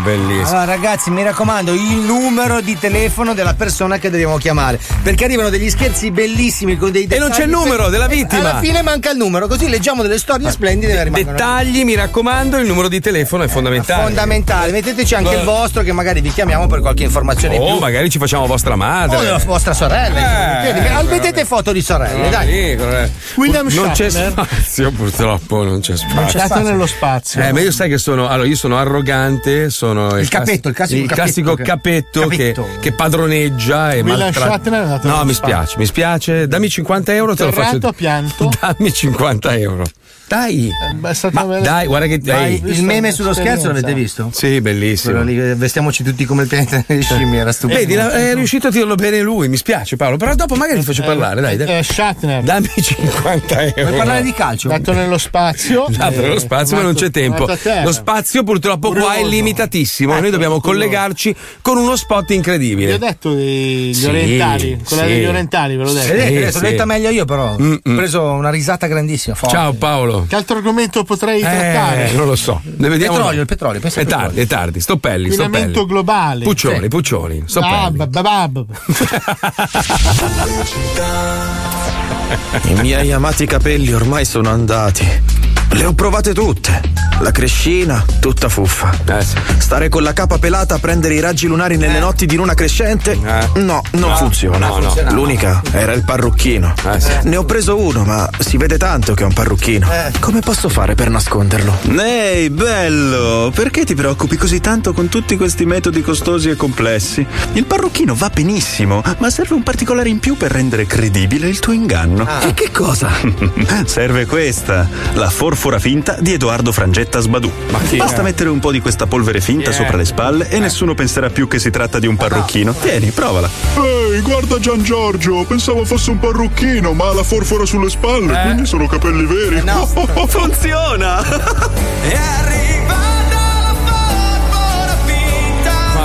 Speaker 5: bellissimo.
Speaker 19: Allora ragazzi mi raccomando il numero di telefono della persona che dobbiamo chiamare perché arrivano degli scherzi bellissimi con dei Eh,
Speaker 5: E non c'è il numero della vittima. Ah,
Speaker 19: Alla fine manca il numero così leggiamo delle storie splendide e rimangono
Speaker 5: Dettagli, mi raccomando, il numero di telefono è fondamentale.
Speaker 19: fondamentali metteteci anche il vostro che magari vi chiamiamo per qualche informazione in
Speaker 5: Oh,
Speaker 19: più
Speaker 5: magari ci facciamo vostra madre.
Speaker 19: o la vostra sorella
Speaker 5: Eh,
Speaker 19: insomma. Chiedi- "Ah, mettete foto di sorelle
Speaker 5: Eh,
Speaker 19: dai
Speaker 5: sì, corre-
Speaker 19: William
Speaker 5: non c'è
Speaker 19: Shatner.
Speaker 5: spazio, purtroppo non c'è spazio.
Speaker 19: c'è spazio.
Speaker 3: nello spazio.
Speaker 5: Eh, ma io sai che sono. Allora, io sono arrogante, sono.
Speaker 3: Il capetto, il classico capetto
Speaker 5: classico
Speaker 3: che-
Speaker 5: capetto,
Speaker 3: capetto.
Speaker 5: Che, che padroneggia e
Speaker 3: William
Speaker 5: maltratta.
Speaker 3: Shatner è andato
Speaker 5: No,
Speaker 3: nello
Speaker 5: mi
Speaker 3: spazio.
Speaker 5: spiace, mi spiace. Dammi 50 euro, te lo
Speaker 3: Ferrato
Speaker 5: faccio.
Speaker 3: a pianto.
Speaker 5: Dammi 50 euro. Dai. Ma dai, guarda che.
Speaker 8: Dai,
Speaker 5: dai.
Speaker 8: il meme sullo scherzo l'avete visto?
Speaker 5: Sì, bellissimo.
Speaker 8: Quello lì, eh, vestiamoci tutti come il pianeta delle scimmie, era stupendo.
Speaker 5: Vedi, la- eh, è riuscito a tirarlo bene lui, mi spiace Paolo, però dopo magari ti faccio parlare, dai. dai. Dammi 50 euro.
Speaker 3: Vuoi parlare di
Speaker 8: calcio?
Speaker 3: Dato nello spazio.
Speaker 5: Dato nello spazio, ma non c'è tempo. Lo spazio purtroppo qua è
Speaker 3: Curioso.
Speaker 5: limitatissimo, noi dobbiamo collegarci con uno spot
Speaker 3: Vi ho
Speaker 5: incredibile.
Speaker 3: detto degli
Speaker 5: Sì,
Speaker 3: orientali, quella
Speaker 5: sì.
Speaker 3: degli orientali, ve l'ho detto.
Speaker 5: Sì, Vedete,
Speaker 19: eh,
Speaker 5: adesso sì.
Speaker 8: L'ho detta meglio io, però.
Speaker 5: Mm,
Speaker 8: Ho
Speaker 5: mm.
Speaker 8: preso una risata grandissima. forte.
Speaker 5: Ciao Paolo.
Speaker 3: Che altro argomento potrei trattare?
Speaker 5: Eh, non lo so. Ne vediamo
Speaker 8: Petrolio,
Speaker 5: dopo.
Speaker 8: il petrolio, pensa
Speaker 5: È
Speaker 8: al petrolio.
Speaker 5: tardi, è tardi. Stoppelli,
Speaker 3: Inquinamento
Speaker 5: stoppelli.
Speaker 3: globale.
Speaker 5: Puccioni,
Speaker 3: Sì.
Speaker 5: Puccioni, stoppelli.
Speaker 3: Bab, babab.
Speaker 32: I miei amati capelli ormai sono andati. Le ho provate tutte. La crescina, tutta fuffa.
Speaker 5: Eh,
Speaker 32: Stare con la capa pelata a prendere i raggi lunari nelle notti di luna crescente? No, non
Speaker 5: Eh. No,
Speaker 32: funziona.
Speaker 5: no, Eh, no.
Speaker 32: L'unica era il parrucchino.
Speaker 23: Eh.
Speaker 32: Ne ho preso uno, ma si vede tanto che è un parrucchino.
Speaker 5: Eh.
Speaker 32: Come posso fare per nasconderlo?
Speaker 27: Ehi, bello! Perché ti preoccupi così tanto con tutti questi metodi costosi e complessi? Il parrucchino va benissimo, ma serve un particolare in più per rendere credibile il tuo inganno.
Speaker 3: Ah.
Speaker 27: E che cosa? serve questa, la forfora finta di Edoardo Frangetta Sbadù. chi è? Basta mettere un po' di questa polvere finta Chi è? Eh. sopra le spalle e nessuno penserà più che si tratta di un parrucchino. Tieni, provala.
Speaker 12: Ehi, guarda Gian Giorgio, pensavo fosse un parrucchino, ma ha la forfora sulle spalle,
Speaker 28: Eh?
Speaker 12: quindi sono capelli veri. no, funziona!
Speaker 5: Ma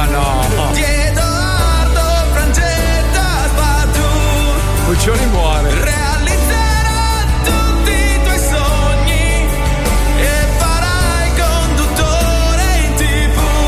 Speaker 5: no.
Speaker 6: Di Edoardo Frangetta Sbadù
Speaker 5: Puccioni muore.
Speaker 6: Realizzerà tutti i tuoi sogni E farai conduttore in tv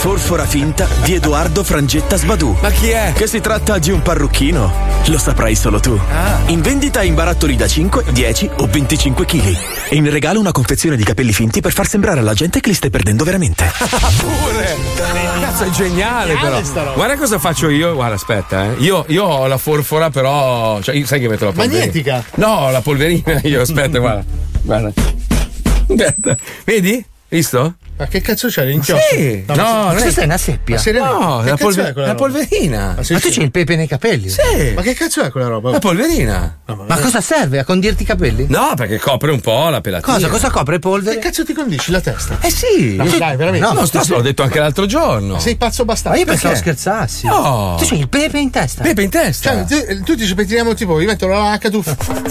Speaker 27: Forfora finta di Edoardo Frangetta Sbadù.
Speaker 5: Ma chi è?
Speaker 27: Che si tratta di un parrucchino? Lo saprai solo tu.
Speaker 5: Ah.
Speaker 27: In vendita in barattoli da 5, 10 o 25 kg. E in regalo una confezione di capelli finti per far sembrare alla gente che li stai perdendo veramente.
Speaker 5: Pure. Eh, Cazzo, è geniale però.
Speaker 27: sta roba.
Speaker 5: Guarda cosa faccio io. Guarda, aspetta, eh. Io, io ho la forfora, però. Cioè, io- sai che metto la polverina?
Speaker 3: Magnetica.
Speaker 5: No, la polverina. Io aspetta, guarda. Guarda. Aspetta. Vedi? Visto?
Speaker 3: Ma che cazzo c'è l'inchiostro?
Speaker 8: Sì.
Speaker 3: ma
Speaker 8: No,
Speaker 3: se-
Speaker 8: non
Speaker 3: ma
Speaker 8: è-
Speaker 3: questa è una seppia.
Speaker 8: Ma seriamente? No, la polver- la polverina.
Speaker 6: Ah,
Speaker 3: Ma, sì,
Speaker 8: Ma tu
Speaker 3: sì.
Speaker 8: c'hai il pepe nei capelli? Sì.
Speaker 3: Ma che cazzo è quella roba?
Speaker 8: La polverina. Ma cosa serve a condirti i capelli?
Speaker 5: No, perché copre un po' la pelatina.
Speaker 8: Cosa, cosa copre polvere? Che
Speaker 3: cazzo ti condisci la testa?
Speaker 8: Eh sì!
Speaker 5: No, dai, veramente. No, sto- l'ho detto anche l'altro giorno.
Speaker 3: Sei pazzo bastardo.
Speaker 8: Ma io pensavo
Speaker 3: Perché?
Speaker 8: scherzassi.
Speaker 5: No.
Speaker 8: Tu c'hai il pepe in testa.
Speaker 5: Pepe in testa.
Speaker 3: Cioè, tu, tu dici pettiniamo tipo, io metto la H tu.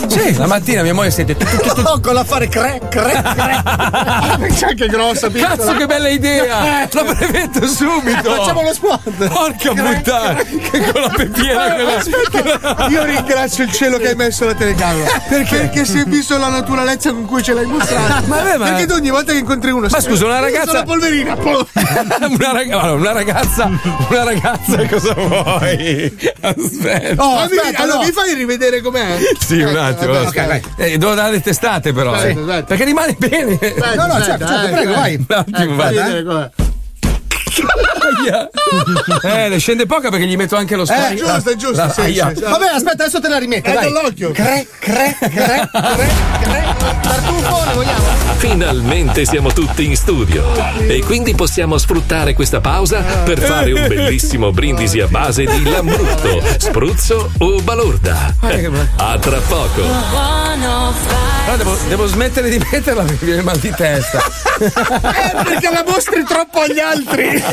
Speaker 5: Sì, la mattina mia moglie sente.
Speaker 3: No, con la fare cre, cre, cre. C'è anche grossa piccola.
Speaker 5: Cazzo, che bella idea! La brevetto subito!
Speaker 3: Facciamo lo squad.
Speaker 5: Porca puttana! Che con la pepiera quella.
Speaker 3: Aspetta, io ringrazio il cielo che hai messo la telecamera. Perché? Perché si è visto la naturalezza con cui ce l'hai mostrata.
Speaker 5: Ma vabbè, ma-
Speaker 3: Perché tu ogni volta che incontri uno.
Speaker 5: Ma
Speaker 3: sei-
Speaker 5: scusa, una
Speaker 3: "Io
Speaker 5: ragazza-
Speaker 3: sono la polverina. polo".
Speaker 5: una, rag- allora, una ragazza, una ragazza, cosa vuoi? Aspetta.
Speaker 3: Oh, aspetta, allora
Speaker 5: Eh, no.
Speaker 3: mi fai rivedere com'è? Eh,
Speaker 5: Sì, un attimo.
Speaker 3: vabbè,
Speaker 5: aspetta.
Speaker 3: ok,
Speaker 5: Eh, devo dare le testate, però.
Speaker 3: Aspetta,
Speaker 5: eh.
Speaker 3: aspetta.
Speaker 5: Perché rimane bene.
Speaker 3: No, no, certo, certo, prego, vai.
Speaker 5: Un attimo,
Speaker 3: Ecco,
Speaker 5: vai.
Speaker 3: fai vedere com'è.
Speaker 5: Eh, ne scende poca perché gli metto anche lo Ah, spazio.
Speaker 3: Eh, giusto, è giusto. sì, sì, sì. Vabbè, aspetta, adesso te la rimetto.
Speaker 8: Eh,
Speaker 3: dai.
Speaker 8: dall'occhio.
Speaker 3: Cre, cre, cre.
Speaker 1: Finalmente siamo tutti in studio e quindi possiamo sfruttare questa pausa per fare un bellissimo brindisi a base di lambrutto, spruzzo o balorda. A tra poco.
Speaker 5: Però devo, devo smettere di metterla perché mi viene mal di testa.
Speaker 22: Perché la mostri troppo agli altri.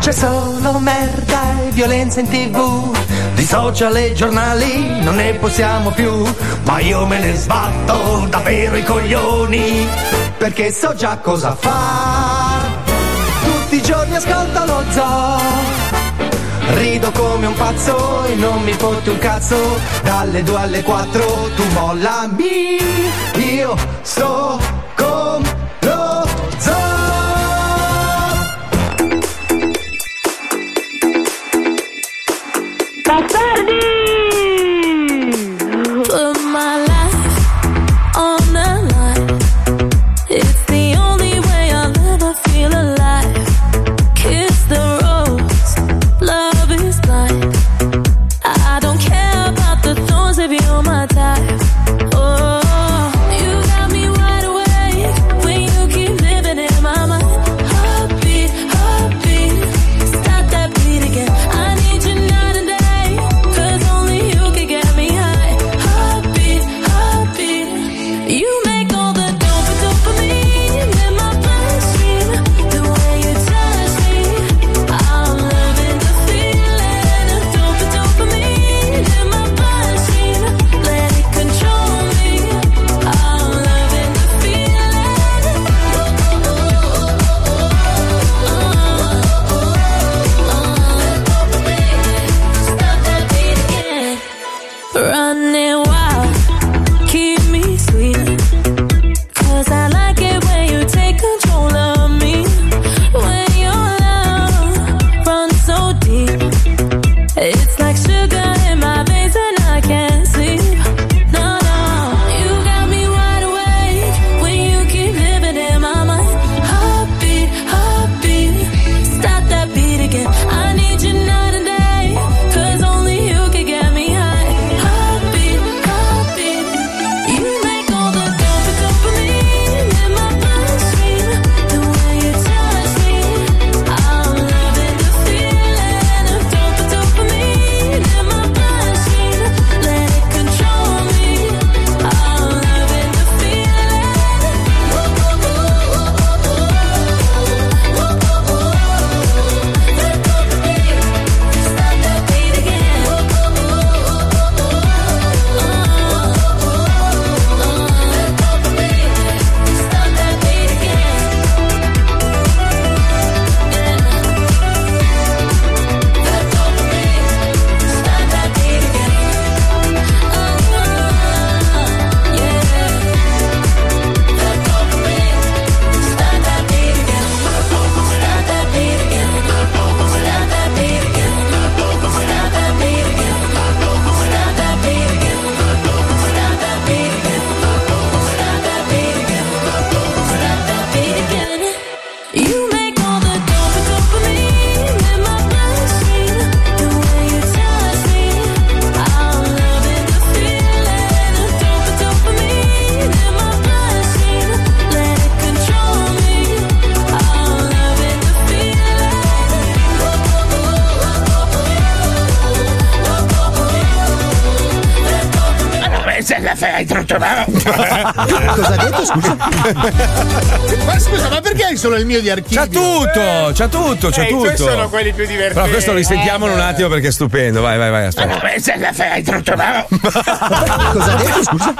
Speaker 6: C'è solo merda e violenza in tv Di social e giornali non ne possiamo più Ma io me ne sbatto davvero i coglioni Perché so già cosa far Tutti i giorni ascolto lo zoo Rido come un pazzo e non mi fotti un cazzo Dalle 2 alle 4 tu mollami Io sto con lo zoo
Speaker 22: Put my life on the line. It's the only way I'll ever feel alive. Kiss the rose, love is blind. I don't care about the thorns if you're my type. Oh, you got me wide awake when you keep living in my mind. Heartbeat, heartbeat, stop that beat again. I need you night and day, 'cause only
Speaker 6: se la fai trottonare.
Speaker 3: Cosa ha detto, scusa? ma scusa, ma perché hai solo il mio di archivio?
Speaker 5: C'ha
Speaker 3: Eh,
Speaker 5: tutto, c'ha tutto, c'ha
Speaker 3: Ehi,
Speaker 5: tutto.
Speaker 3: questi sono quelli più divertenti.
Speaker 5: Però questo lo risentiamolo un attimo perché è stupendo. Vai, vai, vai, aspetta.
Speaker 3: Eh,
Speaker 6: se la fai trottonare.
Speaker 5: Cosa Scusa?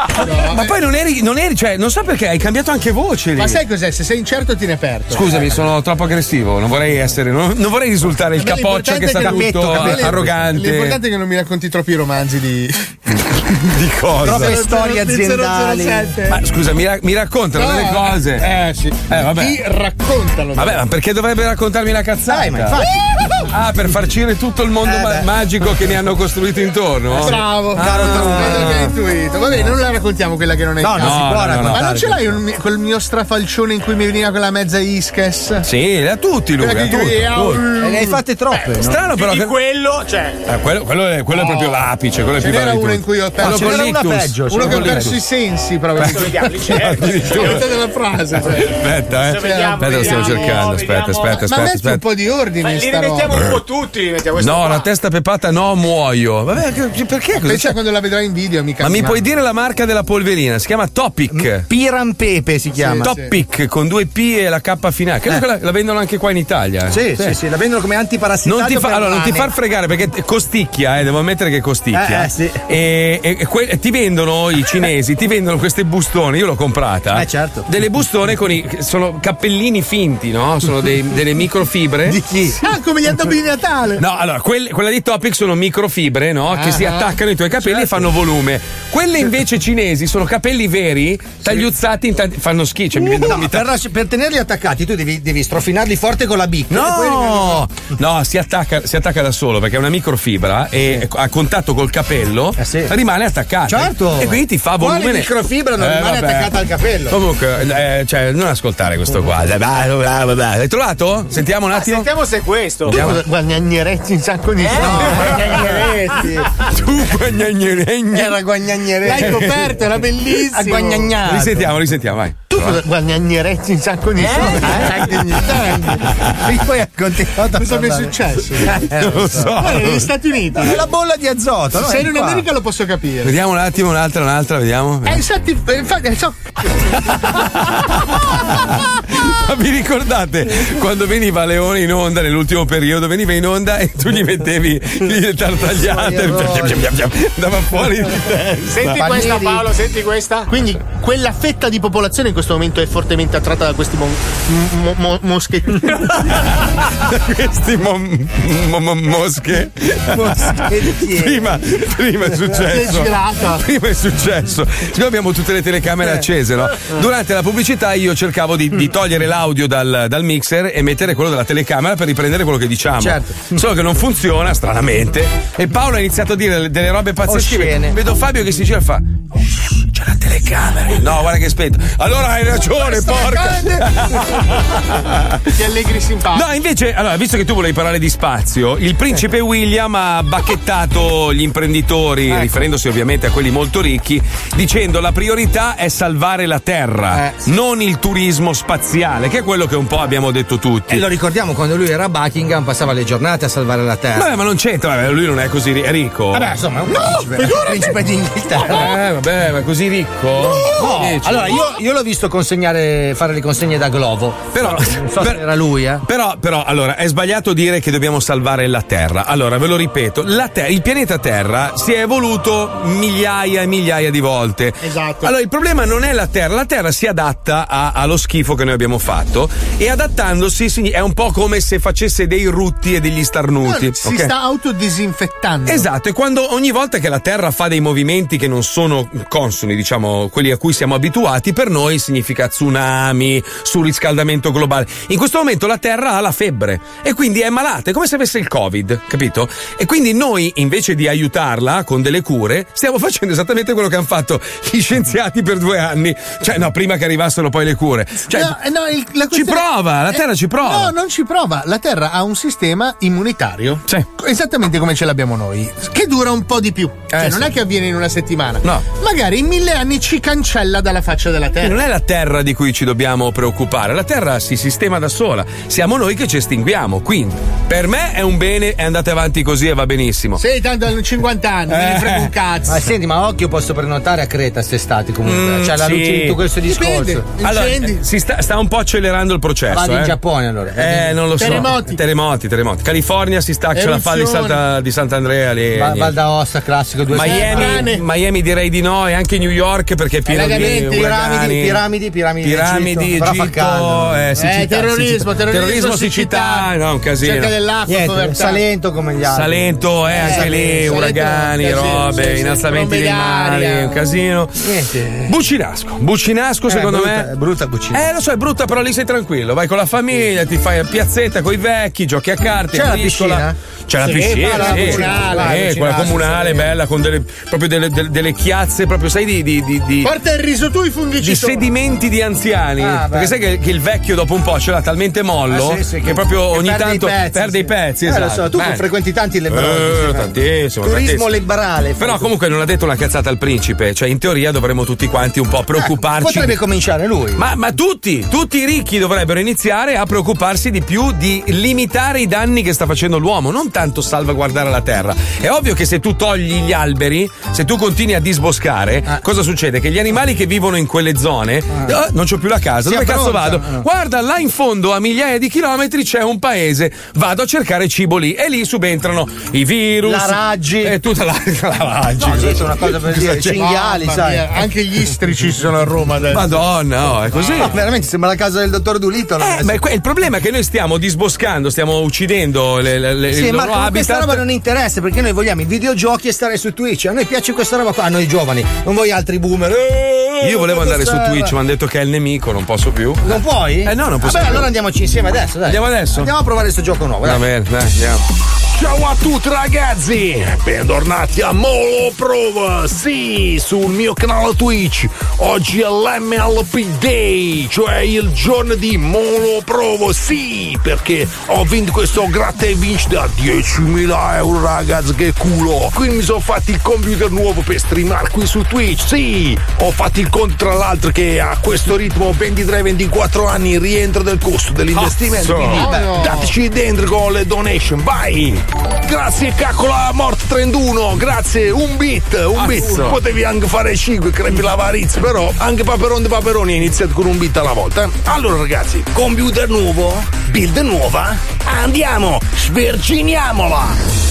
Speaker 5: Ma poi non eri, non eri, cioè, non so perché hai cambiato anche voce lì.
Speaker 3: Ma sai cos'è? Se sei incerto ti ne perdo.
Speaker 5: Scusami, sono troppo aggressivo. Non vorrei essere, non, non vorrei risultare il
Speaker 3: Vabbè,
Speaker 5: capoccia che è stato
Speaker 3: l'importante
Speaker 5: tutto
Speaker 3: è che-
Speaker 5: arrogante.
Speaker 3: L'importante è che non mi racconti troppi romanzi di.
Speaker 5: di cosa?
Speaker 3: Troppe storie aziendali.
Speaker 5: Ma scusa, mi, ra- mi raccontano
Speaker 3: No,
Speaker 5: delle cose.
Speaker 3: eh, sì.
Speaker 5: Eh, vabbè.
Speaker 3: Ti raccontalo.
Speaker 5: Vabbè, ma perché dovrebbe raccontarmi la cazzata?
Speaker 3: ma infatti. Eh,
Speaker 5: Ah, per farcire tutto il mondo ma- magico che ne hanno costruito intorno?
Speaker 3: Bravo, caro Trumpeto che hai intuito. Vabbè, non la raccontiamo quella che non è.
Speaker 5: No, no, no, no, no.
Speaker 3: Ma non ce l'hai un mi- quel mio strafalcione in cui mi veniva quella mezza iskes?
Speaker 5: Sì, a tutti, Luca.
Speaker 3: Quella
Speaker 5: A
Speaker 3: che
Speaker 5: tutti,
Speaker 3: io-
Speaker 5: a tutti.
Speaker 3: Eh, ne hai fatte troppe, no?
Speaker 5: Strano,
Speaker 3: Più
Speaker 5: però.
Speaker 3: di
Speaker 5: che-
Speaker 22: Quello, cioè.
Speaker 5: Eh, quello, quello è, quello è proprio l'apice, quello è
Speaker 3: Ce
Speaker 5: più
Speaker 3: n'era
Speaker 5: bello di
Speaker 3: uno
Speaker 5: tutti.
Speaker 3: in cui ho
Speaker 5: Quello
Speaker 3: perso.
Speaker 5: con
Speaker 3: C'era una
Speaker 5: l'ictus.
Speaker 3: peggio,
Speaker 5: Uno
Speaker 3: Uno che ho
Speaker 5: con
Speaker 3: perso i
Speaker 5: l'ictus.
Speaker 3: sensi, proprio.
Speaker 5: Adesso vediamo, certo.
Speaker 3: Ho detto la frase.
Speaker 5: Aspetta, eh.
Speaker 3: Adesso vediamo,
Speaker 5: aspetta, lo stiamo
Speaker 3: vediamo,
Speaker 5: cercando. Aspetta,
Speaker 3: vediamo.
Speaker 5: aspetta,
Speaker 3: Ma
Speaker 5: aspetta.
Speaker 3: metti un
Speaker 5: aspetta.
Speaker 3: po' di ordine.
Speaker 22: Ma
Speaker 3: in
Speaker 22: li
Speaker 3: sta
Speaker 22: rimettiamo
Speaker 3: roba.
Speaker 22: un po' tutti, li mettiamo
Speaker 5: No,
Speaker 22: qua.
Speaker 5: la testa pepata no, muoio. Vabbè, che- perché? Cosa
Speaker 3: Pensa
Speaker 5: c'è?
Speaker 3: Eh, cioè, quando la vedrai in video, amica.
Speaker 5: Ma mi
Speaker 3: mia.
Speaker 5: puoi dire la marca della polverina? Si chiama Topic.
Speaker 24: Piran Pepe si chiama.
Speaker 5: Topic con due P e la K finale. Credo
Speaker 24: Eh.
Speaker 5: che la, la vendono anche qua in Italia. eh.
Speaker 24: Sì, sì, sì, la vendono come antiparassitario.
Speaker 5: Non ti, fa-
Speaker 24: per
Speaker 5: allora, non ti
Speaker 24: rane.
Speaker 5: far fregare perché t- costicchia, eh, devo ammettere che costicchia.
Speaker 24: Eh, eh, sì.
Speaker 5: E, e- e que- e ti vendono i cinesi, ti vendono queste bustone. Io l'ho comprata.
Speaker 24: Eh, certo.
Speaker 5: Delle bustone con i. sono cappellini finti, no? Sono dei- delle microfibre. Di chi?
Speaker 3: Ah, come gli addobbi di Natale.
Speaker 5: No, allora, quel- quella di Topic sono microfibre, no? Che si
Speaker 3: Ah.
Speaker 5: attaccano ai tuoi capelli
Speaker 24: Certo.
Speaker 5: e fanno volume. Quelle invece cinesi sono capelli veri, tagliuzzati, in tanti- fanno schifo. Cioè, mi viene da
Speaker 24: No,
Speaker 5: vomitare.
Speaker 24: per, lasci- per tenerli attaccati tu devi, devi strofinarli forte con la bicca. E poi li-
Speaker 5: No, no, si attacca, si attacca da solo perché è una microfibra e a contatto col capello rimane attaccata.
Speaker 24: Eh, Certo.
Speaker 5: E quindi ti fa
Speaker 24: Quale
Speaker 5: volume. Eh,
Speaker 24: microfibra non rimane attaccata al capello?
Speaker 5: Comunque, eh, cioè, non ascoltare questo qua. Dai, vai, vai, vai, vai. L'hai trovato? Sentiamo un attimo.
Speaker 22: Ah, Sentiamo se è questo.
Speaker 5: Vediamo.
Speaker 3: Tu guadagneresti un sacco di soldi.
Speaker 5: Tu guagnagneregni.
Speaker 24: Era guagnagneregni.
Speaker 3: L'hai coperto, era bellissimo.
Speaker 24: Ha guagnagnato.
Speaker 5: Risentiamo, risentiamo, vai.
Speaker 24: Eh?
Speaker 3: Tu cosa guadagneresti un sacco di soldi. Eh?
Speaker 24: E poi ha continuato a
Speaker 3: Cosa mi è
Speaker 24: parlare.
Speaker 3: successo?
Speaker 24: Eh, non lo so.
Speaker 3: Guarda, negli Stati Uniti.
Speaker 24: È la bolla di azoto.
Speaker 3: Se
Speaker 24: no?
Speaker 3: sei
Speaker 24: È
Speaker 3: in
Speaker 24: qua.
Speaker 3: America lo posso capire.
Speaker 5: Vediamo un attimo, un'altra, un'altra, vediamo.
Speaker 3: Eh, infatti, eh, infatti, eh, so-
Speaker 5: Ma vi ricordate quando veniva Leone in onda nell'ultimo periodo? Veniva in onda e tu gli mettevi le tartagliate. Andava fuori di testa.
Speaker 22: Senti questa Paolo, senti questa.
Speaker 3: Quindi quella fetta di popolazione in questo momento è fortemente attratta da questi mon- mo- mo- mosche.
Speaker 5: questi mon- mo- mo- mosche.
Speaker 6: Mosche di chi è?
Speaker 5: prima, prima è successo.
Speaker 6: Che girata. Eh.
Speaker 5: Prima è successo. Siccome abbiamo tutte le telecamere accese, no? Durante la pubblicità io cercavo di, di togliere l'audio dal, dal mixer e mettere quello della telecamera per riprendere quello che diciamo.
Speaker 24: Certo.
Speaker 5: Solo che non funziona, stranamente. E Paolo ha iniziato a dire delle robe
Speaker 6: Oh,
Speaker 5: pazzesche.
Speaker 24: Oscene.
Speaker 5: Vedo Fabio che si gira e fa. "Shh, C'è la telecamera. No, guarda che è spento. Allora hai ragione, porca.
Speaker 3: Ti allegri simpatico.
Speaker 5: No, invece, allora, visto che tu volevi parlare di spazio, il principe William ha bacchettato gli imprenditori,
Speaker 24: Ecco.
Speaker 5: riferendosi ovviamente a quelli molto ricchi, dicendo la priorità è salvare la
Speaker 24: Eh,
Speaker 5: terra, non il turismo spaziale, che è quello che un po' abbiamo detto tutti.
Speaker 24: E Eh, lo ricordiamo quando lui era a Buckingham, passava le giornate a salvare la terra.
Speaker 5: Vabbè, ma non c'entra, vabbè, lui non è così ri- è ricco.
Speaker 24: Vabbè, insomma, è un principe, principe d'Inghilterra.
Speaker 5: Eh, vabbè, ma così ricco?
Speaker 24: No,
Speaker 5: Dici?
Speaker 24: allora io, io l'ho visto consegnare, fare le consegne da Globo.
Speaker 5: Però,
Speaker 24: non so se era lui, eh.
Speaker 5: Però, però, allora, è sbagliato dire che dobbiamo salvare la Terra. Allora, ve lo ripeto, la Te- il pianeta Terra si è evoluto migliaia e migliaia di volte.
Speaker 3: Esatto.
Speaker 5: Allora, il problema non è la Terra, la Terra si adatta a- allo schifo che noi abbiamo fatto e adattandosi signi- è un po' come se facesse dei rutti e degli starnuti.
Speaker 3: si
Speaker 5: ok?
Speaker 3: sta autodisinfettando.
Speaker 5: Esatto, e quando ogni volta che la Terra fa dei movimenti che non sono consoni, diciamo, quelli a cui siamo abituati, per noi significa tsunami, surriscaldamento globale. In questo momento la Terra ha la febbre e quindi è malata, è come se avesse il Covid, capito? E quindi noi, invece di aiutarla con delle cure, stiamo facendo esattamente quello che hanno fatto gli scienziati per due anni, cioè no, prima che arrivassero poi le cure. Cioè,
Speaker 3: No, eh, no, il- la
Speaker 5: ci
Speaker 3: questione-
Speaker 5: prova, la
Speaker 3: eh,
Speaker 5: Terra ci prova.
Speaker 3: No, non ci prova. La Terra ha un sistema immunitario. Esattamente come ce l'abbiamo noi, che dura un po' di più. cioè, non
Speaker 5: Eh, sì.
Speaker 3: è che avviene in una settimana.
Speaker 5: No.
Speaker 3: Magari in mille anni anni ci cancella dalla faccia della
Speaker 5: E
Speaker 3: terra.
Speaker 5: non è la terra di cui ci dobbiamo preoccupare, la terra si sistema da sola, siamo noi che ci estinguiamo, quindi per me è un bene e andate avanti così e va benissimo.
Speaker 3: Sì, tanto hanno 50 anni, me ne
Speaker 24: Eh.
Speaker 3: frega un cazzo.
Speaker 8: Ma senti, ma occhio posso prenotare a Creta quest'estate comunque.
Speaker 24: Cioè,
Speaker 5: Mm,
Speaker 8: C'è la
Speaker 5: sì.
Speaker 8: luce di tutto questo discorso.
Speaker 5: Allora, eh, si sta, sta un po' accelerando il processo.
Speaker 8: Vado in
Speaker 5: eh.
Speaker 8: Giappone, allora.
Speaker 5: Eh, non lo so.
Speaker 8: Terremoti.
Speaker 5: Terremoti, terremoti. California si sta, ce la fa di,
Speaker 8: Eruzioni.
Speaker 5: Santa, di Sant'Andrea. Lì,
Speaker 8: Va-
Speaker 5: niente.
Speaker 8: Val d'Aosta, classico, due
Speaker 5: Miami, Miami direi di no, e anche New York perché è pieno di
Speaker 8: Piramidi,
Speaker 5: uragani.
Speaker 8: piramidi, piramidi, piramidi,
Speaker 5: Piramidi,
Speaker 8: Egitto. Però fa
Speaker 5: Egitto,
Speaker 8: caldo.
Speaker 5: eh, siccità,
Speaker 8: Eh, terrorismo,
Speaker 5: siccità.
Speaker 8: terrorismo,
Speaker 5: siccità,
Speaker 8: siccità.
Speaker 5: no, un casino.
Speaker 8: Cerca dell'acqua,
Speaker 5: Niente,
Speaker 8: povertà. Salento come gli altri.
Speaker 5: Salento, eh,
Speaker 8: Eh,
Speaker 5: anche lì,
Speaker 8: Salento,
Speaker 5: uragani,
Speaker 8: casino,
Speaker 5: robe,
Speaker 8: sì, sì,
Speaker 5: innalzamenti dei
Speaker 8: Promedaria.
Speaker 5: mari, un casino. Niente. Bucinasco, Bucinasco
Speaker 8: Eh,
Speaker 5: secondo
Speaker 8: brutta-
Speaker 5: me.
Speaker 8: è brutta Bucinasco.
Speaker 5: Eh, lo so, è brutta, però lì sei tranquillo. Vai con la famiglia, ti fai a piazzetta con i vecchi, giochi a carte.
Speaker 8: C'è la
Speaker 5: briscola.
Speaker 8: piscina?
Speaker 5: C'è la
Speaker 8: Sì,
Speaker 5: piscina,
Speaker 8: quella
Speaker 5: sì.
Speaker 8: comunale,
Speaker 5: Eh,
Speaker 8: Bucinasco,
Speaker 5: quella comunale, bella, con delle, proprio delle, delle- delle chiazze, proprio sai di- di- di- di
Speaker 3: Porta il riso tu i funghi
Speaker 5: di
Speaker 3: ci sono.
Speaker 5: sedimenti di anziani.
Speaker 3: Ah, beh.
Speaker 5: perché sai che, che il vecchio dopo un po' ce l'ha talmente mollo
Speaker 3: Ah, sì, sì,
Speaker 5: Eh, che,
Speaker 3: che-
Speaker 5: proprio
Speaker 3: che
Speaker 5: ogni
Speaker 3: perde
Speaker 5: tanto
Speaker 3: i pezzi,
Speaker 5: perde
Speaker 3: sì.
Speaker 5: i pezzi.
Speaker 8: Eh,
Speaker 5: esatto.
Speaker 8: lo so, tu
Speaker 5: Bene.
Speaker 8: frequenti tanti
Speaker 5: Eh,
Speaker 8: liberali.
Speaker 5: tantissimo,
Speaker 8: Turismo
Speaker 5: tantissimo.
Speaker 8: liberale.
Speaker 5: Però comunque non ha detto una cazzata al principe, cioè in teoria dovremmo tutti quanti un po'
Speaker 3: Eh,
Speaker 5: preoccuparci.
Speaker 8: Eh, Potrebbe cominciare lui.
Speaker 5: ma, ma tutti, tutti i ricchi dovrebbero iniziare a preoccuparsi di più di limitare i danni che sta facendo l'uomo, non tanto salvaguardare la terra. È ovvio che se tu togli gli alberi, se tu continui a disboscare,
Speaker 8: Ah.
Speaker 5: cosa succede? Che gli animali che vivono in quelle zone, "Ah, non c'ho più la casa,
Speaker 9: Si
Speaker 5: dove cazzo vado?
Speaker 9: affrontano, eh.
Speaker 5: Guarda, là in fondo a migliaia di chilometri c'è un paese, vado a cercare cibo lì e lì subentrano i virus,
Speaker 8: La raggi.
Speaker 5: e tutta la, la raggi.
Speaker 8: No, sì, c'è una cosa per dire,
Speaker 5: Cosa c'è?
Speaker 8: cinghiali,
Speaker 5: Mamma
Speaker 8: sai.
Speaker 5: mia,
Speaker 8: Anche gli istrici sono a Roma adesso.
Speaker 5: Madonna, oh, è così.
Speaker 8: veramente sembra la casa del dottor Dulito.
Speaker 5: Eh, ma è que- il problema è che noi stiamo disboscando, stiamo uccidendo le, le, le-
Speaker 8: Sì,
Speaker 5: eh, il
Speaker 8: ma
Speaker 5: loro
Speaker 8: questa
Speaker 5: habitat.
Speaker 8: roba non interessa perché noi vogliamo i videogiochi e stare su Twitch. A noi piace questa roba qua, a noi giovani, non voi altri boomer. Eh,
Speaker 5: Io volevo andare su
Speaker 8: questa-
Speaker 5: Twitch, ma hanno detto che è il nemico, non posso più.
Speaker 8: Non puoi?
Speaker 5: Eh no, non posso
Speaker 8: Vabbè,
Speaker 5: più.
Speaker 8: allora andiamoci insieme adesso, dai.
Speaker 5: Andiamo adesso?
Speaker 8: Andiamo a provare questo gioco nuovo.
Speaker 5: Va
Speaker 8: dai.
Speaker 5: bene, dai, andiamo.
Speaker 28: Ciao a tutti ragazzi, bentornati a Molo Prova, sì, sul mio canale Twitch. Oggi è l'MLP Day, cioè il giorno di Molo Provo, sì, perché ho vinto questo gratta e vinci da 10.000 euro ragazzi, che culo. Quindi mi sono fatti il computer nuovo per streamare qui su Twitch, sì. Ho fatto il conto tra l'altro che a questo ritmo 23-24 anni rientra del costo dell'investimento,
Speaker 5: Cazzo.
Speaker 28: quindi
Speaker 5: Oh, no.
Speaker 28: dateci dentro con le donation, vai! Grazie Caccola Mort 31, grazie, un bit, un bit.
Speaker 5: Cazzo.
Speaker 28: Potevi anche fare 5, crepi l'avarizia, però anche Paperone de Paperoni è iniziato con un bit alla volta. Allora ragazzi, computer nuovo, build nuova, andiamo, sverginiamola!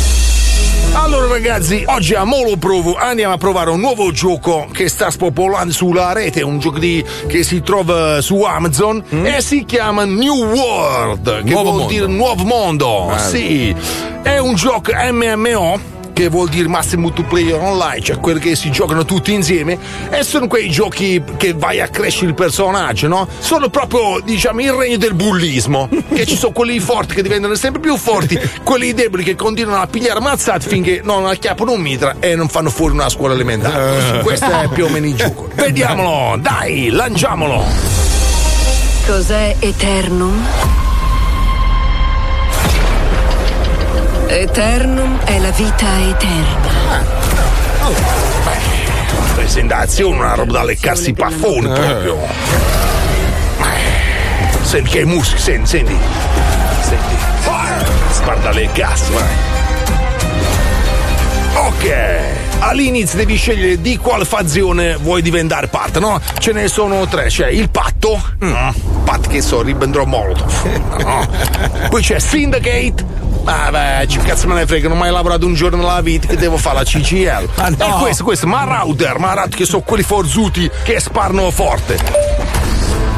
Speaker 28: Allora ragazzi, oggi a Molo Provo andiamo a provare un nuovo gioco che sta spopolando sulla rete, un gioco di- che si trova su Amazon e si chiama New World, che
Speaker 5: Mm? Nuovo
Speaker 28: vuol
Speaker 5: mondo.
Speaker 28: dire Nuovo Mondo.
Speaker 5: Bello.
Speaker 28: Sì, è un gioco MMO che vuol dire Massive Multiplayer Online, cioè quelli che si giocano tutti insieme e sono quei giochi che vai a crescere il personaggio, no? Sono proprio, diciamo, il regno del bullismo, che ci sono quelli forti che diventano sempre più forti, quelli deboli che continuano a pigliare ammazzati finché non acchiappano un mitra e non fanno fuori una scuola elementare. Questo è più o meno il gioco. Vediamolo, dai, lanciamolo!
Speaker 10: Cos'è Eternum? Eternum è la vita eterna.
Speaker 28: presentazione, una roba da leccarsi i paffoni proprio. Eh, Senti che muschi, senti, senti. Senti. Sparta le casse, vai. Ok. All'inizio devi scegliere di quale fazione vuoi diventare parte, no? Ce ne sono tre, c'è il patto, patto che so, Ribbentrop Molotov. no? Poi c'è Syndicate. Ah beh, ci cazzo me ne frega, non ho mai lavorato un giorno nella vita che devo fare la CCL. E questo, questo, ma router, ma router che sono quelli forzuti che sparano forte.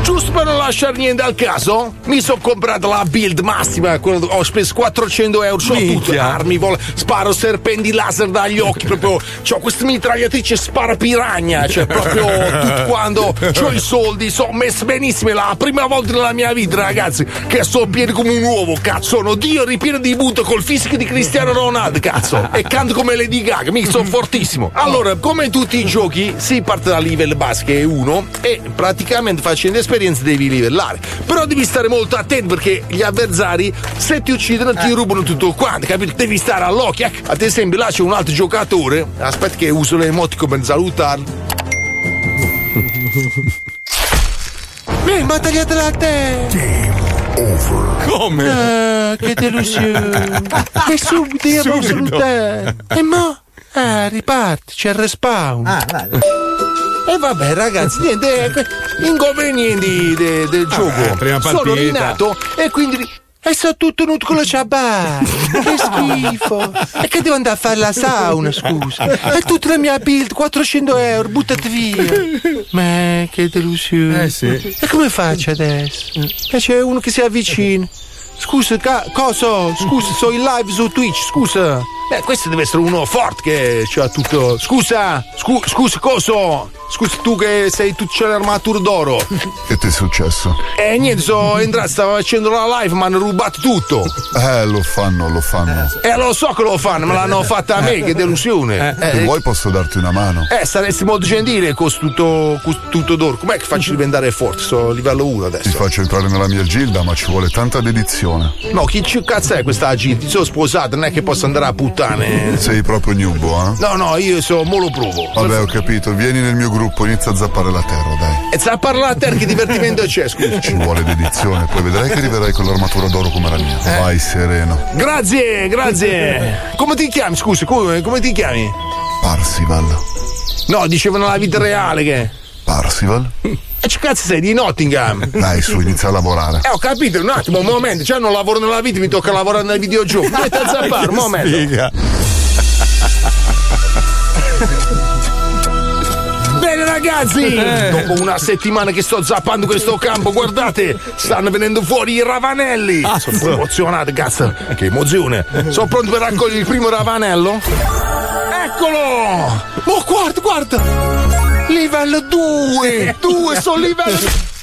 Speaker 28: Giusto per non lasciare niente al caso, mi sono comprato la build massima. quella dove Ho speso 400 euro. C'ho tutte armi, vol- sparo serpenti laser dagli occhi. Proprio c'ho questa mitragliatrice spara piragna. Cioè, proprio tutto quando ho i soldi. Sono messo benissimo. È la prima volta nella mia vita, ragazzi, che sto pieno come un uovo. Cazzo, sono Dio ripieno di butto col fisico di Cristiano Ronaldo. Cazzo, e canto come Lady Gaga. Mi sono fortissimo. Allora, come in tutti i giochi, si parte da livello base che è 1 e praticamente facendo esperienza devi livellare. Però devi stare molto attento perché gli avversari se ti uccidono ti rubano tutto quanto, capito? Devi stare all'occhio. Ecco, Ad esempio là c'è un altro giocatore, aspetta che uso l'emoticon per salutarlo.
Speaker 6: Mi ha tagliato la testa!
Speaker 11: Come?
Speaker 6: Ah, che delusione! e subito io
Speaker 28: Subito.
Speaker 6: posso salutare! E mo? Ah, riparti, c'è il respawn! Ah, vale.
Speaker 28: E vabbè, ragazzi, niente, eh, que- inconvenienti de- del gioco.
Speaker 11: Vabbè, prima
Speaker 28: Sono
Speaker 11: partita.
Speaker 28: rinato e quindi. E sono tutto nudo con la ciabatta. Che schifo. E che devo andare a fare la sauna, scusa. E tutta la mia build, 400 euro, buttati via. Ma che delusione.
Speaker 6: Eh, sì.
Speaker 28: E come faccio adesso? E c'è uno che si avvicina. Scusa, ca- cosa? Scusa, sono in live su Twitch, scusa. Beh, questo deve essere uno forte che c'ha tutto. Scusa, scu- scusa, coso? Scusa, tu che sei tutto c'è l'armatura d'oro.
Speaker 12: Che ti è successo?
Speaker 28: E niente, sono entrato, stavo facendo la live, ma hanno rubato tutto.
Speaker 12: Eh, lo fanno, lo fanno.
Speaker 28: E lo Eh, so che lo fanno, me l'hanno fatta a me, che delusione.
Speaker 12: Se
Speaker 28: Eh,
Speaker 12: vuoi posso darti una mano.
Speaker 28: eh, saresti molto gentile con sto tutto, con sto tutto d'oro. Com'è che faccio diventare forte? Sono livello 1 adesso.
Speaker 12: Ti faccio entrare nella mia gilda, ma ci vuole tanta dedizione.
Speaker 28: No, chi ci cazzo è questa gente? Sono sposato, non è che posso andare a puttane.
Speaker 12: Sei proprio nubo, eh?
Speaker 28: No, no, io sono mo lo provo.
Speaker 12: Vabbè, ho capito. Vieni nel mio gruppo, inizia a zappare la terra, dai.
Speaker 28: E sta a parlare a te che divertimento c'è, scusa.
Speaker 12: Eh. Ci vuole dedizione, poi vedrai che arriverai con l'armatura d'oro come la mia. Vai sereno.
Speaker 28: Eh. Grazie, grazie. Come ti chiami, scusa? Come, come ti chiami?
Speaker 12: Parsival.
Speaker 28: No, dicevano la vita reale che.
Speaker 12: Parsival?
Speaker 28: E ci cazzo sei di Nottingham?
Speaker 12: Dai, su, inizia a lavorare.
Speaker 28: Eh, ho capito, un attimo, un momento. Cioè, non lavoro nella vita, mi tocca lavorare nel videogioco. Metti a zappare, un momento. Bene ragazzi,
Speaker 6: Eh.
Speaker 28: dopo una settimana che sto zappando questo campo, guardate, stanno venendo fuori i ravanelli. Sono emozionato, cazzo, che emozione. Sono pronto per raccogliere il primo ravanello? Eccolo!
Speaker 6: Oh, guarda, guarda! Livello 2! 2 sono livello...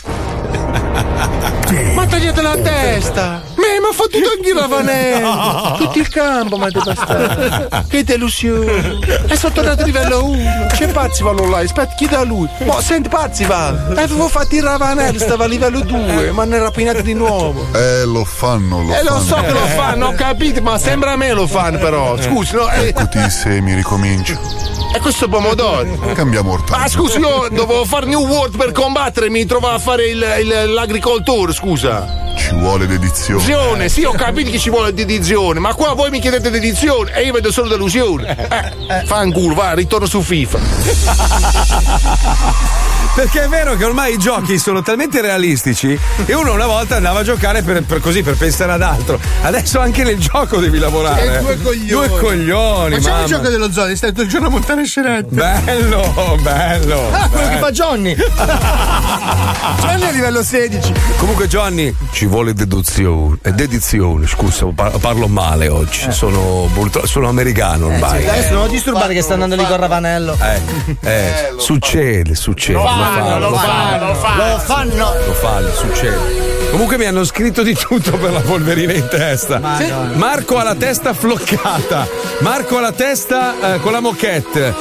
Speaker 28: Ma tagliate la testa! Me mi ha fatto anche il ravanello!
Speaker 6: No.
Speaker 28: Tutto il campo mi ha devastato! Che delusione! E sono tornato a livello 1! C'è Pazzival online, aspetta, chi da lui? Ma senti Pazzival! Avevo fatto il ravanello, stava a livello 2, ma ne rapinato di nuovo!
Speaker 12: Eh, lo fanno, Eh. lo
Speaker 28: E lo so
Speaker 12: fanno.
Speaker 28: che lo fanno, Eh. ho capito, ma sembra a me lo fanno però! Scusi, no? eh. E,
Speaker 12: Eccoti i semi, ricomincio.
Speaker 28: e questo pomodoro!
Speaker 12: Cambiamo orto.
Speaker 28: Ah, scusi, io dovevo fare New World per combattere, mi trovavo a fare il- il- l'agricoltore, scusa!
Speaker 12: Ci vuole dedizione.
Speaker 28: Dedizione, sì, ho capito che ci vuole dedizione, ma qua voi mi chiedete dedizione e io vedo solo delusione. Eh, fanculo, va, ritorno su FIFA.
Speaker 5: Perché è vero che ormai i giochi sono talmente realistici che uno una volta andava a giocare per, per così, per pensare ad altro. Adesso anche nel gioco devi lavorare.
Speaker 3: E due coglioni.
Speaker 5: Due coglioni,
Speaker 3: Facciamo
Speaker 5: mamma.
Speaker 3: il gioco dello zoo, stai tutto il giorno a montare scenette.
Speaker 5: Bello, Eh. bello.
Speaker 3: Ah, quello
Speaker 5: bello.
Speaker 3: che fa Johnny. Johnny è a livello 16.
Speaker 5: Comunque, Johnny,
Speaker 11: ci vuole deduzione. eh, dedizione, scusa, par- parlo male oggi. Sono, brutto- sono americano ormai.
Speaker 8: Eh, Adesso non disturbare che sta andando lì con Ravanello.
Speaker 11: Eh, eh, succede, succede. Lo fanno, lo fanno,
Speaker 8: lo fanno. Lo fanno.
Speaker 11: lo fanno, succede.
Speaker 5: Comunque mi hanno scritto di tutto per la polverina in testa. Sì. Marco ha la testa floccata. Marco ha la testa eh, con la moquette.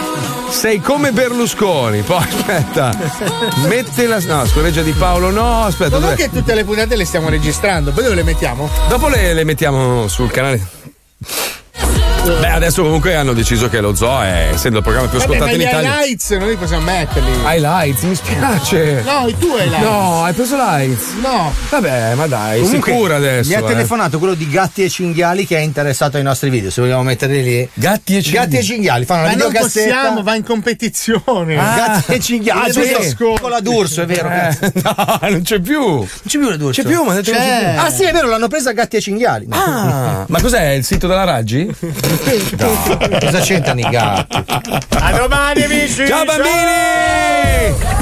Speaker 5: Sei come Berlusconi. Poi aspetta. Mette la. No, scorreggia di Paolo. No, aspetta.
Speaker 3: Ma
Speaker 5: dov'è?
Speaker 3: che tutte le puntate le stiamo registrando, poi dove le mettiamo?
Speaker 5: Dopo le, le mettiamo sul canale. Beh, adesso comunque hanno deciso che lo zoo è, essendo il programma più
Speaker 3: Vabbè,
Speaker 5: ascoltato in
Speaker 3: ma gli
Speaker 5: Italia.
Speaker 3: highlights non li possiamo metterli.
Speaker 5: Highlights, mi spiace.
Speaker 3: No, i tuoi highlights.
Speaker 5: No, hai preso l'Aids?
Speaker 3: No.
Speaker 5: Vabbè, ma dai,
Speaker 8: Comunque,
Speaker 5: sicura adesso.
Speaker 8: Mi ha
Speaker 5: eh.
Speaker 8: telefonato quello di Gatti e Cinghiali che è interessato ai nostri video. Se vogliamo metterli lì.
Speaker 5: Gatti e
Speaker 8: Gatti e Cinghiali
Speaker 5: eh.
Speaker 8: fanno
Speaker 3: Ma
Speaker 8: una
Speaker 3: non
Speaker 8: videocassetta.
Speaker 3: possiamo, va in competizione.
Speaker 8: Ah, Gatti e Cinghiali.
Speaker 3: Sì.
Speaker 8: questo con la D'Urso, è vero.
Speaker 5: Eh.
Speaker 8: cazzo.
Speaker 5: No, non c'è più. Non
Speaker 8: c'è più la D'Urso.
Speaker 5: C'è più, ma ha detto che non c'è più.
Speaker 8: Ah, sì, è vero, l'hanno presa Gatti e Cinghiali.
Speaker 5: Ah, ma cos'è il sito della Raggi? No.
Speaker 8: Cosa c'entrano i gatti?
Speaker 5: A
Speaker 33: domani, amici!
Speaker 5: Ciao bambini!